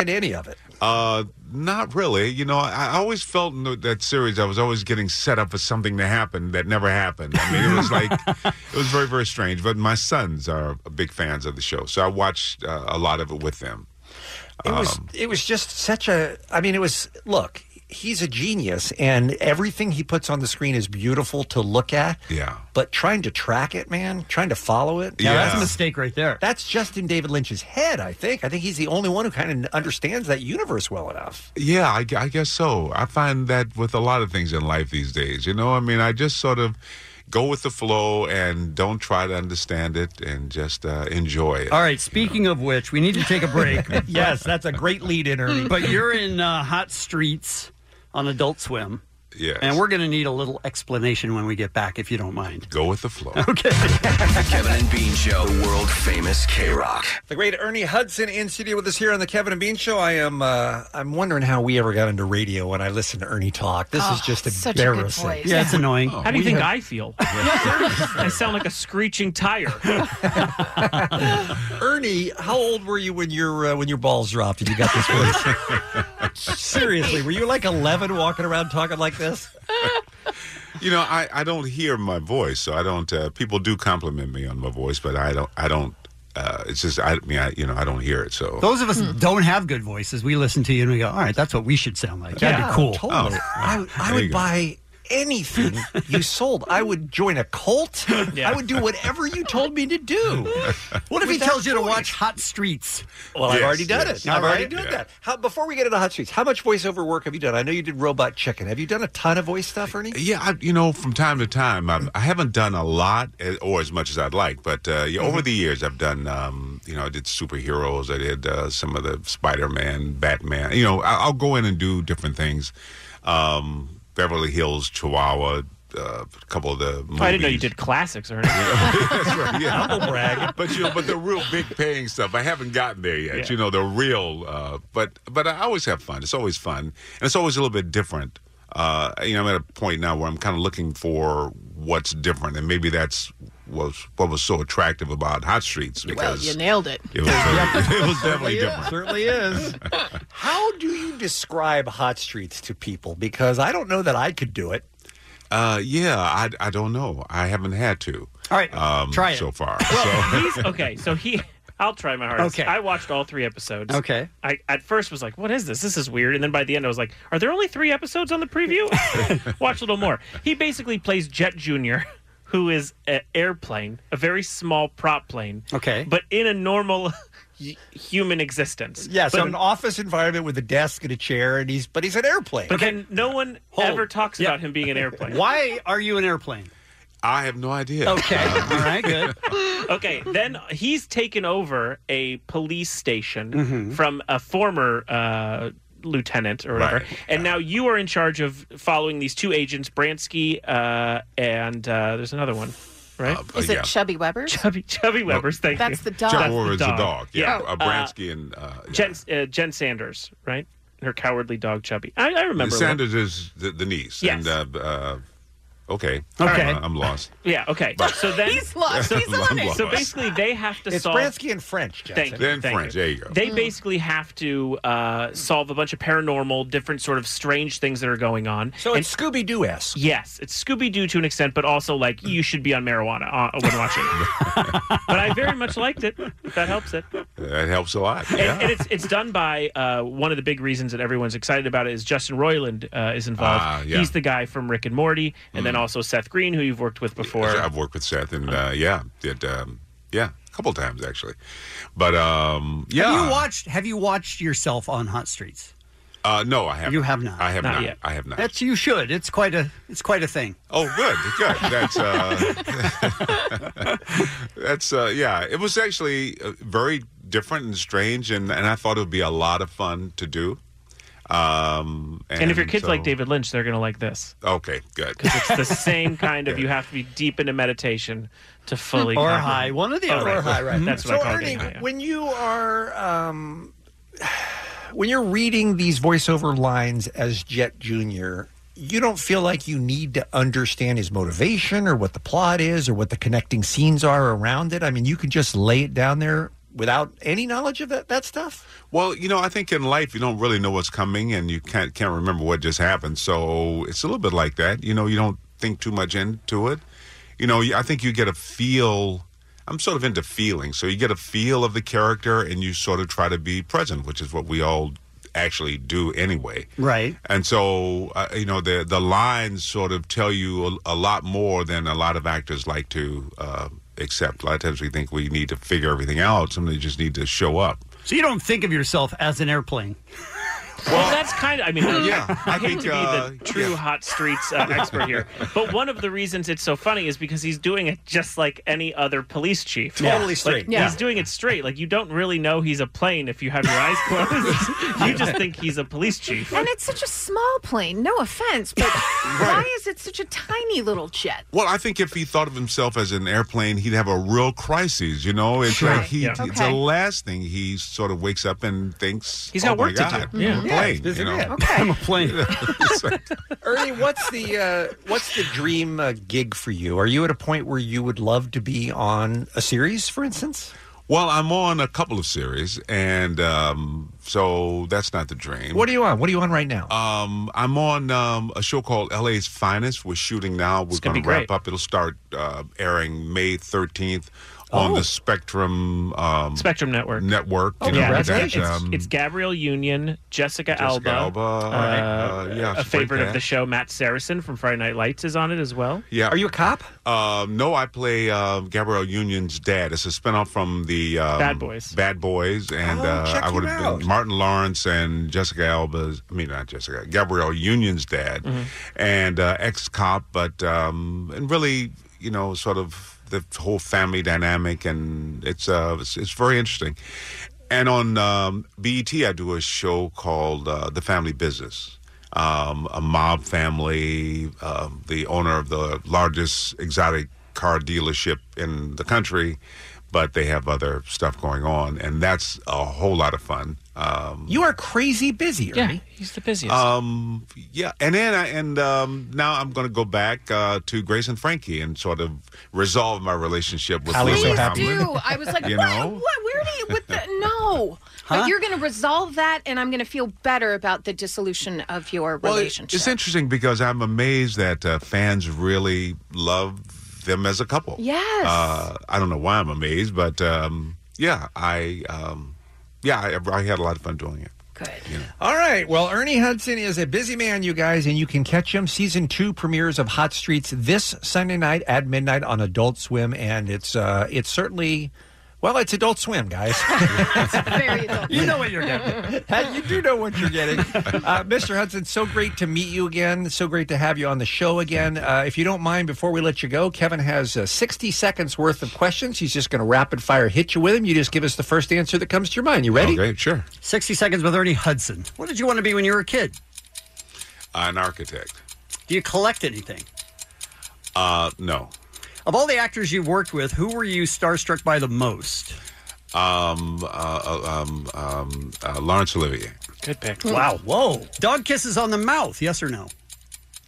Speaker 12: in any of it?
Speaker 30: Uh, not really. You know, I, I always felt in th- that series I was always getting set up for something to happen that never happened. I mean, it was <laughs> like it was very, very strange. But my sons are big fans of the show, so I watched uh, a lot of it with them.
Speaker 12: It was
Speaker 30: um,
Speaker 12: it was just such a I mean it was look, he's a genius and everything he puts on the screen is beautiful to look at.
Speaker 30: Yeah.
Speaker 12: But trying to track it, man, trying to follow it.
Speaker 30: Yeah, that's a Yeah.
Speaker 10: mistake right there.
Speaker 12: That's just in David Lynch's head, I think. I think he's the only one who kind of understands that universe well enough.
Speaker 30: Yeah, I, gu- I guess so. I find that with a lot of things in life these days. You know, I mean, I just sort of go with the flow and don't try to understand it and just uh, enjoy it.
Speaker 10: All right. Speaking of which, we need to take a
Speaker 30: <laughs>
Speaker 10: break.
Speaker 12: yes, that's a great lead in,
Speaker 11: Mm.
Speaker 12: Ernie.
Speaker 10: But you're in uh, hot streets on Adult Swim.
Speaker 30: Yes.
Speaker 10: And we're going to need a little explanation when we get back, if you don't mind.
Speaker 30: Go with the flow.
Speaker 10: Okay.
Speaker 15: The Kevin and Bean Show, the world famous K Rock.
Speaker 12: The great Ernie Hudson in studio with us here on the Kevin and Bean Show. I am. Uh, I'm wondering how we ever got into radio when I listen to Ernie talk. This is
Speaker 11: Oh,
Speaker 12: just
Speaker 11: such a good
Speaker 12: embarrassing. Oh,
Speaker 11: voice. Yeah, it's annoying. How do you
Speaker 12: We
Speaker 11: think
Speaker 12: have-
Speaker 11: I
Speaker 30: <laughs>
Speaker 11: feel? I sound like a screeching tire.
Speaker 12: Ernie, how old were you when your uh, when your balls dropped and you got this voice?
Speaker 11: <laughs>
Speaker 12: Seriously, were you like 11 walking around talking like this?
Speaker 30: You know, I, I don't hear my voice, so I don't. Uh, people do compliment me on my voice, but I don't. I don't. Uh, it's just I, I mean, I, you know, I don't hear it. So
Speaker 10: Those of us
Speaker 11: Hmm.
Speaker 10: don't have good voices, we listen to you and we go, all right, that's what we should sound like. That'd
Speaker 12: Yeah,
Speaker 10: be cool.
Speaker 30: Oh.
Speaker 10: <laughs>
Speaker 12: totally. I, I
Speaker 10: Oh. There you
Speaker 12: would
Speaker 10: go.
Speaker 12: buy anything you sold. I would join a cult. I would do whatever you told me to do. What if he tells you to watch
Speaker 10: Hot Streets?
Speaker 12: Well, I've
Speaker 10: Yes,
Speaker 12: already done
Speaker 10: yes.
Speaker 12: it. I've
Speaker 10: All
Speaker 12: already
Speaker 10: right.
Speaker 12: done
Speaker 10: Yeah.
Speaker 12: that. How, before we get into Hot Streets, how much voiceover work have you done? I know you did Robot Chicken. Have you done a ton of voice stuff, Ernie?
Speaker 30: yeah, I, you know, from time to time, I've, I haven't done a lot eh, or as much as I'd like, but uh, yeah, over
Speaker 11: Mm-hmm.
Speaker 12: Mhm.
Speaker 30: the years, I've done. Um, you know, I did superheroes. I did uh, some of the Spider Man, Batman. You know, I, I'll go in and do different things. Um, Beverly Hills, Chihuahua. Uh, a couple of the movies.
Speaker 11: Oh, I didn't know you did classics or anything.
Speaker 30: That's right, yeah.
Speaker 11: <laughs>
Speaker 30: But you know, but the real big paying stuff, I haven't gotten there yet.
Speaker 11: Yeah.
Speaker 30: You know, the real. Uh, but but I always have fun. It's always fun, and it's always a little bit different. Uh, you know, I'm at a point now where I'm kind of looking for what's different, and maybe that's was what was so attractive about Hot Streets
Speaker 13: Well,
Speaker 30: because
Speaker 13: you nailed it.
Speaker 30: it was very- it was definitely different.
Speaker 12: Certainly is. How do you describe hot streets to people? Because I don't know that I could do it.
Speaker 30: Uh, yeah, I, I don't know. I haven't had to.
Speaker 10: All right,
Speaker 30: um,
Speaker 11: try it.
Speaker 30: so far.
Speaker 11: <laughs> Well,
Speaker 30: so.
Speaker 11: he's okay. So he, I'll try my hardest.
Speaker 10: Okay.
Speaker 11: I watched all three episodes.
Speaker 10: Okay.
Speaker 11: I at first was like, "What is this? This is weird." And then by the end, I was like, "Are <laughs> there only three episodes on the preview?" Watch a little more. He basically plays Jet Junior, <laughs> who is an airplane, a very small prop plane.
Speaker 10: Okay.
Speaker 11: But in a normal <laughs> h- human existence.
Speaker 12: Yeah, so
Speaker 11: But-
Speaker 12: an office environment with a desk and a chair, and he's but he's an airplane.
Speaker 11: But then no one
Speaker 12: Hold.
Speaker 11: ever talks about him being an airplane.
Speaker 10: Why are you an airplane?
Speaker 30: I have no idea. Uh,
Speaker 11: Okay.
Speaker 10: All right, good.
Speaker 11: <laughs> okay, then he's taken over a police station
Speaker 10: Mhm.
Speaker 11: from a former uh, lieutenant or whatever. And now you are in charge of following these two agents, Bransky uh, and uh, there's another one, right?
Speaker 30: Uh,
Speaker 13: Is it Chubby Weber?
Speaker 11: Chubby, Chubby Weber's? Thank
Speaker 13: That's
Speaker 11: you.
Speaker 13: the dog.
Speaker 30: Chuck
Speaker 11: That's the
Speaker 30: Warren's a
Speaker 11: dog.
Speaker 30: dog. Yeah.
Speaker 11: Yeah.
Speaker 30: Uh, Bransky and uh,
Speaker 11: Jen, uh, Jen Sanders, right? Her cowardly dog, Chubby. I, I remember. her.
Speaker 30: Sanders is the, the niece.
Speaker 11: Yes.
Speaker 30: And, uh, uh, okay.
Speaker 11: Okay.
Speaker 30: Uh, I'm lost.
Speaker 11: Yeah, okay. So then
Speaker 13: He's lost.
Speaker 11: So,
Speaker 30: He's on it.
Speaker 11: so basically, they have to
Speaker 12: It's
Speaker 11: solve.
Speaker 12: Bransky in French, Jensen.
Speaker 11: Thank you.
Speaker 12: They're in
Speaker 11: thank
Speaker 12: French.
Speaker 11: you.
Speaker 12: There you go.
Speaker 11: They
Speaker 12: Mm.
Speaker 11: basically have to uh, solve a bunch of paranormal, different sort of strange things that are going on.
Speaker 12: So it's Scooby Doo esque.
Speaker 11: Yes, it's Scooby Doo to an extent, but also like you should be on marijuana uh, when watching. it. but I very much liked it. If that helps it.
Speaker 30: That helps a lot.
Speaker 11: And,
Speaker 30: Yeah.
Speaker 11: and it's it's done by uh, one of the big reasons that everyone's excited about it is Justin Roiland uh, is involved.
Speaker 30: Ah, yeah.
Speaker 11: He's the guy from Rick and Morty, and then also Seth Green, who you've worked with before.
Speaker 30: I've worked with Seth, and uh, yeah, did um, yeah, a couple times actually. But um, yeah,
Speaker 10: Have you watched? Have you watched yourself on Hot Streets?
Speaker 30: Uh, no, I haven't.
Speaker 10: You have not.
Speaker 30: I have not. I have not.
Speaker 10: That's you should. It's quite a. It's quite a thing.
Speaker 30: Oh, good, good. That's uh, <laughs> that's uh, yeah. It was actually uh, very different and strange, and, and I thought it would be a lot of fun to do. Um,
Speaker 11: and, if your kids
Speaker 30: so-
Speaker 11: like David Lynch, they're going to like this.
Speaker 30: okay, good.
Speaker 11: It's
Speaker 10: <laughs>
Speaker 11: the same kind of you have to be deep into meditation to fully
Speaker 10: Or
Speaker 11: comprehend.
Speaker 10: high, one or the
Speaker 11: Oh,
Speaker 10: other.
Speaker 11: right.
Speaker 10: Or high, right.
Speaker 11: That's what
Speaker 12: so
Speaker 11: I call
Speaker 12: Ernie,
Speaker 11: getting
Speaker 10: <laughs>
Speaker 11: high.
Speaker 12: when you are um, when you're reading these voiceover lines as Jet Junior, you don't feel like you need to understand his motivation or what the plot is or what the connecting scenes are around it. I mean, you can just lay it down there without any knowledge of that that stuff.
Speaker 30: Well, you know, I think in life you don't really know what's coming, and you can't can't remember what just happened. So it's a little bit like that. You know, you don't think too much into it. You know, you- I think you get a feel. I'm sort of into feeling, so you get a feel of the character, and you sort of try to be present, which is what we all actually do anyway.
Speaker 10: Right.
Speaker 30: And so, uh, you know, the the lines sort of tell you a, a lot more than a lot of actors like to uh, accept. A lot of times we think we need to figure everything out. Sometimes you just need to show up.
Speaker 10: So you don't think of yourself as an airplane.
Speaker 11: Well, that's kind of. I mean,
Speaker 10: Yeah,
Speaker 11: <laughs> I,
Speaker 10: I
Speaker 11: hate
Speaker 10: think,
Speaker 11: to be
Speaker 10: uh,
Speaker 11: the true hot streets uh, expert here, but one of the reasons it's so funny is because he's doing it just like any other police chief.
Speaker 12: Totally
Speaker 11: Like,
Speaker 12: straight.
Speaker 11: He's
Speaker 12: Yeah.
Speaker 11: doing it straight. Like you don't really know he's a plane if you have your eyes <laughs> closed. <laughs> you just think he's a police chief.
Speaker 13: <laughs> And it's such a small plane. No offense,
Speaker 30: <laughs>
Speaker 13: but why is it such a tiny little jet?
Speaker 30: Well, I think if he thought of himself as an airplane, he'd have a real crisis. You know, it's
Speaker 13: Sure.
Speaker 30: like he,
Speaker 13: Yeah.
Speaker 30: it's the
Speaker 13: Okay.
Speaker 30: last thing he sort of wakes up and thinks
Speaker 12: He's
Speaker 30: oh
Speaker 12: got
Speaker 30: my
Speaker 12: work to
Speaker 30: God,
Speaker 12: do. Yeah.
Speaker 30: I'm a
Speaker 12: Yeah,
Speaker 30: plane.
Speaker 12: it's busy
Speaker 30: you know?
Speaker 12: man.
Speaker 10: I'm a
Speaker 30: <laughs>
Speaker 10: plane.
Speaker 12: <laughs> Ernie, what's the uh, what's the dream uh, gig for you? Are you at a point where you would love to be on a series, for instance?
Speaker 30: Well, I'm on a couple of series, and um, so that's not the dream.
Speaker 12: What are you on? What are you on right now?
Speaker 30: Um, I'm on um, a show called LA's Finest. We're shooting now. We're
Speaker 12: gonna
Speaker 30: going
Speaker 12: be
Speaker 30: to
Speaker 12: great.
Speaker 30: wrap up. It'll start uh, airing May 13th on
Speaker 11: Oh.
Speaker 30: the Spectrum um,
Speaker 11: Spectrum Network.
Speaker 30: Network.
Speaker 11: Oh,
Speaker 30: you know,
Speaker 11: yeah,
Speaker 30: that,
Speaker 11: it's, it's,
Speaker 30: um,
Speaker 11: it's Gabrielle Union, Jessica,
Speaker 30: Jessica
Speaker 11: Alba,
Speaker 30: Alba, all right, uh, yeah, she's
Speaker 11: a
Speaker 30: great
Speaker 11: favorite of the
Speaker 30: cast.
Speaker 11: show. Matt Saracen from Friday Night Lights is on it as well.
Speaker 30: Yeah. Are
Speaker 12: you a cop?
Speaker 30: Um, no, I play uh, Gabrielle Union's dad. It's a spinoff from the um,
Speaker 11: Bad Boys.
Speaker 30: Bad Boys, and
Speaker 11: Oh,
Speaker 30: uh,
Speaker 11: check
Speaker 30: I
Speaker 11: him
Speaker 30: would have
Speaker 11: out.
Speaker 30: been Martin Lawrence and Jessica Alba's. I mean, not Jessica, Gabrielle Union's dad,
Speaker 11: Mm-hmm.
Speaker 30: and uh, ex cop, but um, and really, you know, sort of the whole family dynamic, and it's uh, it's, it's very interesting. And on um, BET, I do a show called uh, The Family Business. Um, a mob family, um, the owner of the largest exotic car dealership in the country, but they have other stuff going on, and that's a whole lot of fun. Um,
Speaker 12: You are crazy busy, Ernie.
Speaker 11: he's the busiest.
Speaker 30: um, yeah, and then I, and um, now I'm going to go back uh, to Grace and Frankie and sort of resolve my relationship with
Speaker 12: Allie's so
Speaker 30: Lily
Speaker 12: happy.
Speaker 30: <laughs> Tomlin.
Speaker 13: Ew, I was like,
Speaker 30: You
Speaker 13: what?
Speaker 30: know?
Speaker 13: What? Where do you? What the? No.
Speaker 30: Huh?
Speaker 13: But you're going to resolve that, and I'm going to feel better about the dissolution of your
Speaker 30: Well, it-
Speaker 13: relationship.
Speaker 30: It's interesting because I'm amazed that uh, fans really love them as a couple.
Speaker 13: Yes.
Speaker 30: Uh, I don't know why I'm amazed, but um, yeah, I um, yeah, I, I had a lot of fun doing it.
Speaker 12: All right. Well, Ernie Hudson is a busy man, you guys, and you can catch him. Season two premieres of Hot Streets this Sunday night at midnight on Adult Swim, and it's uh, it's certainly. Well, it's Adult Swim, guys.
Speaker 10: <laughs>
Speaker 12: <laughs>
Speaker 10: You know what you're getting. <laughs>
Speaker 12: you do know what you're getting. Uh, Mr. Hudson, so great to meet you again. So great to have you on the show again. Uh, if you don't mind, before we let you go, Kevin has uh, 60 seconds worth of questions. He's just going to rapid fire hit you with them. You just give us the first answer that comes to your mind. You ready?
Speaker 30: Okay, sure.
Speaker 10: 60 seconds with Ernie Hudson. What did you want to be when you were a kid?
Speaker 30: An architect.
Speaker 10: Do you collect anything?
Speaker 30: Uh, no.
Speaker 10: Of all the actors you've worked with, who were you starstruck by the most?
Speaker 30: Um, uh, uh, um, um, uh, Lawrence Olivier.
Speaker 10: Good pick. Wow. Hmm. Whoa. Dog kisses on the mouth, yes or <laughs> no?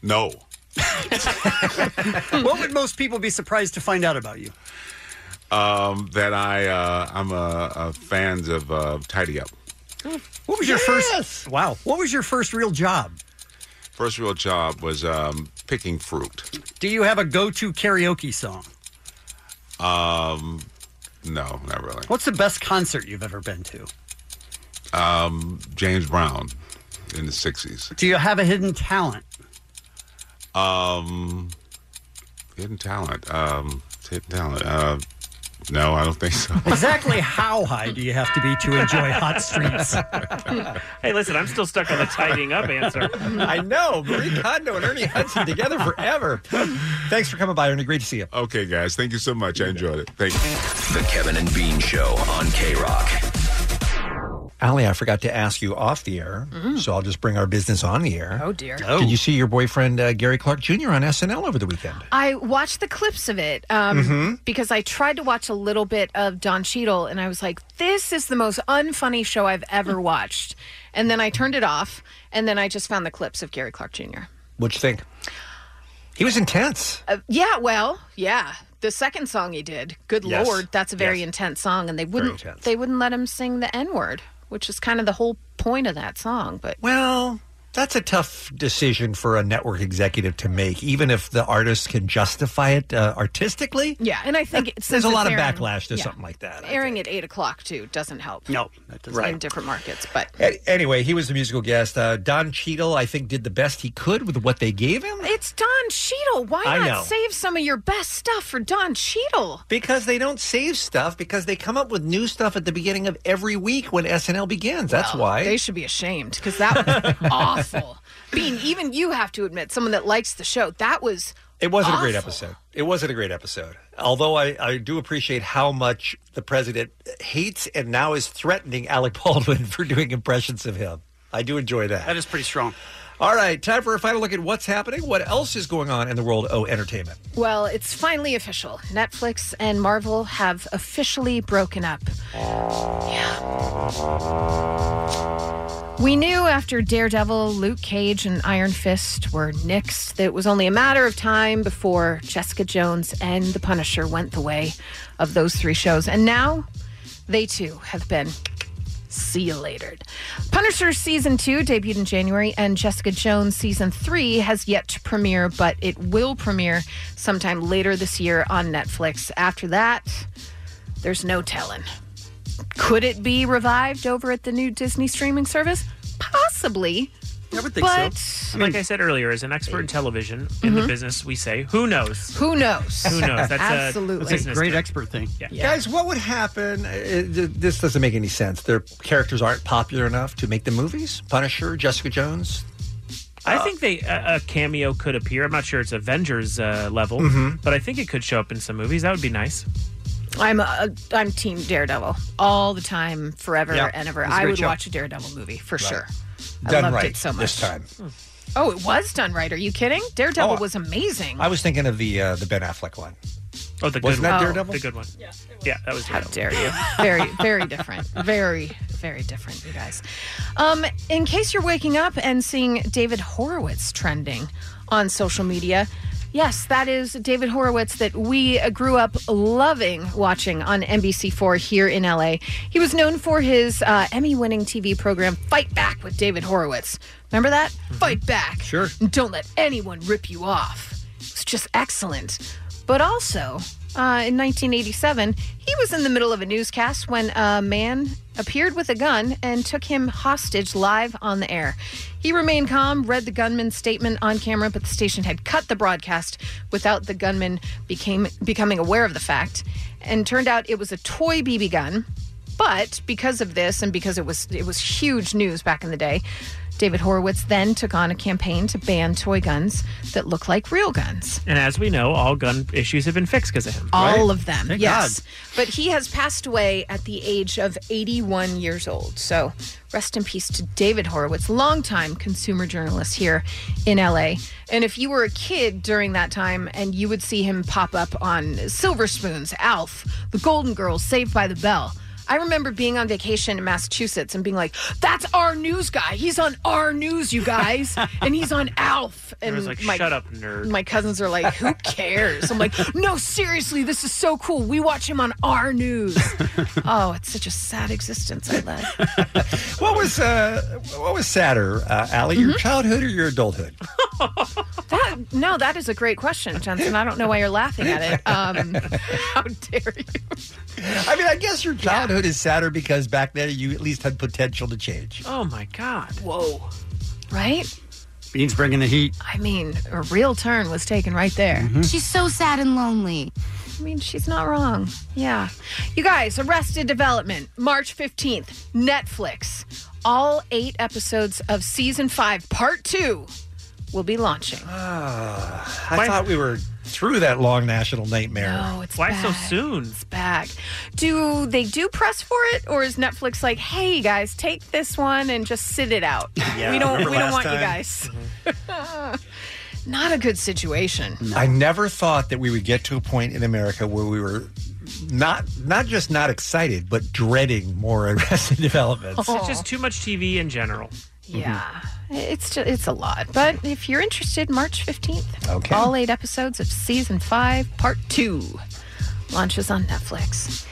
Speaker 30: No.
Speaker 10: what would most people be surprised to find out about you?
Speaker 30: Um, that I uh, I'm a, a fans of uh, tidy up.
Speaker 10: What was your first? Wow. What was your first real job?
Speaker 30: First real job was um, picking fruit.
Speaker 10: Do you have a go-to karaoke song?
Speaker 30: Um, no, not really.
Speaker 10: What's the best concert you've ever been to?
Speaker 30: Um, James Brown in the sixties.
Speaker 10: Do you have a hidden talent?
Speaker 30: Um, hidden talent. Um, hidden talent. Uh, no, I don't think so.
Speaker 12: <laughs>
Speaker 10: Exactly how high do you have to be to enjoy
Speaker 12: <laughs>
Speaker 10: hot streets?
Speaker 11: hey, listen, I'm still stuck on the tidying up
Speaker 30: <laughs>
Speaker 11: answer.
Speaker 12: I know. Marie Kondo and Ernie Hudson together forever. Thanks for coming by, Ernie. Great to see you.
Speaker 30: Okay, guys, thank you so much. I enjoyed it. Thank you.
Speaker 15: The Kevin and Bean Show on K Rock.
Speaker 12: Allie, I forgot to ask you off the air, so I'll just bring our business on the air.
Speaker 13: Mm-hmm. Oh, dear.
Speaker 12: Did you see your boyfriend uh, Gary Clark Jr. on SNL over the weekend?
Speaker 13: I watched the clips of it um,
Speaker 12: Mhm.
Speaker 13: because I tried to watch a little bit of Don Cheadle, and I was like, "This is the most unfunny show I've
Speaker 12: Mm.
Speaker 13: ever watched." And then I turned it off, and then I just found the clips of Gary Clark Jr.
Speaker 12: What'd you think? He was intense.
Speaker 13: Uh, yeah, well, yeah. The second song he did, good
Speaker 12: Yes.
Speaker 13: lord, that's a very intense song, and they wouldn't
Speaker 12: intense.
Speaker 13: they wouldn't let him sing the N word, which is kind of the whole point of that song. But
Speaker 12: well, That's a tough decision for a network executive to make, even if the artist can justify it uh, artistically.
Speaker 13: yeah, and I think it,
Speaker 12: There's
Speaker 13: since
Speaker 12: a
Speaker 13: it's
Speaker 12: lot of
Speaker 13: airing-
Speaker 12: backlash to
Speaker 13: yeah.
Speaker 12: something like that.
Speaker 13: Airing at eight o'clock too doesn't help.
Speaker 10: No,
Speaker 13: in different markets, but
Speaker 12: A- Anyway, he was the musical guest. Uh, Don Cheadle, I think, did the best he could with what they gave him
Speaker 13: It's Don Cheadle. Why
Speaker 12: I
Speaker 13: not
Speaker 12: know.
Speaker 13: save some of your best stuff for Don Cheadle?
Speaker 12: because they don't save stuff because they come up with new stuff at the beginning of every week when SNL begins. That's
Speaker 13: Well,
Speaker 12: why.
Speaker 13: they should be ashamed because that
Speaker 12: <laughs>
Speaker 13: was awful. Bean, even you have to admit, someone that likes the show, that was
Speaker 12: It wasn't a great
Speaker 13: awful.
Speaker 12: episode. It wasn't a great episode. Although I, I do appreciate how much the president hates and now is threatening Alec <laughs> Baldwin for doing impressions of him. I do enjoy that. That
Speaker 10: is pretty strong.
Speaker 12: All right, time for a final look at what's happening. What else is going on in the world of entertainment?
Speaker 13: Well, it's finally official. Netflix and Marvel have officially broken up. We knew after Daredevil, Luke Cage, and Iron Fist were nixed that it was only a matter of time before Jessica Jones and The Punisher went the way of those three shows. And now they too have been see you later. Punisher season two debuted in January, and Jessica Jones season three has yet to premiere, but it will premiere sometime later this year on Netflix. After that, there's no telling. Could it be revived over at the new Disney streaming service? Possibly. I would but Mm-hmm.
Speaker 11: like I said earlier, as an expert in television in the business, we say, "Who knows?
Speaker 13: Who knows?
Speaker 11: Who knows?" That's a-
Speaker 13: Absolutely.
Speaker 11: that's a business
Speaker 10: Great
Speaker 11: term.
Speaker 10: expert thing.
Speaker 30: Uh,
Speaker 11: Yeah.
Speaker 12: Guys, what would happen? uh, th- this doesn't make any sense. Their characters aren't popular enough to make the movies. Punisher, Jessica Jones.
Speaker 11: I think they a, a cameo could appear. I'm not sure it's Avengers uh, level,
Speaker 30: Mm-hmm.
Speaker 12: Mhm.
Speaker 11: but I think it could show up in some movies. That would be nice.
Speaker 13: I'm a, I'm Team Daredevil all the time, forever
Speaker 11: Yeah.
Speaker 13: and ever.
Speaker 11: It's a
Speaker 13: I
Speaker 11: great
Speaker 13: would
Speaker 11: show.
Speaker 13: watch a Daredevil movie for sure. I
Speaker 12: Done
Speaker 13: loved
Speaker 12: right
Speaker 13: it so much.
Speaker 12: this time.
Speaker 13: Oh, it was done right. Are you kidding? Daredevil
Speaker 12: Oh,
Speaker 13: was amazing.
Speaker 12: I was thinking of the uh, the Ben Affleck one.
Speaker 11: Oh, the
Speaker 12: Wasn't
Speaker 11: good
Speaker 12: that
Speaker 11: one.
Speaker 12: Daredevil?
Speaker 11: The good one. Yeah, yeah that was. How
Speaker 13: dare you? very, very different. Very, very different, you guys. Um, in case you're waking up and seeing David Horowitz trending on social media, yes, that is David Horowitz that we uh, grew up loving watching on NBC4 here in LA. He was known for his uh, Emmy winning TV program, Fight Back with David Horowitz. Remember that? Fight Back. Sure. Don't let anyone rip you off. It's just excellent. But also, Uh, in 1987, he was in the middle of a newscast when a man appeared with a gun and took him hostage live on the air. He remained calm, read the gunman's statement on camera, but the station had cut the broadcast without the gunman became becoming aware of the fact. And turned out it was a toy BB gun. But because of this and because it was it was huge news back in the day, David Horowitz then took on a campaign to ban toy guns that look like real guns.
Speaker 2: And as we know, all gun issues have been fixed because of him.
Speaker 13: All
Speaker 2: right?
Speaker 13: of them,
Speaker 2: Thank
Speaker 13: yes.
Speaker 2: God.
Speaker 13: But he has passed away at the age of 81 years old. So rest in peace to David Horowitz, longtime consumer journalist here in LA. And if you were a kid during that time and you would see him pop up on Silver Spoons, ALF, The Golden Girls, Saved by the Bell. I remember being on vacation in Massachusetts and being like, "That's our news guy. He's on our news,
Speaker 11: <laughs>
Speaker 13: you guys, and he's on Alf." And
Speaker 11: was like,
Speaker 13: my-
Speaker 11: "Shut up, nerd."
Speaker 13: my cousins are like, "Who cares?" I'm like, "No, seriously, this is so cool. We watch him on
Speaker 2: <laughs>
Speaker 13: our news." oh, it's such a sad existence I led.
Speaker 12: <laughs> What was uh, what was sadder, uh, Allie,
Speaker 13: Mm-hmm.
Speaker 12: your childhood or your adulthood?
Speaker 13: That no, that is a great question, Jensen. I don't know why you're laughing at it. Um, how dare you?
Speaker 12: I mean, I guess your childhood is sadder because back then you at least had potential to change.
Speaker 2: Oh my God!
Speaker 13: Whoa! Right?
Speaker 10: Bean's bringing the heat.
Speaker 13: I mean, a real turn was taken right there.
Speaker 12: Mm-hmm.
Speaker 13: She's so sad and lonely. I mean, she's not wrong. Yeah. You guys, Arrested Development, March 15th, Netflix. All eight episodes of season five, part two, will be launching.
Speaker 12: Ah, I thought we were through that long national nightmare.
Speaker 13: No, it's Why so back.
Speaker 2: soon?
Speaker 13: It's back. Do they do press for it, or is Netflix like, "Hey guys, take this one and just sit it out.
Speaker 12: Yeah,
Speaker 13: we don't,
Speaker 12: remember
Speaker 13: we don't
Speaker 12: last
Speaker 13: want you
Speaker 12: time? Mm-hmm.
Speaker 13: guys." <laughs> Not a good situation.
Speaker 12: I never thought that we would get to a point in America where we were not not just not excited, but dreading more <laughs> arrested developments.
Speaker 2: It's just too much TV in general.
Speaker 13: Yeah, it's just, it's a lot. But if you're interested, March fifteenth,
Speaker 2: Okay.
Speaker 13: all eight episodes of season five, part two, launches on Netflix.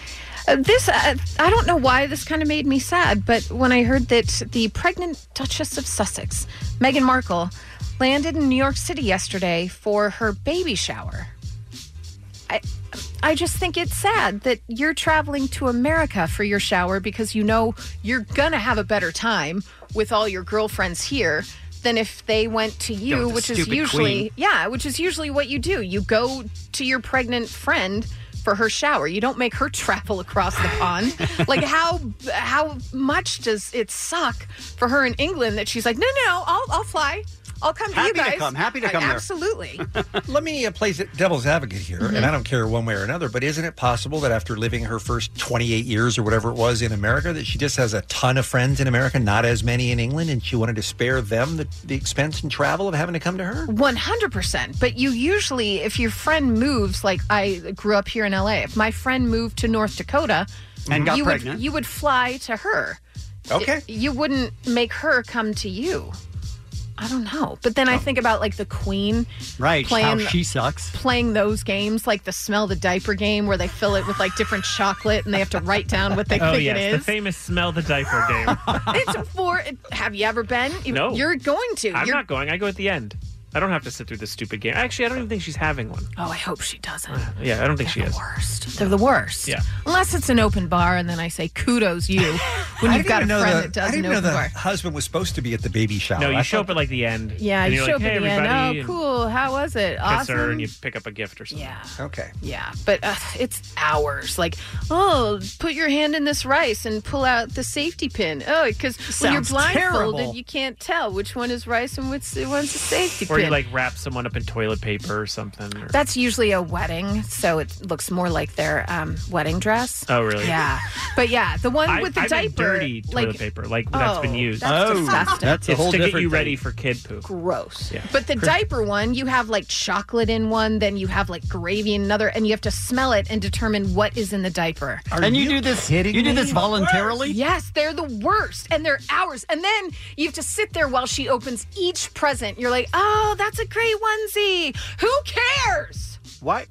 Speaker 13: Uh, this uh, I don't know why this kind of made me sad, but when I heard that the pregnant Duchess of Sussex, Meghan Markle, landed in New York City yesterday for her baby shower. I I just think it's sad that you're traveling to America for your shower because you know you're gonna have a better time with all your girlfriends here than if they went to you,
Speaker 20: with the
Speaker 13: which is
Speaker 20: stupid
Speaker 13: usually
Speaker 20: queen.
Speaker 13: yeah, which is usually what you do. You go to your pregnant friend for her shower. You don't make her <laughs> travel across the
Speaker 12: <laughs>
Speaker 13: pond. like how how much does it suck for her in England that she's like, no, no, no I'll I'll fly. I'll come to you
Speaker 12: Happy to
Speaker 13: guys.
Speaker 12: come, happy to
Speaker 13: I-
Speaker 12: come there.
Speaker 13: Absolutely. <laughs>
Speaker 12: Let me uh, play devil's advocate here,
Speaker 13: Mm-hmm.
Speaker 12: and I don't care one way or another, but isn't it possible that after living her first 28 years or whatever it was in America, that she just has a ton of friends in America, not as many in England, and she wanted to spare them the, the expense and travel of having to come to her?
Speaker 13: One hundred percent. But you usually, if your friend moves, like I grew up here in LA, if my friend moved to North Dakota,
Speaker 10: And got
Speaker 13: you
Speaker 10: pregnant.
Speaker 13: would you would fly to her.
Speaker 10: Okay.
Speaker 13: Y- You wouldn't make her come to you. I don't know. But then I think about like the Queen,
Speaker 10: Right.
Speaker 13: Playing-
Speaker 10: How she sucks.
Speaker 13: playing those games, like the smell the diaper game, where they fill it with like different chocolate and they have to write down
Speaker 10: <laughs>
Speaker 13: what they
Speaker 2: oh
Speaker 13: think
Speaker 2: yes,
Speaker 13: it
Speaker 2: the
Speaker 13: is.
Speaker 2: famous smell the diaper game.
Speaker 13: <laughs> it's for. Have you ever been?
Speaker 2: No.
Speaker 13: you're going to.
Speaker 2: I'm
Speaker 13: You're-
Speaker 2: not going. I go at the end. I don't have to sit through this stupid game. Actually, I don't even think she's having one.
Speaker 13: Oh, I hope she doesn't.
Speaker 2: Yeah, I don't think she is.
Speaker 13: Worst. They're the worst.
Speaker 2: Yeah.
Speaker 13: Unless it's an open bar, and then I say kudos
Speaker 12: <laughs>
Speaker 13: you when
Speaker 12: I didn't
Speaker 13: you've got a
Speaker 12: even know
Speaker 13: friend
Speaker 12: the-
Speaker 13: that
Speaker 12: I
Speaker 13: does
Speaker 12: didn't
Speaker 13: an
Speaker 12: know
Speaker 13: open
Speaker 12: the
Speaker 13: bar.
Speaker 12: husband was supposed to be at the baby shower.
Speaker 2: No, you
Speaker 12: I
Speaker 2: show
Speaker 12: thought-
Speaker 2: up at like the end.
Speaker 13: Yeah,
Speaker 2: and
Speaker 13: you
Speaker 2: you're
Speaker 13: show
Speaker 2: like, hey,
Speaker 13: up at the
Speaker 2: everybody,
Speaker 13: end. Oh,
Speaker 2: and
Speaker 13: cool. How was it?
Speaker 2: kiss
Speaker 13: Awesome.
Speaker 2: her, and you pick up a gift or something.
Speaker 13: Yeah.
Speaker 12: Okay.
Speaker 13: Yeah, but uh, it's hours. Like, oh, put your hand in this rice and pull out the safety pin. Oh, because when you're
Speaker 2: Sounds
Speaker 13: blindfolded,
Speaker 2: terrible.
Speaker 13: you can't tell which one is rice and which one's a safety
Speaker 2: Or you
Speaker 13: pin.
Speaker 2: like wrap someone up in toilet paper or something. Or...
Speaker 13: That's usually a wedding, so it looks more like their um, wedding dress.
Speaker 2: Oh, really?
Speaker 13: Yeah, but yeah, the one
Speaker 2: I-
Speaker 13: with the
Speaker 2: I meant
Speaker 13: diaper,
Speaker 2: dirty toilet
Speaker 13: like
Speaker 2: paper, like that's been
Speaker 13: Oh,
Speaker 2: used.
Speaker 13: that's Oh, disgusting. that's a
Speaker 2: it's
Speaker 13: whole
Speaker 2: to get
Speaker 13: different
Speaker 2: you
Speaker 13: thing.
Speaker 2: ready for kid poo.
Speaker 13: gross.
Speaker 2: Yeah.
Speaker 13: But the diaper one, you have like chocolate in one, then you have like gravy in another, and you have to smell it and determine what is in the diaper.
Speaker 10: and you, do this. You do this voluntarily.
Speaker 13: Yes, they're the worst, and they're hours. And then you have to sit there while she opens each present. You're like, oh, that's a great onesie. Who cares?
Speaker 10: Why?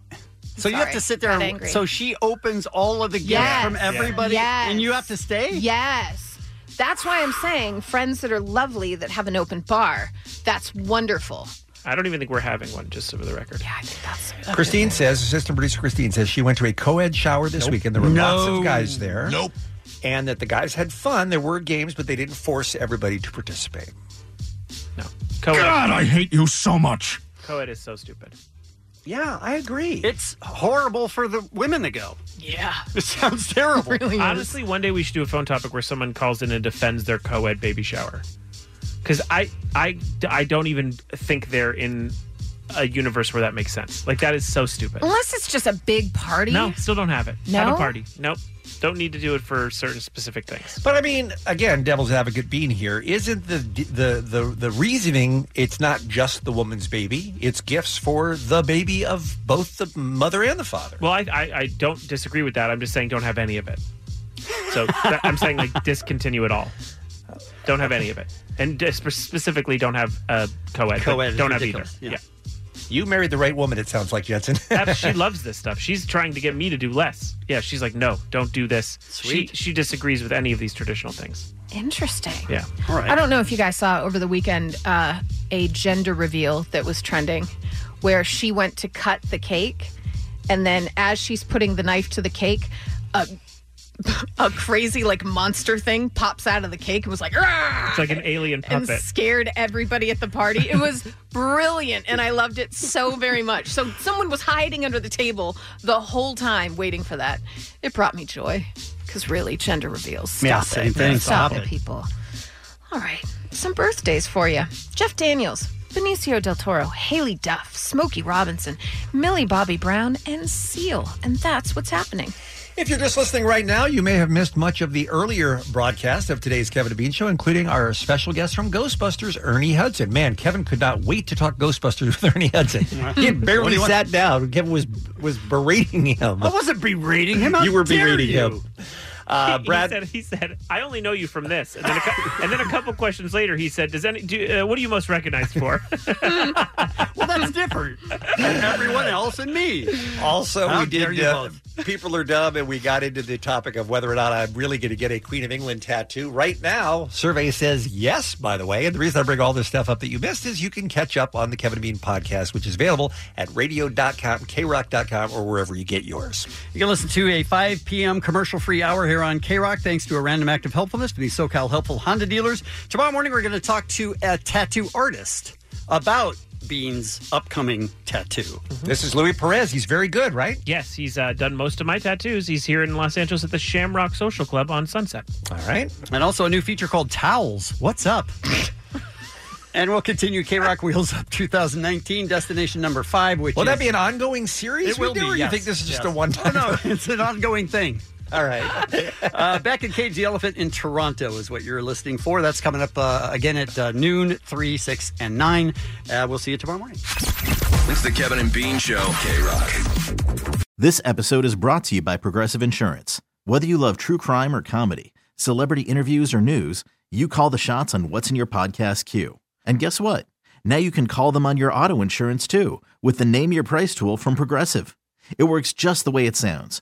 Speaker 10: So you have
Speaker 13: Sorry,
Speaker 10: to sit there.
Speaker 13: got
Speaker 10: And,
Speaker 13: angry.
Speaker 10: So she opens all of the gifts
Speaker 13: Yes.
Speaker 10: from everybody,
Speaker 13: Yes.
Speaker 10: and you have to stay.
Speaker 13: Yes. That's why I'm saying friends that are lovely that have an open bar, that's wonderful.
Speaker 11: I don't even think we're having one, just for the record. Yeah, I think that's
Speaker 12: Christine says, assistant producer Christine says she went to a co ed shower this
Speaker 11: Nope.
Speaker 12: weekend. There were lots
Speaker 11: No.
Speaker 12: of guys there.
Speaker 8: Nope.
Speaker 12: And that the guys had fun. There were games, but they didn't force everybody to participate.
Speaker 11: Co-ed.
Speaker 12: God, I
Speaker 8: hate you so much.
Speaker 11: Co-ed is so stupid.
Speaker 12: Yeah, I agree.
Speaker 10: It's horrible for the women to go.
Speaker 11: Yeah.
Speaker 13: Oh. <laughs>
Speaker 10: It sounds terrible.
Speaker 11: Honestly, one day we should do a phone topic where someone calls in and defends their co-ed baby shower. Because I, I, I don't even think they're in a universe where that makes sense. Like that is so stupid.
Speaker 13: Unless it's just a big party.
Speaker 11: No, still don't have it. Have
Speaker 13: No?
Speaker 11: a party. Nope. Don't need to do it for certain specific things.
Speaker 12: But I mean, again, devil's advocate being here, isn't the the the the reasoning? It's not just the woman's baby; it's gifts for the baby of both the mother and the father.
Speaker 11: Well, I, I, I don't disagree with that. I'm just saying don't have any of it. So that- I'm saying like discontinue it all. Don't have any of it, and dis- specifically don't have uh, co-ed. but
Speaker 12: Co-ed is
Speaker 11: Don't have either.
Speaker 12: ridiculous.
Speaker 11: Yeah.
Speaker 12: You married the right woman. It sounds like Jensen.
Speaker 11: <laughs> Ab-
Speaker 12: <laughs>
Speaker 11: she loves this stuff. She's trying to get me to do less. Yeah, she's like, no, don't do this. She she disagrees with any of these traditional things.
Speaker 13: Interesting.
Speaker 11: Yeah.
Speaker 13: I don't know if you guys saw over the weekend uh, a gender reveal that was trending where she went to cut the cake. And then as she's putting the knife to the cake, a, <laughs> a crazy like monster thing pops out of the cake and was like, "Rah!"
Speaker 11: It's like an alien
Speaker 13: and
Speaker 11: puppet.
Speaker 13: scared everybody at the party.
Speaker 10: <laughs>
Speaker 13: It was brilliant and I loved it so very much. So someone was hiding under the table the whole time waiting for that. It brought me joy because really gender reveals. Stop
Speaker 10: Yeah,
Speaker 13: it.
Speaker 10: same thing.
Speaker 13: Stop,
Speaker 10: Stop
Speaker 13: it,
Speaker 10: it.
Speaker 13: people. All right, some birthdays for you: Jeff Daniels, Benicio del Toro, Haley Duff, Smokey Robinson, Millie Bobby Brown, and Seal. And that's what's happening.
Speaker 12: If you're just listening right now, you may have missed much of the earlier broadcast of today's Kevin and Bean Show, including our special guest from Ghostbusters, Ernie Hudson. Man, Kevin could not wait to talk Ghostbusters <laughs> with Ernie Hudson. he had
Speaker 10: What do
Speaker 12: barely
Speaker 10: you want?
Speaker 12: sat down. Kevin was was berating him.
Speaker 10: I wasn't berating him. How
Speaker 12: you were
Speaker 10: dare
Speaker 12: berating
Speaker 10: you?
Speaker 12: him.
Speaker 11: <laughs>
Speaker 12: Uh,
Speaker 11: He-
Speaker 12: Brad,
Speaker 11: he said, he said, "I only know you from this," and then a, cou- and then a couple questions later, he said, "Does any? Do, uh, what are you most recognized for?" <laughs>
Speaker 10: Well, that's different. And everyone else and me.
Speaker 12: Also,
Speaker 10: How
Speaker 12: we
Speaker 10: dare
Speaker 12: did.
Speaker 10: you
Speaker 12: Uh, people are dumb, and we got into the topic of whether or not I'm really going to get a Queen of England tattoo. Right now, survey says yes. By the way, and the reason I bring all this stuff up that you missed is you can catch up on the Kevin and Bean podcast, which is available at radio.com, krock.com, or wherever you get yours.
Speaker 10: You can listen to a 5 p.m. commercial free hour here on K Rock thanks to a random act of helpfulness from the SoCal Helpful Honda dealers. Tomorrow morning, we're going to talk to a tattoo artist about Bean's upcoming tattoo.
Speaker 12: <laughs> This is Louis Perez. He's very good, right?
Speaker 11: Yes, he's uh, done most of my tattoos. He's here in Los Angeles at the Shamrock Social Club on Sunset.
Speaker 12: All right.
Speaker 10: And also a new feature called Towels.
Speaker 12: <laughs>
Speaker 10: What's up? and we'll continue K Rock Wheels Up 2019, destination number five, which
Speaker 12: Will
Speaker 10: is,
Speaker 12: that be an ongoing series?
Speaker 10: It
Speaker 12: we
Speaker 10: will
Speaker 12: do,
Speaker 10: be,
Speaker 12: Or
Speaker 10: yes,
Speaker 12: you think this is just
Speaker 10: yes.
Speaker 12: a one-time?
Speaker 10: No, no, it's an ongoing thing.
Speaker 12: <laughs> All right.
Speaker 10: <laughs> uh, back at Cage the Elephant in Toronto is what you're listening for. That's coming up uh, again at uh, noon, 3, 6, and 9. Uh, we'll see you tomorrow morning.
Speaker 15: It's the Kevin and Bean Show. K Rock.
Speaker 1: This episode is brought to you by Progressive Insurance. Whether you love true crime or comedy, celebrity interviews or news, you call the shots on what's in your podcast queue. And guess what? Now you can call them on your auto insurance too with the Name Your Price tool from Progressive. It works just the way it sounds.